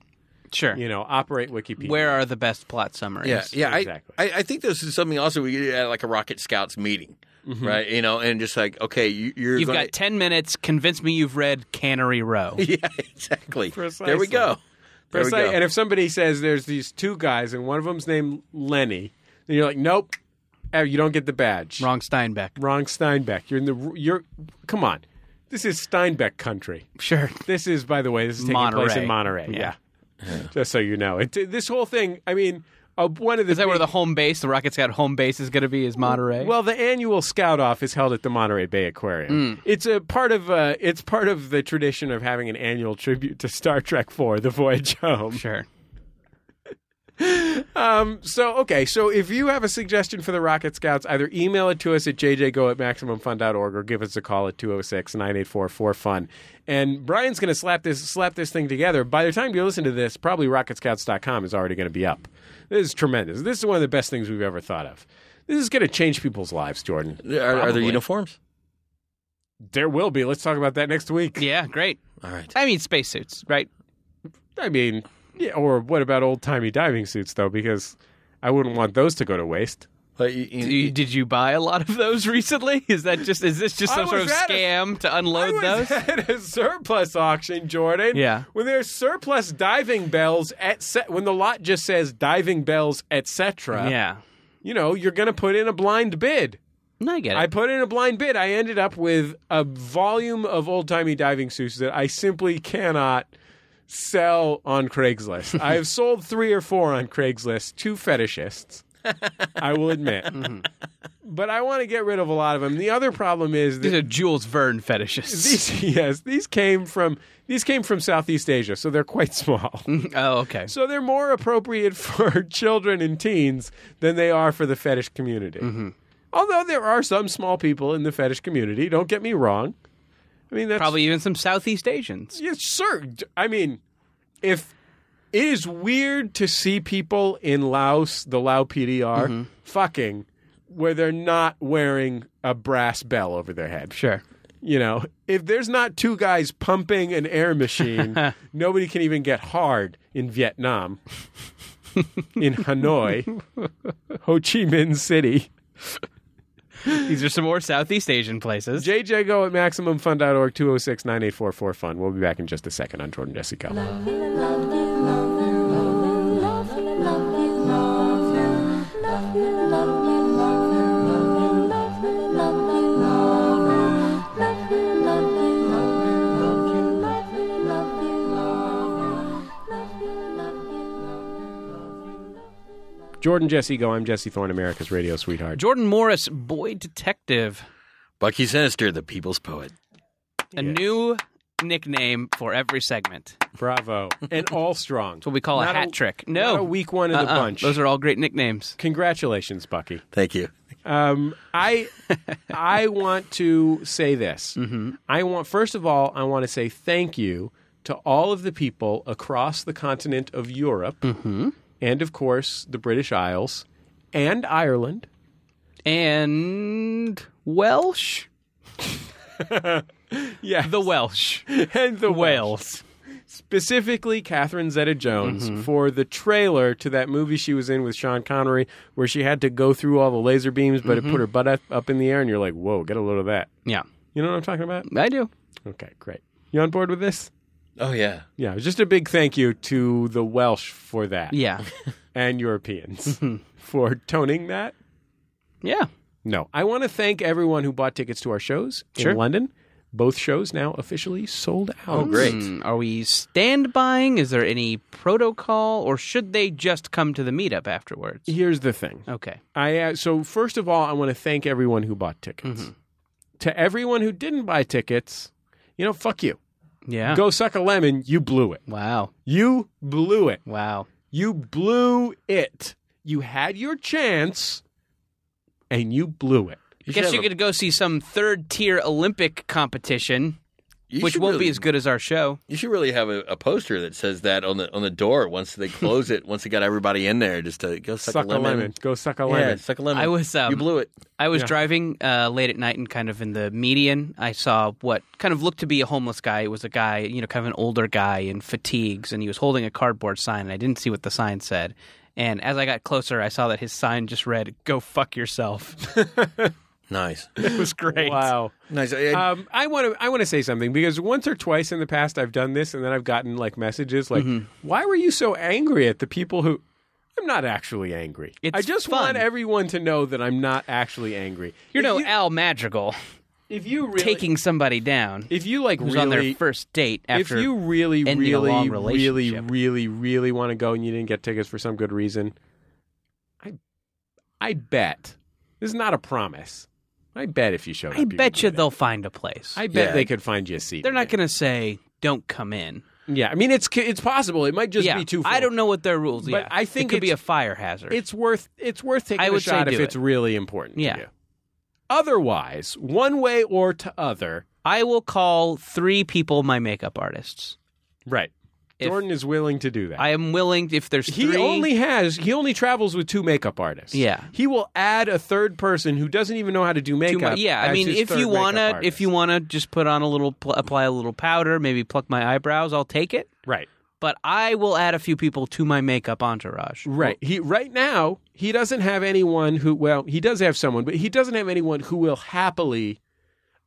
S4: Sure.
S3: you know, operate
S4: (laughs)
S3: Wikipedia.
S4: Where are the best plot summaries?
S5: Yeah, yeah. I-
S3: Exactly.
S5: I, I, think this is something also we could do at like a Rocket Scouts meeting.
S3: Mm-hmm.
S5: right? You know, and just like, okay, you, you're
S4: You've
S5: gonna-
S4: got 10 minutes. Convince me you've read Cannery Row.
S5: (laughs) yeah, exactly. There we
S3: Precisely.
S5: go. There we
S3: Precise-
S5: go.
S3: And if somebody says there's these two guys and one of them's named Lenny, then you're like, nope, eh, you don't get the badge.
S4: Wrong Steinbeck.
S3: Wrong Steinbeck. You're in the. You're. Come on, this is Steinbeck country.
S4: Sure.
S3: This is, by the way, this is taking place in Monterey. Yeah.
S4: Yeah.
S3: Just so you know, it, this whole thing. I mean, uh, one of the
S4: Is that where
S3: big-
S4: the home base, the Rocket Scout home base, is going to be? Is Monterey?
S3: Well, the annual Scout Off is held at the Monterey Bay Aquarium. It's a part of uh, it's part of the tradition of having an annual tribute to Star Trek Four: The Voyage Home.
S4: sure.
S3: (laughs) So okay, so if you have a suggestion for the Rocket Scouts, either email it to us at jjgo at maximumfun.org or give us a call at 206-984-4FUN. And Brian's going to slap this slap this thing together. By the time you listen to this, probably rocketscouts.com is already going to be up. This is tremendous. This is one of the best things we've ever thought of. This is going to change people's lives, Jordan.
S5: are, are there
S4: Probably.
S5: uniforms?
S3: There will be. Let's talk about that next week.
S4: Yeah, great.
S5: All right.
S4: I mean, spacesuits, right?
S3: I mean, yeah, or what about old-timey diving suits though because I wouldn't want those to go to waste.
S5: But you- you-
S4: Do you- Did you buy a lot of those (laughs) recently? Is that just? Is this just
S3: I
S4: some sort of
S3: was at a-
S4: scam to unload
S3: I (laughs)
S4: those?
S3: was at a surplus auction, Jordan.
S4: Yeah.
S3: When there's surplus diving bells at se- when the lot just says diving bells, etc.
S4: yeah.
S3: You know, you're going to put in a blind bid.
S4: No, I get it.
S3: I put in a blind bid. I ended up with a volume of old timey diving suits that I simply cannot sell on Craigslist.
S4: (laughs)
S3: I have sold three or four on Craigslist to fetishists. I will admit.
S4: (laughs) Mm-hmm.
S3: But I want to get rid of a lot of them. The other problem is that
S4: These are Jules Verne fetishes.
S3: these (laughs) yes, these came from these came from Southeast Asia, so they're quite small.
S4: (laughs) oh, okay.
S3: so they're more appropriate (laughs) for children and teens than they are for the fetish community. Although there are some small people in the fetish community, don't get me wrong. I mean, that's
S4: Probably even some Southeast Asians.
S3: yes, sure. D- I mean, if it is weird to see people in Laos, the Lao PDR, fucking where they're not wearing a brass bell over their head
S4: Sure.
S3: you know, if there's not two guys pumping an air machine,
S4: (laughs)
S3: nobody can even get hard in Vietnam, in Hanoi, Ho Chi Minh City.
S4: These are some more Southeast Asian places.
S3: JJGo at MaximumFun.org, 206 984 fun We'll be back in just a second on Jordan Jesse Go. Jordan Jesse Go, I'm Jesse Thorne, America's radio sweetheart.
S4: Jordan Morris, boy detective,
S5: Bucky Sinister, the people's poet.
S4: a new nickname for every segment. That's
S3: Bravo. And all strong. That's
S4: what we call a hat trick. No,
S3: Not a weak one in the
S4: Uh-uh.
S3: bunch.
S4: Those are all great nicknames.
S3: Congratulations, Bucky.
S5: Thank you.
S3: Um, (laughs) I I want to say this. I want first of all, I want to say thank you to all of the people across the continent of Europe, and of course the British Isles and Ireland.
S4: And Welsh,
S3: Yeah,
S4: the Welsh,
S3: (laughs) and the
S4: Wales.
S3: specifically Catherine Zeta-Jones for the trailer to that movie she was in with Sean Connery, where she had to go through all the laser beams, but it put her butt up, up in the air, and you're like, "Whoa, get a load of that."
S4: Yeah,
S3: You know what I'm talking about?
S4: I do.
S3: Okay, great. You on board with this?
S5: Oh yeah.
S3: Yeah, just a big thank you to the Welsh for that.
S4: Yeah, Mm-hmm.
S3: And Europeans for toning that.
S4: (laughs) yeah.
S3: No. I want to thank everyone who bought tickets to our shows
S4: Sure.
S3: in London. Both shows now officially sold out. Oh,
S4: Hmm, Are we stand buying? Is there any protocol, or should they just come to the meetup afterwards?
S3: Here's the thing.
S4: Okay.
S3: I uh, so first of all, I want to thank everyone who bought tickets.
S4: Mm-hmm.
S3: To everyone who didn't buy tickets, you know, fuck you.
S4: Yeah.
S3: Go suck a lemon, you blew it.
S4: Wow.
S3: You blew it.
S4: Wow.
S3: You blew it. You had your chance and you blew it.
S5: You
S4: Guess
S5: should
S4: you
S5: have a-
S4: could go see some third tier Olympic competition,
S5: you
S4: which
S5: should
S4: won't
S5: really-
S4: be as good as our show.
S5: You should really have a, a poster that says that on the on the door once they close it. Once they got everybody in there, just to go suck,
S3: suck, a, lemon. Go suck a lemon.
S5: Yeah, suck a lemon.
S4: I was, um,
S5: you blew it.
S4: I was
S3: Yeah.
S4: driving uh, late at night and kind of in the median. I saw what kind of looked to be a homeless guy. It was a guy, you know, kind of an older guy in fatigues, and he was holding a cardboard sign, and I didn't see what the sign said. And as I got closer, I saw that his sign just read, Go fuck yourself. (laughs)
S5: Nice.
S4: It was great.
S3: Wow.
S5: Nice. I- I-
S3: Um, I want to I want to say something because once or twice in the past I've done this and then I've gotten like messages like,
S4: Mm-hmm.
S3: "Why were you so angry at the people who?" I'm not actually angry.
S4: It's
S3: I just
S4: fun.
S3: want everyone to know that I'm not actually angry.
S4: You're
S3: If
S4: no
S3: you-
S4: Al Madrigal
S3: if you really,
S4: taking somebody down
S3: if you like
S4: who's
S3: really
S4: on their first date after
S3: if you really,
S4: ending a
S3: really,
S4: long
S3: really,
S4: relationship.
S3: really, really want to go and you didn't get tickets for some good reason, I, I bet this is not a promise. I bet if you show, up,
S4: I
S3: would
S4: bet you
S3: get it.
S4: they'll find a place.
S3: I bet
S5: Yeah.
S3: they could find you a seat.
S4: They're not
S3: again.
S4: going to say don't come in.
S3: Yeah, I mean it's it's possible. It might just
S4: yeah,
S3: be too. Full.
S4: I don't know what their rules.
S3: But
S4: yeah.
S3: I think
S4: it could be a
S3: it's-
S4: fire hazard.
S3: It's worth it's worth taking
S4: I
S3: a
S4: would say
S3: shot if
S4: do
S3: it's
S4: it.
S3: really important. to
S4: Yeah.
S3: you. Otherwise, one way or to other.
S4: I will call three people my makeup artists.
S3: Right.
S4: If-
S3: Jordan is willing to do that.
S4: I am willing if there's
S3: he
S4: three.
S3: only has he only travels with two makeup artists.
S4: Yeah.
S3: He will add a third person who doesn't even know how to do
S4: too
S3: makeup.
S4: much- yeah, I
S3: as
S4: mean,
S3: his
S4: if
S3: third
S4: you
S3: makeup
S4: wanna,
S3: artist.
S4: if you wanna, just put on a little, pl- apply a little powder, maybe pluck my eyebrows. I'll take it.
S3: right.
S4: But I will add a few people to my makeup entourage.
S3: Right. He right now he doesn't have anyone who well he does have someone but he doesn't have anyone who will happily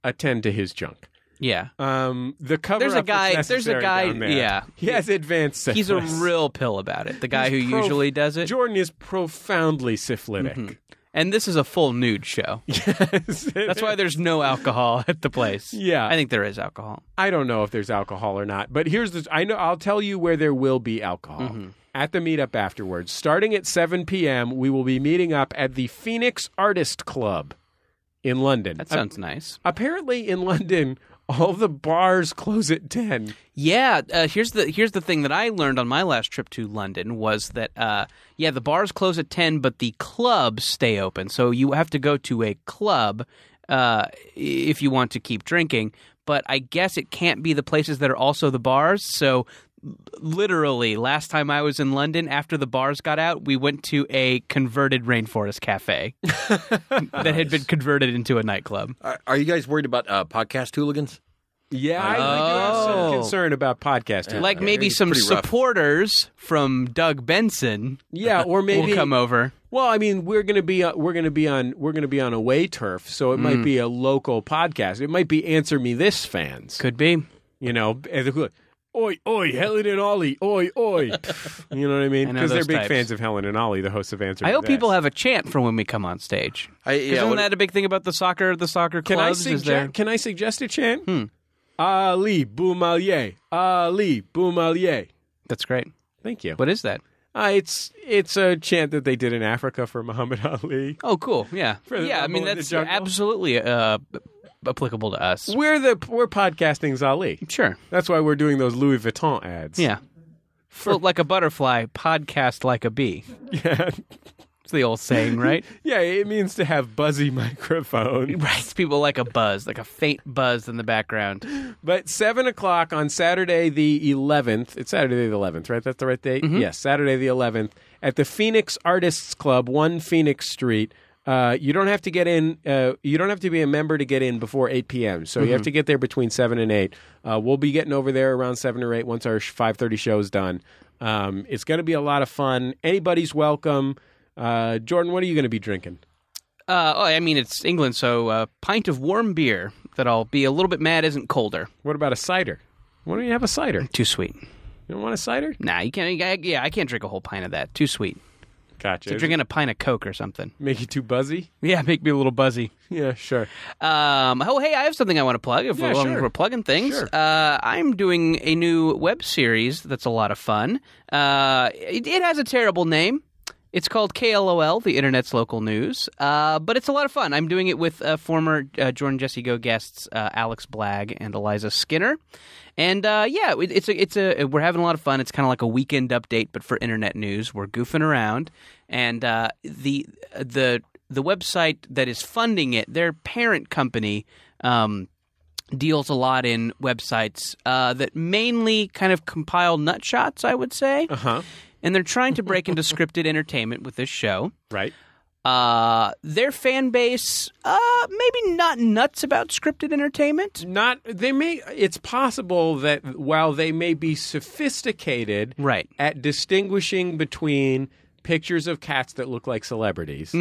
S3: attend to his junk.
S4: Yeah,
S3: Um, the cover.
S4: There's a guy- there's a guy- yeah.
S3: he has advanced. Syphilis.
S4: he's a real pill about it. The guy
S3: He's
S4: who
S3: prof-
S4: usually does it.
S3: Jordan is profoundly syphilitic.
S4: And this is a full nude
S3: (laughs)
S4: show.
S3: Yes,
S4: That's why there's no alcohol (laughs) at the place.
S3: Yeah.
S4: I think there is alcohol.
S3: I don't know if there's alcohol or not, but here's the. I know I'll tell you where there will be alcohol
S4: Mm-hmm.
S3: at the meetup afterwards. Starting at 7 p.m., we will be meeting up at the Phoenix Artist Club in London.
S4: That
S3: A-
S4: sounds nice.
S3: apparently in London, all the bars close at 10.
S4: Yeah, uh, here's the here's the thing that I learned on my last trip to London was that uh, yeah, the bars close at ten, but the clubs stay open. So you have to go to a club uh, if you want to keep drinking. But I guess it can't be the places that are also the bars. So literally, last time I was in London, after the bars got out, we went to a converted rainforest cafe that had been converted into a nightclub.
S5: are, are you guys worried about uh, podcast hooligans?
S3: Yeah, I, do have
S4: Oh.
S3: some concern about podcasting.
S4: Like
S5: Yeah,
S4: maybe
S5: it's
S4: some
S5: pretty rough.
S4: supporters from Doug Benson
S3: yeah, or maybe
S4: will come over.
S3: Well, I mean, we're gonna be uh, we're gonna be on we're gonna be on away turf, so it
S4: Mm.
S3: might be a local podcast. It might be Answer Me This fans,
S4: Could be.
S3: you know. as a- Oi, oi, Helen and Ollie, oi, oi.
S4: (laughs)
S3: you know what I mean?
S4: I know
S3: Because they're
S4: those
S3: big
S4: types.
S3: fans of Helen and Ollie, the hosts of Answer.
S4: I
S3: Me
S4: hope
S3: This.
S4: people have a chant for when we come on stage.
S5: I, yeah,
S4: Isn't
S5: what-
S4: that a big thing about the soccer? The soccer
S3: Can I
S4: clubs Hmm. is there.
S3: suggest? Can I suggest a chant? Ali Boumalier, Ali Boumalier.
S4: That's great.
S3: Thank you.
S4: What is that?
S3: Uh, it's it's a chant that they did in Africa for Muhammad (laughs) Ali.
S4: Oh, cool. Yeah,
S3: For the
S4: yeah. I
S3: Rumble
S4: mean,
S3: in the
S4: that's
S3: Jungle?
S4: absolutely uh, applicable to us.
S3: We're the we're podcasting's Ali.
S4: Sure.
S3: That's why we're doing those Louis Vuitton ads.
S4: Yeah. Float like a butterfly, podcast like a bee.
S3: Yeah.
S4: It's the old saying, (laughs) right?
S3: (laughs) Yeah, it means to have buzzy (laughs) microphone.
S4: right. People like a buzz, like a faint buzz in the background.
S3: But seven o'clock on Saturday the eleventh. It's Saturday the eleventh, right? That's the right date. Yes, Saturday the eleventh at the Phoenix Artists Club, one Phoenix Street. Uh, you don't have to get in. Uh, you don't have to be a member to get in before eight p.m. So you have to get there between seven and eight. Uh, we'll be getting over there around seven or eight once our five thirty show is done. Um, it's going to be a lot of fun. Anybody's welcome. Uh, Jordan, what are you going to be drinking?
S4: Uh, oh, I mean, it's England, so a pint of warm beer that I'll be a little bit mad isn't colder.
S3: What about a cider? Why don't you have a cider?
S4: Too sweet.
S3: You don't want a cider?
S4: Nah, you can't. I, yeah, I can't drink a whole pint of that. Too sweet.
S3: Gotcha.
S4: So drinking a pint of Coke or something.
S3: Make you too buzzy?
S4: Yeah, (laughs) make me a little buzzy.
S3: Yeah, sure.
S4: Um, oh, hey, I have something I want to plug. If
S3: Yeah,
S4: we're,
S3: sure.
S4: we're plugging things,
S3: Sure.
S4: uh, I'm doing a new web series that's a lot of fun. Uh, it, it has a terrible name. It's called KLOL, the Internet's Local News, uh, but it's a lot of fun. I'm doing it with uh, former uh, Jordan Jesse Go guests uh, Alex Blagg and Eliza Skinner, and uh, yeah, it, it's a, it's a we're having a lot of fun. It's kind of like a weekend update, but for internet news. We're goofing around, and uh, the the the website that is funding it, their parent company, um, deals a lot in websites uh, that mainly kind of compile nut shots, I would say.
S3: Uh-huh.
S4: And they're trying to break into scripted entertainment with this show.
S3: Right.
S4: Uh, their fan base, uh, maybe not nuts about scripted entertainment.
S3: Not they may it's possible that while they may be sophisticated
S4: Right.
S3: at distinguishing between pictures of cats that look like celebrities.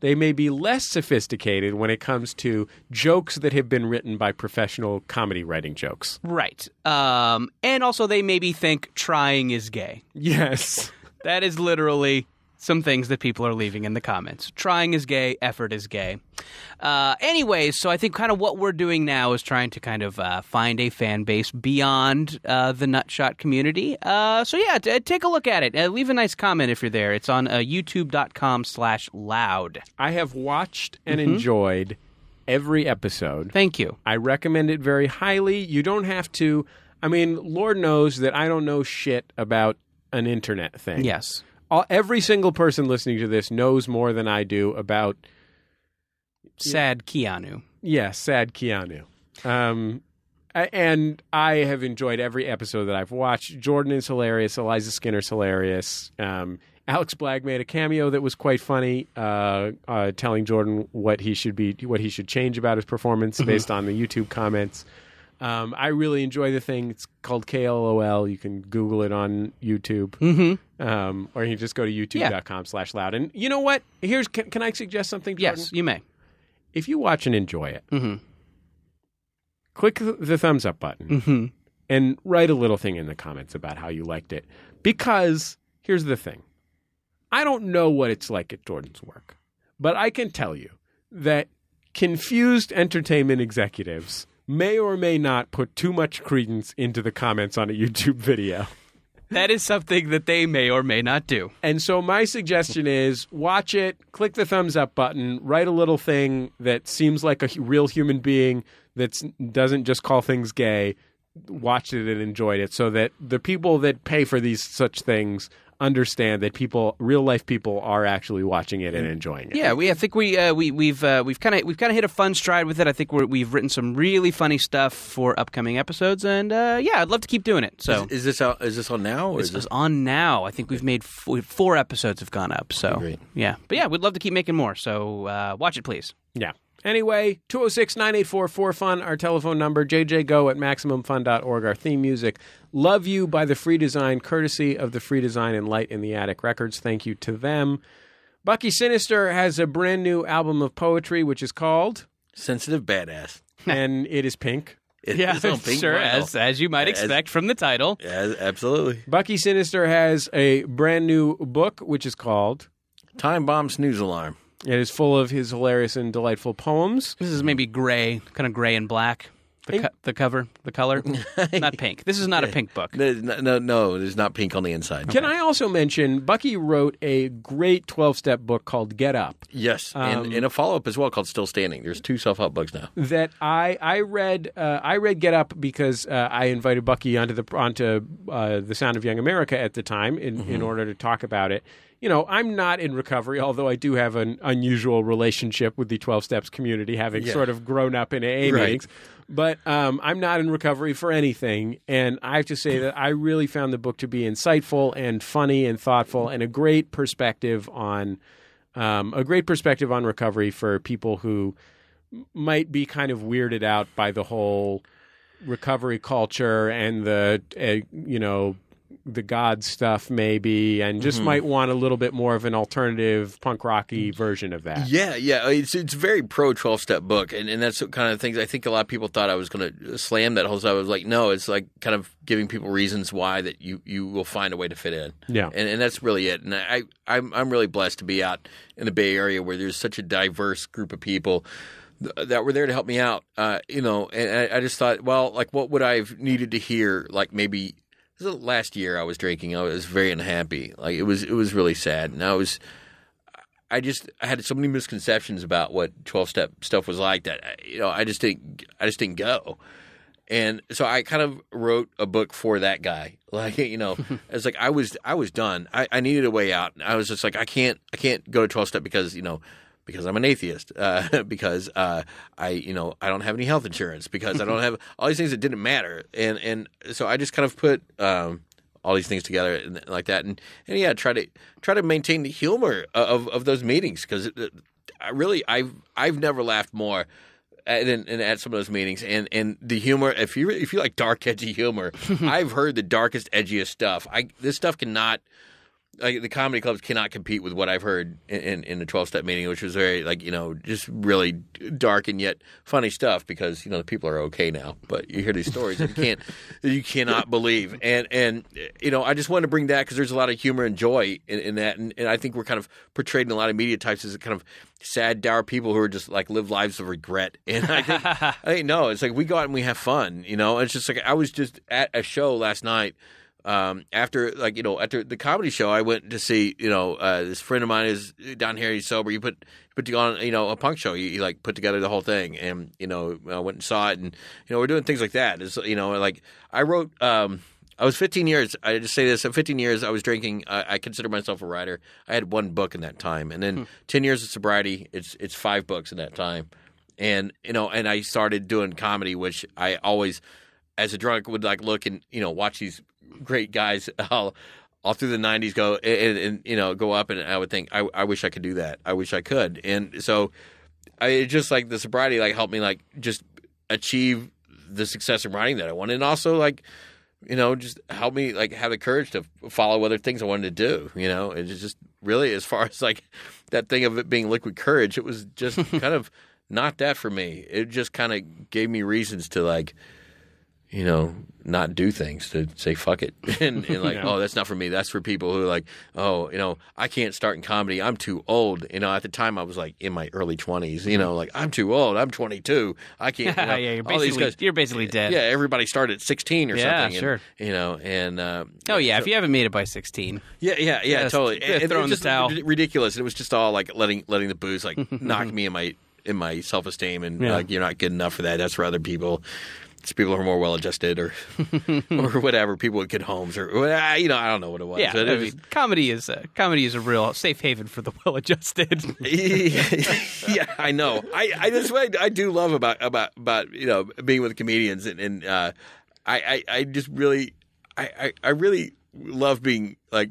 S3: They may be less sophisticated when it comes to jokes that have been written by professional comedy writing jokes.
S4: Right. Um, and also, they maybe think trying is gay.
S3: Yes.
S4: That is literally some things that people are leaving in the comments. Trying is gay, effort is gay. Uh, anyways, so I think kind of what we're doing now is trying to kind of uh, find a fan base beyond uh, the Nutshot community. Uh, so yeah, t- take a look at it. Uh, leave a nice comment if you're there. It's on uh, youtube.com slash loud.
S3: I have watched and enjoyed every episode.
S4: Thank you.
S3: I recommend it very highly. You don't have to. I mean, Lord knows that I don't know shit about an internet thing.
S4: Yes.
S3: All, every single person listening to this knows more than I do about,
S4: Sad Keanu.
S3: yeah, sad Keanu. Um, a- and I have enjoyed every episode that I've watched. Jordan is hilarious. Eliza Skinner's hilarious. Um, Alex Blagg made a cameo that was quite funny, uh, uh, telling Jordan what he should be, what he should change about his performance based on the YouTube comments. Um, I really enjoy the thing. It's called KLOL. You can Google it on YouTube, mm-hmm. um, or you can just go to YouTube.com/slash loud. And you know what? Here's can, can I suggest something? Jordan?
S4: Yes, you may.
S3: if you watch and enjoy it, click th- the thumbs up button and write a little thing in the comments about how you liked it. Because here's the thing I don't know what it's like at Jordan's work, but I can tell you that confused entertainment executives may or may not put too much credence into the comments on a (laughs) YouTube video.
S4: That is something that they may or may not do.
S3: And so my suggestion is watch it, click the thumbs up button, write a little thing that seems like a hu- real human being that doesn't just call things gay, watched it and enjoyed it so that the people that pay for these such things understand that people real life people are actually watching it and enjoying it.
S4: Yeah, we. I think we uh, we we've uh, we've kind of we've kind of hit a fun stride with it. I think we're, we've written some really funny stuff for upcoming episodes, and uh, yeah, I'd love to keep doing it. So
S5: Is, is this out, is this on now? Or
S4: this
S5: is
S4: is on now. I think we've made four, four episodes have gone up. So
S5: Great.
S4: yeah, but yeah, we'd love to keep making more. So uh, watch it,
S5: (laughs)
S4: please.
S3: Yeah. Anyway, 206 984 4FUN, our telephone number, jjgo at MaximumFun.org, our theme music. Love You by The Free Design, courtesy of The Free Design and Light in the Attic Records. Thank you to them. Bucky Sinister has a brand new album of poetry, which is called,
S5: sensitive badass.
S3: and it is pink.
S5: It- it's on
S4: (laughs)
S5: Pink
S4: sure,
S5: Vinyl.
S4: as as you might
S5: As-
S4: expect from the title.
S5: As- absolutely.
S3: Bucky Sinister has a brand new book, which is called,
S5: Time bomb snooze alarm.
S3: it is full of his hilarious and delightful poems.
S4: This is maybe gray, kind of gray and black. The, co- the cover, the
S5: (laughs)
S4: color, not pink. This is not a pink book.
S5: No, no, no, it is not pink on the inside.
S3: Can I also mention, Bucky wrote a great 12 step book called Get Up.
S5: Yes, and, and a follow up as well called "Still Standing." There's two self help books now.
S3: that I I read uh, I read Get Up because uh, I invited Bucky onto the onto uh, the Sound of Young America at the time in, in order to talk about it. You know, I'm not in recovery, although I do have an unusual relationship with the 12 Steps community, having sort of grown up in AA
S5: Right.
S3: meetings. But um, I'm not in recovery for anything, and I have to say that I really found the book to be insightful and funny and thoughtful, and a great perspective on um, a great perspective on recovery for people who might be kind of weirded out by the whole recovery culture and the uh, you know the god stuff maybe and just
S5: Mm-hmm.
S3: might want a little bit more of an alternative punk rocky version of that.
S5: Yeah, yeah, it's it's very pro twelve step book, and, and that's the kind of things I think a lot of people thought I was going to slam that whole. stuff. I was like, no, it's like kind of giving people reasons why that you, you will find a way to fit in.
S3: Yeah.
S5: and, and that's really it. And I I'm I'm really blessed to be out in the Bay Area where there's such a diverse group of people th- that were there to help me out. Uh, you know, and I, I just thought, well, like what would I've needed to hear? Like maybe this is the last year I was drinking, I was very unhappy. Like it was it was really sad, and I was. I just I had so many misconceptions about what twelve step stuff was like that I- you know I just didn't I just didn't go, and so I kind of wrote a book for that guy. (laughs) Like you know, it's like I was I was done. I, I needed a way out. I was just like I can't I can't go to twelve step because you know because I'm an atheist (laughs) uh, because uh, I you know I don't have any health insurance because I don't have all these things that didn't matter and and so I just kind of put. Um, all these things together and like that and and yeah try to try to maintain the humor of of those meetings because I really I've I've never laughed more at, in, in- at some of those meetings and and the humor if you if you like dark edgy humor I've heard the darkest edgiest stuff I this stuff cannot like the comedy clubs cannot compete with what I've heard in, in, in the twelve step meeting, which was very like you know just really dark and yet funny stuff because you know the people are okay now, but you hear these stories that you can't (laughs) that you cannot believe, and and you know I just wanted to bring that because there's a lot of humor and joy in, in that, and, and I think we're kind of portrayed in a lot of media types as kind of sad, dour people who are just like live lives of regret, (laughs) and I think I think, no, it's like we go out and we have fun, you know. It's just like I was just at a show last night. Um, after like you know after the comedy show, I went to see you know uh, this friend of mine is down here. He's sober. He put put on you know a punk show. He, he like put together the whole thing, and you know I went and saw it, and you know we're doing things like that. It's you know like I wrote. Um, I was 15 years. I just say this. At 15 years, I was drinking. uh, I, I consider myself a writer. I had one book in that time, and then 10 years of sobriety. It's it's five books in that time and you know and i started doing comedy which i always as a drunk would like look and you know watch these great guys (laughs) all all through the 90s go and, and you know go up and i would think I, I wish i could do that i wish i could and so i it just like the sobriety like helped me like just achieve the success in writing that i wanted and also like you know just help me like have the courage to follow other things i wanted to do you know and it's just really as far (laughs) as like that thing of it being liquid courage it was
S4: (laughs)
S5: just kind of not that for me. It just kind of gave me reasons to like, you know, not do things to say fuck it (laughs) and, and like, oh, that's not for me. That's for people who are like, oh, you know, I can't start in comedy. I'm too old. You know, at the time I was like in my early twenties. You know, like I'm too old. I'm 22. I can't.
S4: (laughs)
S5: You know,
S4: Mm-hmm. yeah, you're
S5: all these
S4: basically,
S5: guys-
S4: you're basically dead.
S5: yeah, everybody started at 16 or
S4: Yeah,
S5: something. and,
S4: sure.
S5: you know, and uh,
S4: Oh yeah, if you haven't made it by 16,
S5: yeah, yeah, yeah,
S4: Just
S5: totally.
S4: throw in
S5: it was
S4: the
S5: just
S4: towel.
S5: rid- Ridiculous. And it was just all like letting letting the booze (laughs) like knock me in my in my self esteem and
S4: Yeah.
S5: like you're not good enough for that. That's for other people. It's people who are more well adjusted (laughs) or or whatever. People with good homes or well, you know I don't know what it was.
S4: yeah,
S5: but
S4: I
S5: it was,
S4: mean, comedy is a comedy is a real safe haven for the (laughs) well-adjusted.
S5: (laughs)
S4: (laughs)
S5: yeah, I know. I, I that's what I, I do love about about about you know being with comedians and, and uh, I, I I just really I, I I really love being like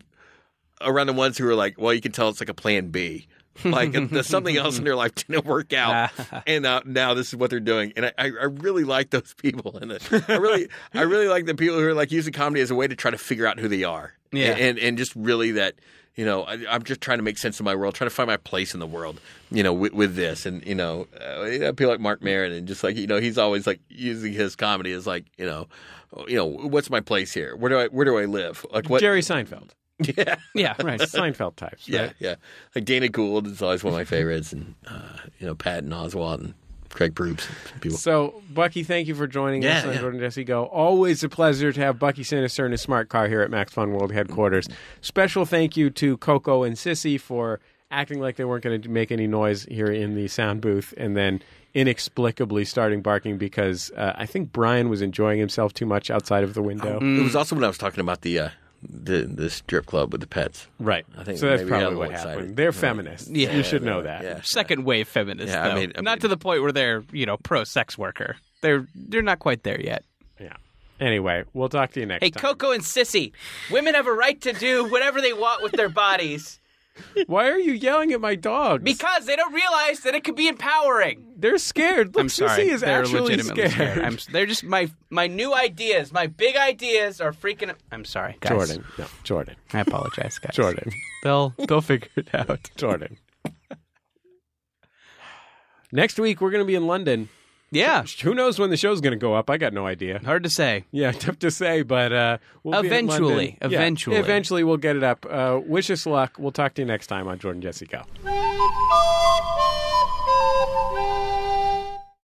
S5: around the ones who are like, well, you can tell it's like a plan B. like if there's something else in their life didn't work out, and uh, now this is what they're doing, and I, I I really like those people, and I really I really like the people who are like using comedy as a way to try to figure out who they are,
S4: Yeah.
S5: and and just really that you know I, I'm just trying to make sense of my world, trying to find my place in the world, you know, with, with this, and you know, uh, I feel like Mark Maron, and just like you know, he's always like using his comedy as like you know, you know, what's my place here? Where do I where do I live? Like what?
S3: Jerry Seinfeld.
S5: (laughs) yeah.
S4: yeah, right.
S3: Seinfeld types.
S5: Yeah,
S3: right?
S5: yeah. Like Dana Gould is always one of my favorites, and uh, you know Patton Oswalt and Craig Proops. People.
S3: So, Bucky, thank you for joining
S5: Yeah,
S3: us on
S5: yeah.
S3: Jordan Jesse Go. Always a pleasure to have Bucky Sinister in his smart car here at Max Fun World headquarters. Special thank you to Coco and Sissy for acting like they weren't going to make any noise here in the sound booth and then inexplicably starting barking because uh, I think Brian was enjoying himself too much outside of the window.
S5: It was also when I was talking about the uh, the the strip club with the pets.
S3: Right.
S5: I think
S3: so that's
S5: maybe we got
S3: probably
S5: a
S3: what
S5: little
S3: happened.
S5: excited.
S3: They're feminists.
S4: Yeah,
S3: you should know that.
S5: Yeah.
S4: Second wave feminists,
S5: Yeah, I
S4: though.
S5: mean- I mean-
S4: not to the point where they're you know pro sex worker. They're they're not quite there yet.
S3: Yeah. Anyway, we'll talk to you next
S4: Hey,
S3: time.
S4: Coco and Sissy, women have a right to do whatever they want with their (laughs) bodies
S3: Why are you yelling at my dogs?
S4: because they don't realize that it could be empowering.
S3: They're scared. Look,
S4: I'm sorry,
S3: Sissy is
S4: they're
S3: actually
S4: legitimately
S3: scared.
S4: scared. I'm, they're just my my new ideas, my big ideas are freaking. I'm sorry, guys.
S3: Jordan. No, Jordan.
S4: I apologize, guys.
S3: Jordan.
S4: they'll (laughs) they'll figure it out.
S3: (laughs) Jordan. Next week, we're going to be in London.
S4: Yeah,
S3: Who knows when the show's going to go up? I got no idea.
S4: hard to say.
S3: Yeah, (laughs) tough to say, but uh, we'll be in
S4: Eventually,
S3: London. Yeah,
S4: eventually.
S3: eventually, we'll get it up. Uh, wish us luck. We'll talk to you next time on Jordan Jesse Go.